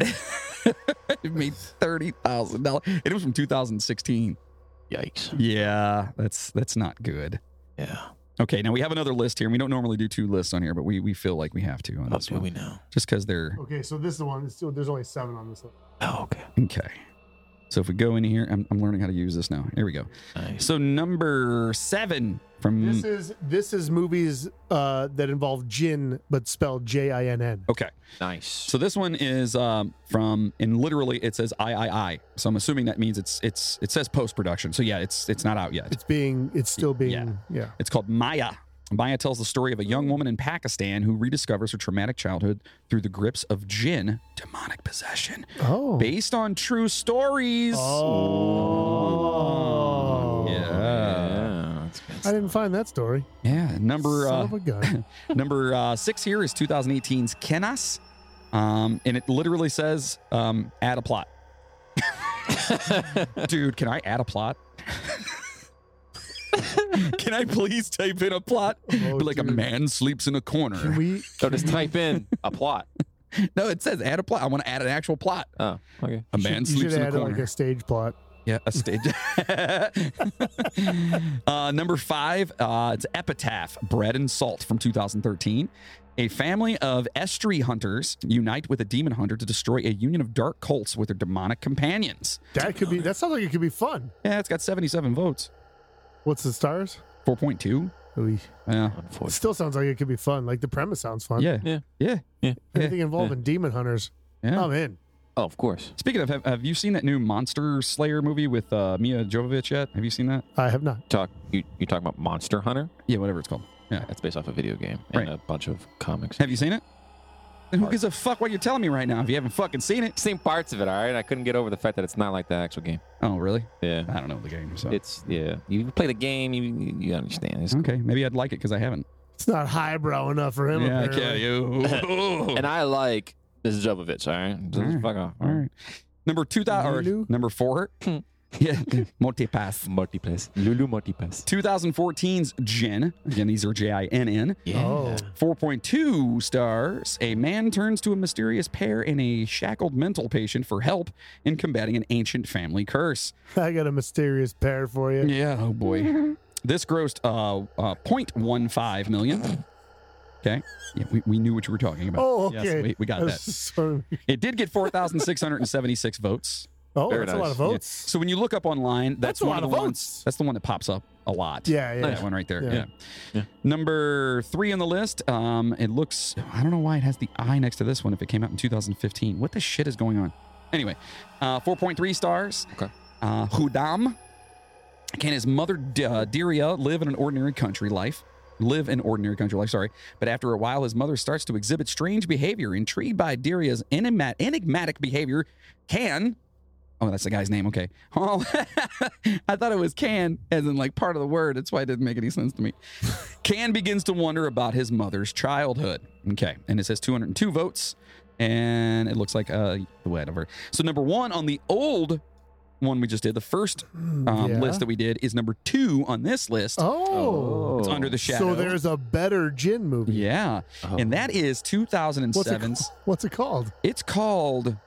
Speaker 2: It made thirty thousand dollars. It was from 2016.
Speaker 3: Yikes.
Speaker 2: Yeah, that's that's not good.
Speaker 3: Yeah.
Speaker 2: Okay, now we have another list here. and We don't normally do two lists on here, but we we feel like we have to on
Speaker 3: That's
Speaker 2: this
Speaker 3: what
Speaker 2: one,
Speaker 3: we know.
Speaker 2: just because they're
Speaker 4: Okay, so this is the one. So there's only seven on this list.
Speaker 3: Oh, okay.
Speaker 2: okay. So if we go in here, I'm, I'm learning how to use this now. Here we go.
Speaker 3: Nice.
Speaker 2: So number seven from
Speaker 4: This is this is movies uh, that involve gin but spelled J I N N.
Speaker 2: okay.
Speaker 3: Nice.
Speaker 2: So this one is um, from, and literally it says I I I. So I'm assuming that means it's it's it says post production. So yeah, it's it's not out yet.
Speaker 4: It's being it's still being
Speaker 2: Yeah.
Speaker 4: yeah.
Speaker 2: It's called Maya Maya tells the story of a young woman in Pakistan who rediscovers her traumatic childhood through the grips of jinn, demonic possession,
Speaker 4: Oh.
Speaker 2: based on true stories.
Speaker 4: Oh.
Speaker 2: Yeah.
Speaker 3: Uh, that's good
Speaker 4: I
Speaker 3: stuff.
Speaker 4: didn't find that story.
Speaker 2: Yeah. Number
Speaker 4: Son
Speaker 2: uh,
Speaker 4: of a gun.
Speaker 2: Number uh, six here is 2018's Kenas. Um, and it literally says, um, add a plot. Dude, can I add a plot? can I please type in a plot?
Speaker 4: Oh,
Speaker 2: like a
Speaker 4: dude.
Speaker 2: man sleeps in a
Speaker 4: Can
Speaker 2: corner.
Speaker 4: we?
Speaker 3: So just type in a plot.
Speaker 2: no, it says add a plot. I want to add an actual plot.
Speaker 3: Oh, okay.
Speaker 2: A man
Speaker 4: you should
Speaker 2: sleeps in a
Speaker 4: add
Speaker 2: corner.
Speaker 4: like a stage plot.
Speaker 2: Yeah, a stage. uh, number five, uh, it's Epitaph Bread and Salt from 2013. A family of Estri hunters unite with a demon hunter to destroy a union of dark cults with their demonic companions.
Speaker 4: That could be. That sounds like it could be fun.
Speaker 2: Yeah, it's got 77 votes,
Speaker 4: What's the stars?
Speaker 2: 4.2.
Speaker 4: Ooh.
Speaker 2: Yeah.
Speaker 4: It
Speaker 3: Unfortunately.
Speaker 4: still sounds like it could be fun. Like the premise sounds fun.
Speaker 2: Uh, Yeah.
Speaker 3: Yeah.
Speaker 2: Yeah.
Speaker 3: Yeah.
Speaker 4: Anything involving demon hunters,
Speaker 2: Yeah.
Speaker 4: I'm in.
Speaker 3: Oh, of course.
Speaker 2: Speaking of, have, have you seen that new Monster Slayer movie with uh, Mia Jovovich yet? Have you seen that?
Speaker 4: I have not.
Speaker 3: Talk. You you talking about Monster Hunter?
Speaker 2: Yeah, whatever it's called. Yeah.
Speaker 3: That's based off a video game
Speaker 2: Right.
Speaker 3: and a bunch of comics.
Speaker 2: Have you seen it? Then who
Speaker 3: Hard.
Speaker 2: gives a fuck what you're telling me right now if you haven't fucking seen it?
Speaker 3: Seen parts of it, all right. I couldn't get over the fact that it's not like the actual game.
Speaker 2: Oh, really?
Speaker 3: Yeah.
Speaker 2: I don't know the game. So.
Speaker 3: It's yeah. You play the game, you you, you understand. It's
Speaker 2: Okay, maybe I'd like it because I haven't.
Speaker 4: It's not highbrow enough for him.
Speaker 2: yeah,
Speaker 4: apparently.
Speaker 2: okay. you.
Speaker 3: And I like this is Jovovich, all right? Just
Speaker 2: All right.
Speaker 3: fuck off.
Speaker 2: Mm-hmm. All right. Number two thousand
Speaker 4: Lulu?
Speaker 2: or number four. yeah, multipass.
Speaker 3: Multipass. Lulu Multipass.
Speaker 2: 2014's Jin. Again, these are J I N N.
Speaker 3: Yeah.
Speaker 4: Oh,
Speaker 2: 4.2 stars. A man turns to a mysterious pair and a shackled mental patient for help in combating an ancient family curse.
Speaker 4: I got a mysterious pair for you.
Speaker 2: Yeah, oh boy. this grossed uh, uh 0.15 million. Okay. Yeah, we, we knew what you were talking about.
Speaker 4: Oh, okay.
Speaker 2: Yes, we, we
Speaker 4: I
Speaker 2: got
Speaker 4: was
Speaker 2: that.
Speaker 4: sort of-
Speaker 2: It did get 4,676 votes.
Speaker 4: Oh,
Speaker 3: Very
Speaker 4: that's a
Speaker 3: nice.
Speaker 4: lot of
Speaker 3: Yeah.
Speaker 4: votes.
Speaker 2: So when you look up online, that's,
Speaker 4: That's a
Speaker 2: one
Speaker 4: lot
Speaker 2: of
Speaker 4: of
Speaker 2: the ones.
Speaker 4: votes.
Speaker 2: That's the one that pops up a lot.
Speaker 4: Yeah, yeah.
Speaker 2: That one right there. Yeah.
Speaker 4: Yeah.
Speaker 3: Yeah.
Speaker 2: Number three on the list. Um, it looks. I don't know why it has the I next to this one. If it came out in 2015, what the shit is going on? Anyway, uh, 4.3 stars.
Speaker 3: Okay.
Speaker 2: Uh, Hudam. Can his mother D- uh, Diria live in an ordinary country life? Live an ordinary country life. Sorry, but after a while, his mother starts to exhibit strange behavior. Intrigued by Diria's enigma- enigmatic behavior, can Oh, that's the guy's name. Okay. Oh, I thought it was can, as in like part of the word. That's why it didn't make any sense to me. can begins to wonder about his mother's childhood. Okay. And it says 202 votes. And it looks like uh whatever. So number one on the old one we just did, the first um,
Speaker 4: Mm, Yeah.
Speaker 2: list that we did is number two on this list.
Speaker 4: Oh,
Speaker 2: It's under the shadow.
Speaker 4: so there's a better gin movie.
Speaker 2: yeah,
Speaker 3: Oh.
Speaker 2: and that is
Speaker 4: What's it,
Speaker 2: 2007's.
Speaker 4: called? What's it called?
Speaker 2: It's called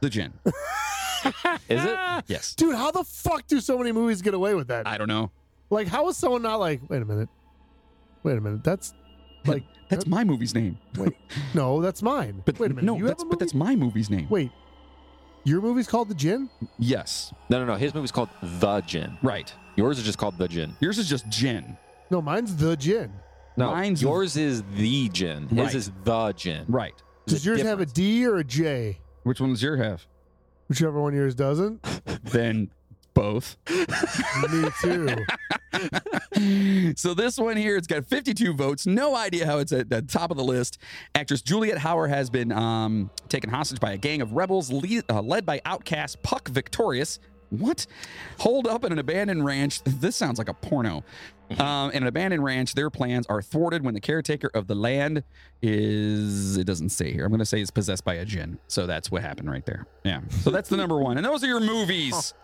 Speaker 2: The Gin.
Speaker 3: Is it?
Speaker 2: Yes.
Speaker 4: Dude, how the fuck do so many movies get away with that?
Speaker 2: I don't know.
Speaker 4: like, how is someone not like, wait a minute, wait a minute, that's like,
Speaker 2: That's my movie's name.
Speaker 4: no, that's mine.
Speaker 2: But
Speaker 4: wait a minute,
Speaker 2: no,
Speaker 4: you have
Speaker 2: that's
Speaker 4: a
Speaker 2: but that's
Speaker 4: movie?
Speaker 2: my movie's name.
Speaker 4: wait, your movie's called The Gin?
Speaker 2: Yes,
Speaker 3: No, no, no. His movie's called The Gin.
Speaker 2: right.
Speaker 3: Yours is just called The Gin.
Speaker 2: Yours is just Jen.
Speaker 4: No, mine's The Gin.
Speaker 3: No,
Speaker 2: Mine's-
Speaker 3: yours is The Gin.
Speaker 2: Right.
Speaker 3: His is The Gin.
Speaker 2: Right.
Speaker 3: There's
Speaker 4: Does yours have a
Speaker 3: difference.
Speaker 4: D or a J?
Speaker 2: Which one does your have?
Speaker 4: Whichever one yours doesn't.
Speaker 2: Then both.
Speaker 4: Me too.
Speaker 2: so this one here, it's got 52 votes. No idea how it's at the top of the list. Actress Juliet Howard has been um, taken hostage by a gang of rebels le- uh, led by outcast Puck Victorious. What? Holed up in an abandoned ranch. This sounds like a porno.
Speaker 4: Mm-hmm.
Speaker 2: Um, in an abandoned ranch, their plans are thwarted when the caretaker of the land is. It doesn't say here. I'm going to say is possessed by a djinn. So that's what happened right there. Yeah. So that's the number one. And those are your movies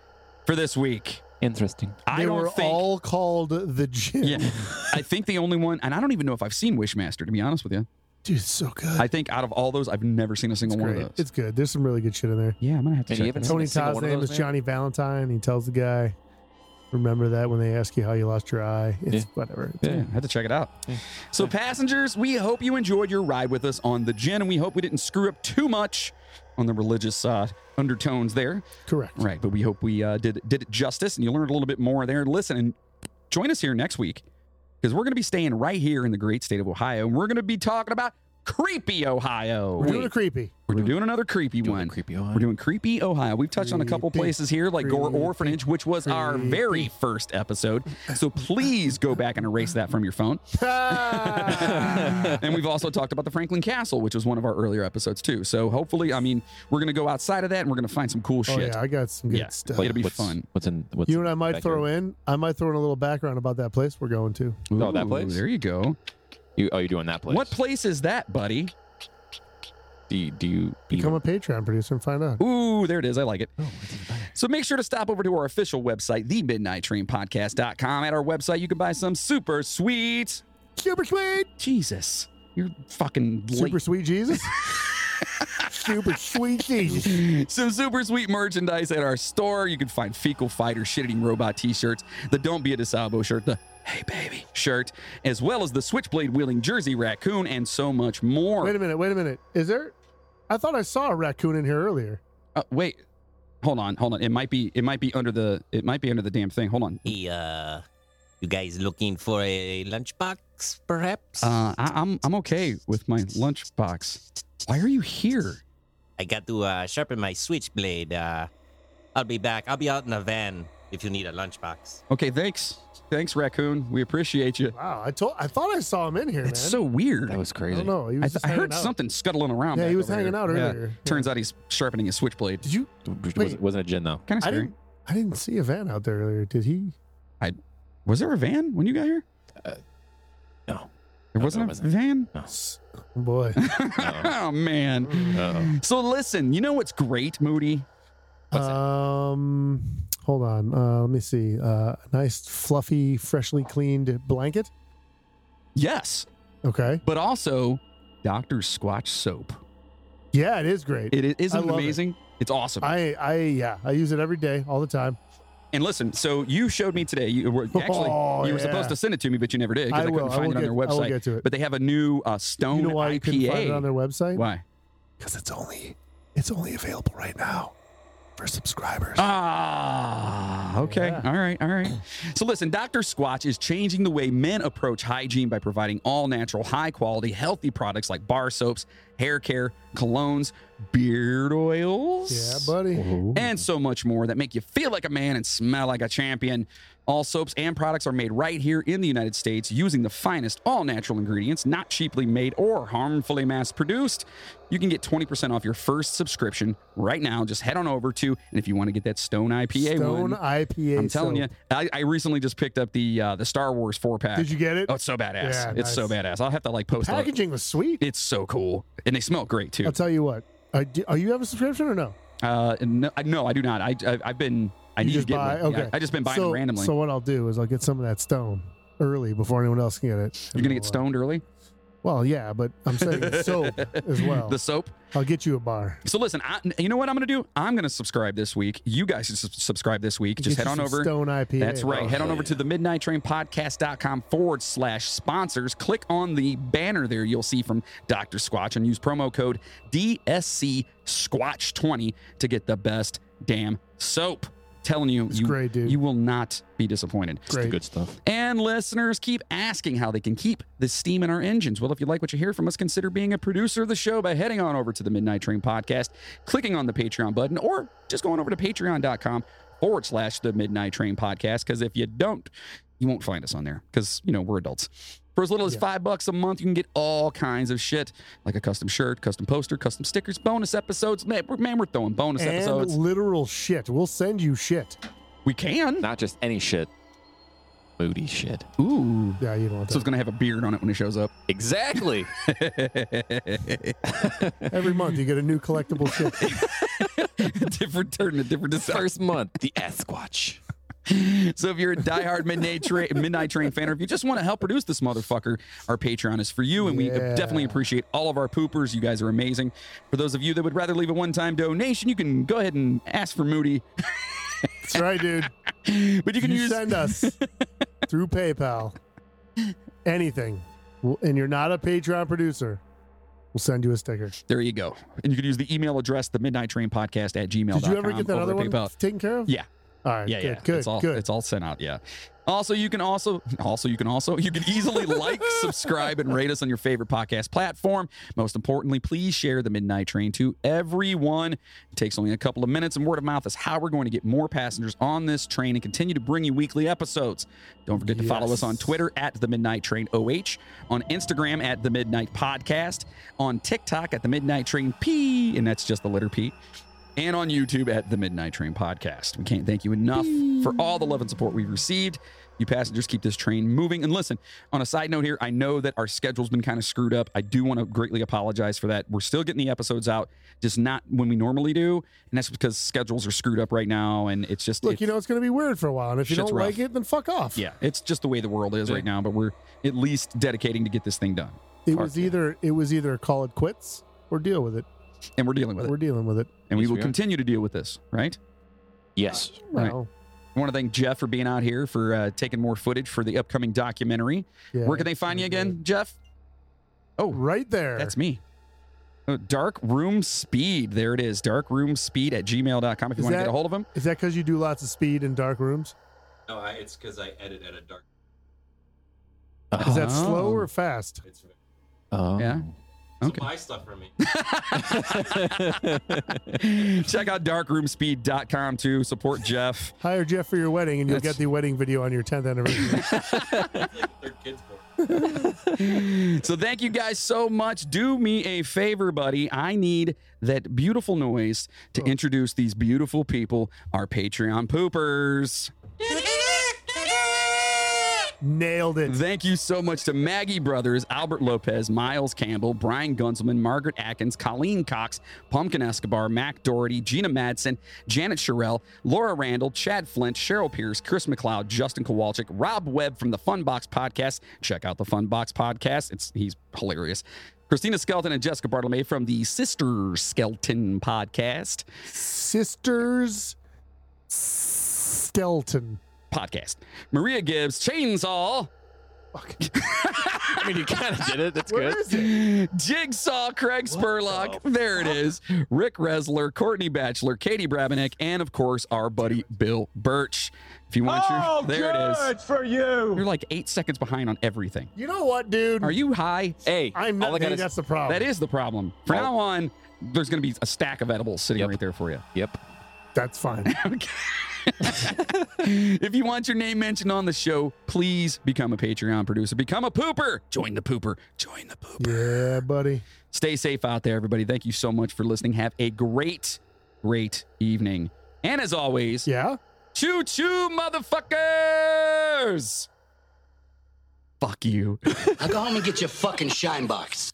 Speaker 2: for this week.
Speaker 3: Interesting.
Speaker 2: I
Speaker 4: they
Speaker 2: don't
Speaker 4: were
Speaker 2: think
Speaker 4: all called The Gin.
Speaker 2: yeah. I think the only one, and I don't even know if I've seen Wishmaster, to be honest with you.
Speaker 4: Dude, it's so good.
Speaker 2: I think out of all those, I've never seen a single
Speaker 4: it's
Speaker 2: one
Speaker 4: great.
Speaker 2: of those.
Speaker 4: It's good. There's some really good shit in there.
Speaker 2: yeah, I'm going to have to
Speaker 3: And you
Speaker 2: check
Speaker 3: haven't
Speaker 2: that out.
Speaker 3: seen
Speaker 4: Tony
Speaker 3: a single
Speaker 4: Todd's
Speaker 3: one of
Speaker 4: name
Speaker 3: those,
Speaker 4: is
Speaker 3: man.
Speaker 4: Johnny Valentine. He tells the guy, "Remember that when they ask you how you lost your eye." It's whatever. It's-
Speaker 2: Yeah, I have to check it out. So, passengers, we hope you enjoyed your ride with us on the Gin, and we hope we didn't screw up too much on the religious uh, undertones there.
Speaker 4: Correct.
Speaker 2: Right, but we hope we uh, did did it justice, and you learned a little bit more there. Listen and join us here next week because we're going to be staying right here in the great state of Ohio, and we're going to be talking about creepy Ohio.
Speaker 4: We're doing a creepy.
Speaker 2: We're doing another creepy
Speaker 3: Doing
Speaker 2: one.
Speaker 3: the creepy Ohio.
Speaker 2: We're doing creepy Ohio. We've touched on a couple
Speaker 4: Creepy,
Speaker 2: places here, like Gore
Speaker 4: creepy,
Speaker 2: Orphanage, which was our
Speaker 4: creepy.
Speaker 2: very first episode. So please go back and erase that from your phone. and we've also talked about the Franklin Castle, which was one of our earlier episodes too. So hopefully, I mean, we're gonna go outside of that and we're gonna find some cool
Speaker 4: Oh
Speaker 2: shit.
Speaker 4: yeah, I got some good
Speaker 2: Yeah.
Speaker 4: stuff.
Speaker 2: Wait. it'll be fun.
Speaker 3: What's in? What's
Speaker 4: You know
Speaker 3: in
Speaker 4: what I might
Speaker 3: back
Speaker 4: throw
Speaker 3: here?
Speaker 4: in? I might throw in a little background about that place we're going to.
Speaker 3: Oh, that
Speaker 2: Ooh,
Speaker 3: place?
Speaker 2: There you go.
Speaker 3: You, oh, you're doing that place.
Speaker 2: What place is that, buddy?
Speaker 3: do you, do you
Speaker 4: Become a Patreon producer and find out.
Speaker 2: Ooh, there it is. I like it. So make sure to stop over to our official website, themidnighttrainpodcast.com. At our website, you can buy some super sweet.
Speaker 4: Super sweet,
Speaker 2: Jesus, you're fucking late.
Speaker 4: super sweet Jesus. super sweet Jesus.
Speaker 2: Some super sweet merchandise at our store. You can find Fecal Fighter shit eating robot t shirts, the Don't Be a DeSalvo shirt, the Hey Baby shirt, as well as the Switchblade wielding Jersey raccoon, and so much more.
Speaker 4: Wait a minute. Wait a minute. Is there? I thought I saw a raccoon in here earlier.
Speaker 2: Uh, wait. Hold on, hold on. It might be, it might be under the, it might be under the damn thing. Hold on.
Speaker 7: Hey, uh, you guys looking for a lunchbox, perhaps?
Speaker 2: Uh, I, I'm, I'm okay with my lunchbox. Why are you here?
Speaker 7: I got to uh, sharpen my switchblade. Uh, I'll be back. I'll be out in a van if you need a lunchbox.
Speaker 2: Okay, thanks, thanks, raccoon. We appreciate you.
Speaker 4: Wow. I told. I thought I saw him in here,
Speaker 2: That's
Speaker 4: man.
Speaker 2: so weird.
Speaker 3: That was
Speaker 4: I
Speaker 3: crazy.
Speaker 4: don't know. He
Speaker 2: I, th-
Speaker 4: was just
Speaker 2: I
Speaker 4: hanging
Speaker 2: heard
Speaker 4: out.
Speaker 2: something scuttling around.
Speaker 4: Yeah,
Speaker 2: back
Speaker 4: he was
Speaker 2: over
Speaker 4: hanging
Speaker 2: here.
Speaker 4: out
Speaker 2: Yeah.
Speaker 4: earlier.
Speaker 2: Turns out he's sharpening his switchblade.
Speaker 4: Did you? Wait.
Speaker 3: Wasn't, wasn't a gin though.
Speaker 2: Kind of
Speaker 4: I
Speaker 2: scary.
Speaker 4: didn't. I didn't see a van out there earlier. Did he?
Speaker 2: Was there a van when you got here?
Speaker 3: No.
Speaker 2: There
Speaker 3: No,
Speaker 2: wasn't
Speaker 3: there
Speaker 2: a
Speaker 3: wasn't.
Speaker 2: van.
Speaker 4: S- oh, boy.
Speaker 2: oh man.
Speaker 4: Mm.
Speaker 3: Uh-oh.
Speaker 2: So listen, you know what's great, Moody? What's that?
Speaker 4: um. Hold on. Uh, let me see. Uh, a nice, fluffy, freshly cleaned blanket.
Speaker 2: Yes,
Speaker 4: Okay.
Speaker 2: but also Doctor Squatch soap.
Speaker 4: Yeah, it is great.
Speaker 2: It i-
Speaker 4: I
Speaker 2: isn't it
Speaker 4: love it.
Speaker 2: amazing. It's awesome.
Speaker 4: I, I, yeah, I use it every day, all the time.
Speaker 2: and listen, so you showed me today. You were actually
Speaker 4: Oh,
Speaker 2: you were
Speaker 4: yeah.
Speaker 2: supposed to send it to me, but you never did because I,
Speaker 4: I
Speaker 2: couldn't
Speaker 4: will. I
Speaker 2: find
Speaker 4: will
Speaker 2: it on
Speaker 4: get.
Speaker 2: their
Speaker 4: I will
Speaker 2: website.
Speaker 4: get to it.
Speaker 2: But they have a new uh, Stone
Speaker 4: you know why
Speaker 2: IPA.
Speaker 4: you couldn't find it on their website?
Speaker 2: Why?
Speaker 4: Because it's only, it's only available right now for subscribers.
Speaker 2: Oh, Ah, okay.
Speaker 4: Yeah.
Speaker 2: All right. All right. So, listen, Dr. Squatch is changing the way men approach hygiene by providing all natural, high quality, healthy products like bar soaps, hair care, colognes, beard
Speaker 4: yeah,
Speaker 2: oils.
Speaker 4: buddy.
Speaker 2: And so much more that make you feel like a man and smell like a champion. All soaps and products are made right here in the United States using the finest all natural ingredients, not cheaply made or harmfully mass produced. You can get 20% off your first subscription right now. Just head on over to, and if you want to get that Stone IPA
Speaker 4: Stone
Speaker 2: one,
Speaker 4: IPA.
Speaker 2: I'm telling
Speaker 4: soap.
Speaker 2: you, I, I recently just picked up the uh, the Star Wars four pack.
Speaker 4: Did you get it?
Speaker 2: Oh, it's so badass!
Speaker 4: Yeah,
Speaker 2: it's so
Speaker 4: nice.
Speaker 2: badass. I'll have to like post it.
Speaker 4: Packaging was sweet.
Speaker 2: It's so cool, and they smell great too.
Speaker 4: I'll tell you what. Uh, do, are you have a subscription or no?
Speaker 2: Uh, no, I- no, I do not. I, I I've been I
Speaker 4: You
Speaker 2: need to
Speaker 4: just
Speaker 2: get
Speaker 4: buy-
Speaker 2: one. Yeah,
Speaker 4: okay.
Speaker 2: I just been buying
Speaker 4: so,
Speaker 2: them randomly.
Speaker 4: So what I'll do is I'll get some of that stone early before anyone else can get it.
Speaker 2: You're gonna get
Speaker 4: And I'll, uh,
Speaker 2: stoned early.
Speaker 4: Well, yeah, but I'm saying the soap as well.
Speaker 2: The soap.
Speaker 4: I'll get you a bar.
Speaker 2: So listen, I, you know what I'm gonna do? I'm gonna subscribe this week. You guys should sub- subscribe this week. Just
Speaker 4: Get
Speaker 2: head
Speaker 4: you
Speaker 2: on
Speaker 4: some
Speaker 2: over.
Speaker 4: Stone Oh, IPA.
Speaker 2: That's right. Head on over to the midnight train podcast.com forward slash sponsors. Click on the banner there you'll see from Dr. Squatch and use promo code DSC Squatch20 to get the best damn soap. Telling you,
Speaker 4: It's
Speaker 2: you,
Speaker 4: great, dude.
Speaker 2: you will not be disappointed.
Speaker 3: It's the
Speaker 4: Great.
Speaker 3: good stuff.
Speaker 2: And listeners keep asking how they can keep the steam in our engines. Well, if you like what you hear from us, consider being a producer of the show by heading on over to the Midnight Train Podcast, clicking on the Patreon button, or just going over to patreon.com forward slash the Midnight Train Podcast. Because if you don't, you won't find us on there because, you know, we're adults. For as little as
Speaker 4: Yeah.
Speaker 2: five bucks a month, you can get all kinds of shit like a custom shirt, custom poster, custom stickers, bonus episodes. Man, we're, man, we're throwing bonus
Speaker 4: and
Speaker 2: episodes.
Speaker 4: literal shit. We'll send you shit.
Speaker 2: We can.
Speaker 3: Not just any shit. Moody shit.
Speaker 2: Ooh.
Speaker 4: Yeah, you don't want
Speaker 2: So it's
Speaker 4: that.
Speaker 2: going to have a beard on it when it shows up.
Speaker 3: Exactly.
Speaker 4: Every month you get a new collectible shit.
Speaker 2: different turn, a different design.
Speaker 3: First month, the Asquatch.
Speaker 2: So if you're a diehard Midnight Train, Midnight Train fan, or if you just want to help produce this motherfucker, our Patreon is for you, and we
Speaker 4: Yeah.
Speaker 2: definitely appreciate all of our poopers. You guys are amazing. For those of you that would rather leave a one-time donation, you can go ahead and ask for Moody,
Speaker 4: That's right, dude.
Speaker 2: but you can
Speaker 4: you
Speaker 2: use
Speaker 4: send us through PayPal anything, Well, and you're not a Patreon producer, we'll send you a sticker.
Speaker 2: there you go, and you can use the email address the Midnight Train Podcast at gmail.
Speaker 4: Did you ever get that other one taken care of?
Speaker 2: Yeah.
Speaker 4: All right.
Speaker 2: Yeah, yeah.
Speaker 4: good, Good.
Speaker 2: it's all
Speaker 4: good.
Speaker 2: it's all sent out. Yeah. Also, you can also also you can also you can easily like, subscribe, and rate us on your favorite podcast platform. Most importantly, please share the Midnight Train to everyone. It takes only a couple of minutes, and word of mouth is how we're going to get more passengers on this train and continue to bring you weekly episodes. Don't forget to follow us on Twitter at the Midnight Train OH, on Instagram at the Midnight Podcast, on TikTok at the Midnight Train P, and that's just the letter P and on YouTube at the Midnight Train Podcast. We can't thank you enough for all the love and support we've received. You passengers keep this train moving. And listen, on a side note here, I know that our schedule's been kind of screwed up. I do want to greatly apologize for that. We're still getting the episodes out, just not when we normally do. And that's because schedules are screwed up right now. And it's just,
Speaker 4: Look,
Speaker 2: it's-
Speaker 4: you know it's going to be weird for a while, and if you
Speaker 2: Shit's
Speaker 4: don't
Speaker 2: rough.
Speaker 4: like it, then fuck off.
Speaker 2: yeah, it's just the way the world is right now. But we're at least dedicating to get this thing done.
Speaker 4: It
Speaker 2: Fuck
Speaker 4: was
Speaker 2: yeah.
Speaker 4: either it was either call it quits or deal with it.
Speaker 2: And we're dealing with it.
Speaker 4: We're dealing with it.
Speaker 2: And we
Speaker 3: Yes,
Speaker 2: will
Speaker 3: we are.
Speaker 2: continue to deal with this, right?
Speaker 3: Yes.
Speaker 2: Right.
Speaker 4: Well,
Speaker 2: I want to thank Jeff for being out here, for uh, taking more footage for the upcoming documentary.
Speaker 4: yeah,
Speaker 2: Where can they find you
Speaker 4: pretty
Speaker 2: again, Jeff?
Speaker 4: good. Right there.
Speaker 2: That's me. Oh, Dark Room Speed. There it is. Dark Room Speed at gmail.com if you
Speaker 4: Is
Speaker 2: want to
Speaker 4: that-
Speaker 2: get a hold of him.
Speaker 4: Is that because you do lots of speed in dark rooms?
Speaker 6: No, I, it's because I edit at a dark.
Speaker 4: Is that
Speaker 2: Oh.
Speaker 4: slow or fast?
Speaker 6: It's it's
Speaker 3: Oh.
Speaker 2: Yeah. Okay.
Speaker 6: buy stuff from me.
Speaker 2: Check out darkroomspeed.com to support Jeff.
Speaker 4: Hire Jeff for your wedding, and you'll
Speaker 2: That's-
Speaker 4: get the wedding video on your 10th anniversary.
Speaker 6: It's like the third kids book.
Speaker 2: so thank you guys so much. Do me a favor, buddy. I need that beautiful noise to introduce these beautiful people, our Patreon poopers.
Speaker 4: Nailed it.
Speaker 2: Thank you so much to Maggie Brothers, Albert Lopez, Miles Campbell, Brian Gunzelman, Margaret Atkins, Colleen Cox, Pumpkin Escobar, Mac Doherty, Gina Madsen, Janet Sherrill, Laura Randall, Chad Flint, Cheryl Pierce, Chris McLeod, Justin Kowalczyk, Rob Webb from the Funbox Podcast. Check out the Funbox Podcast. It's he's hilarious. Christina Skelton and Jessica Bartlemay from the Sister Skelton Podcast.
Speaker 4: Sisters Skelton.
Speaker 2: Podcast. Maria Gibbs, Chainsaw.
Speaker 3: I mean, you kind of did it. That's
Speaker 4: Where
Speaker 3: good.
Speaker 4: is it?
Speaker 2: Jigsaw, Craig Spurlock, there it is. Rick Resler, Courtney Batchelor, Katie Brabenick, and of course our buddy Bill Birch. If you want your, there it is.
Speaker 8: for you.
Speaker 2: You're like eight seconds behind on everything.
Speaker 4: You know what, dude?
Speaker 2: Are you high?
Speaker 3: Hey,
Speaker 4: I'm
Speaker 3: all I
Speaker 4: not.
Speaker 3: gotta
Speaker 4: Maybe
Speaker 3: s-
Speaker 4: that's the problem.
Speaker 2: That is the problem. From
Speaker 3: Oh.
Speaker 2: now on, there's going to be a stack of edibles sitting
Speaker 3: Yep.
Speaker 2: right there for you.
Speaker 3: Yep.
Speaker 4: That's fine.
Speaker 2: if you want your name mentioned on the show, please become a Patreon producer. Become a pooper. Join the pooper. Join the pooper.
Speaker 4: yeah, buddy.
Speaker 2: Stay safe out there, everybody. Thank you so much for listening. Have a great, great evening. And as always,
Speaker 4: Yeah.
Speaker 2: choo choo, motherfuckers! Fuck you.
Speaker 9: Now go home and get your fucking shine box.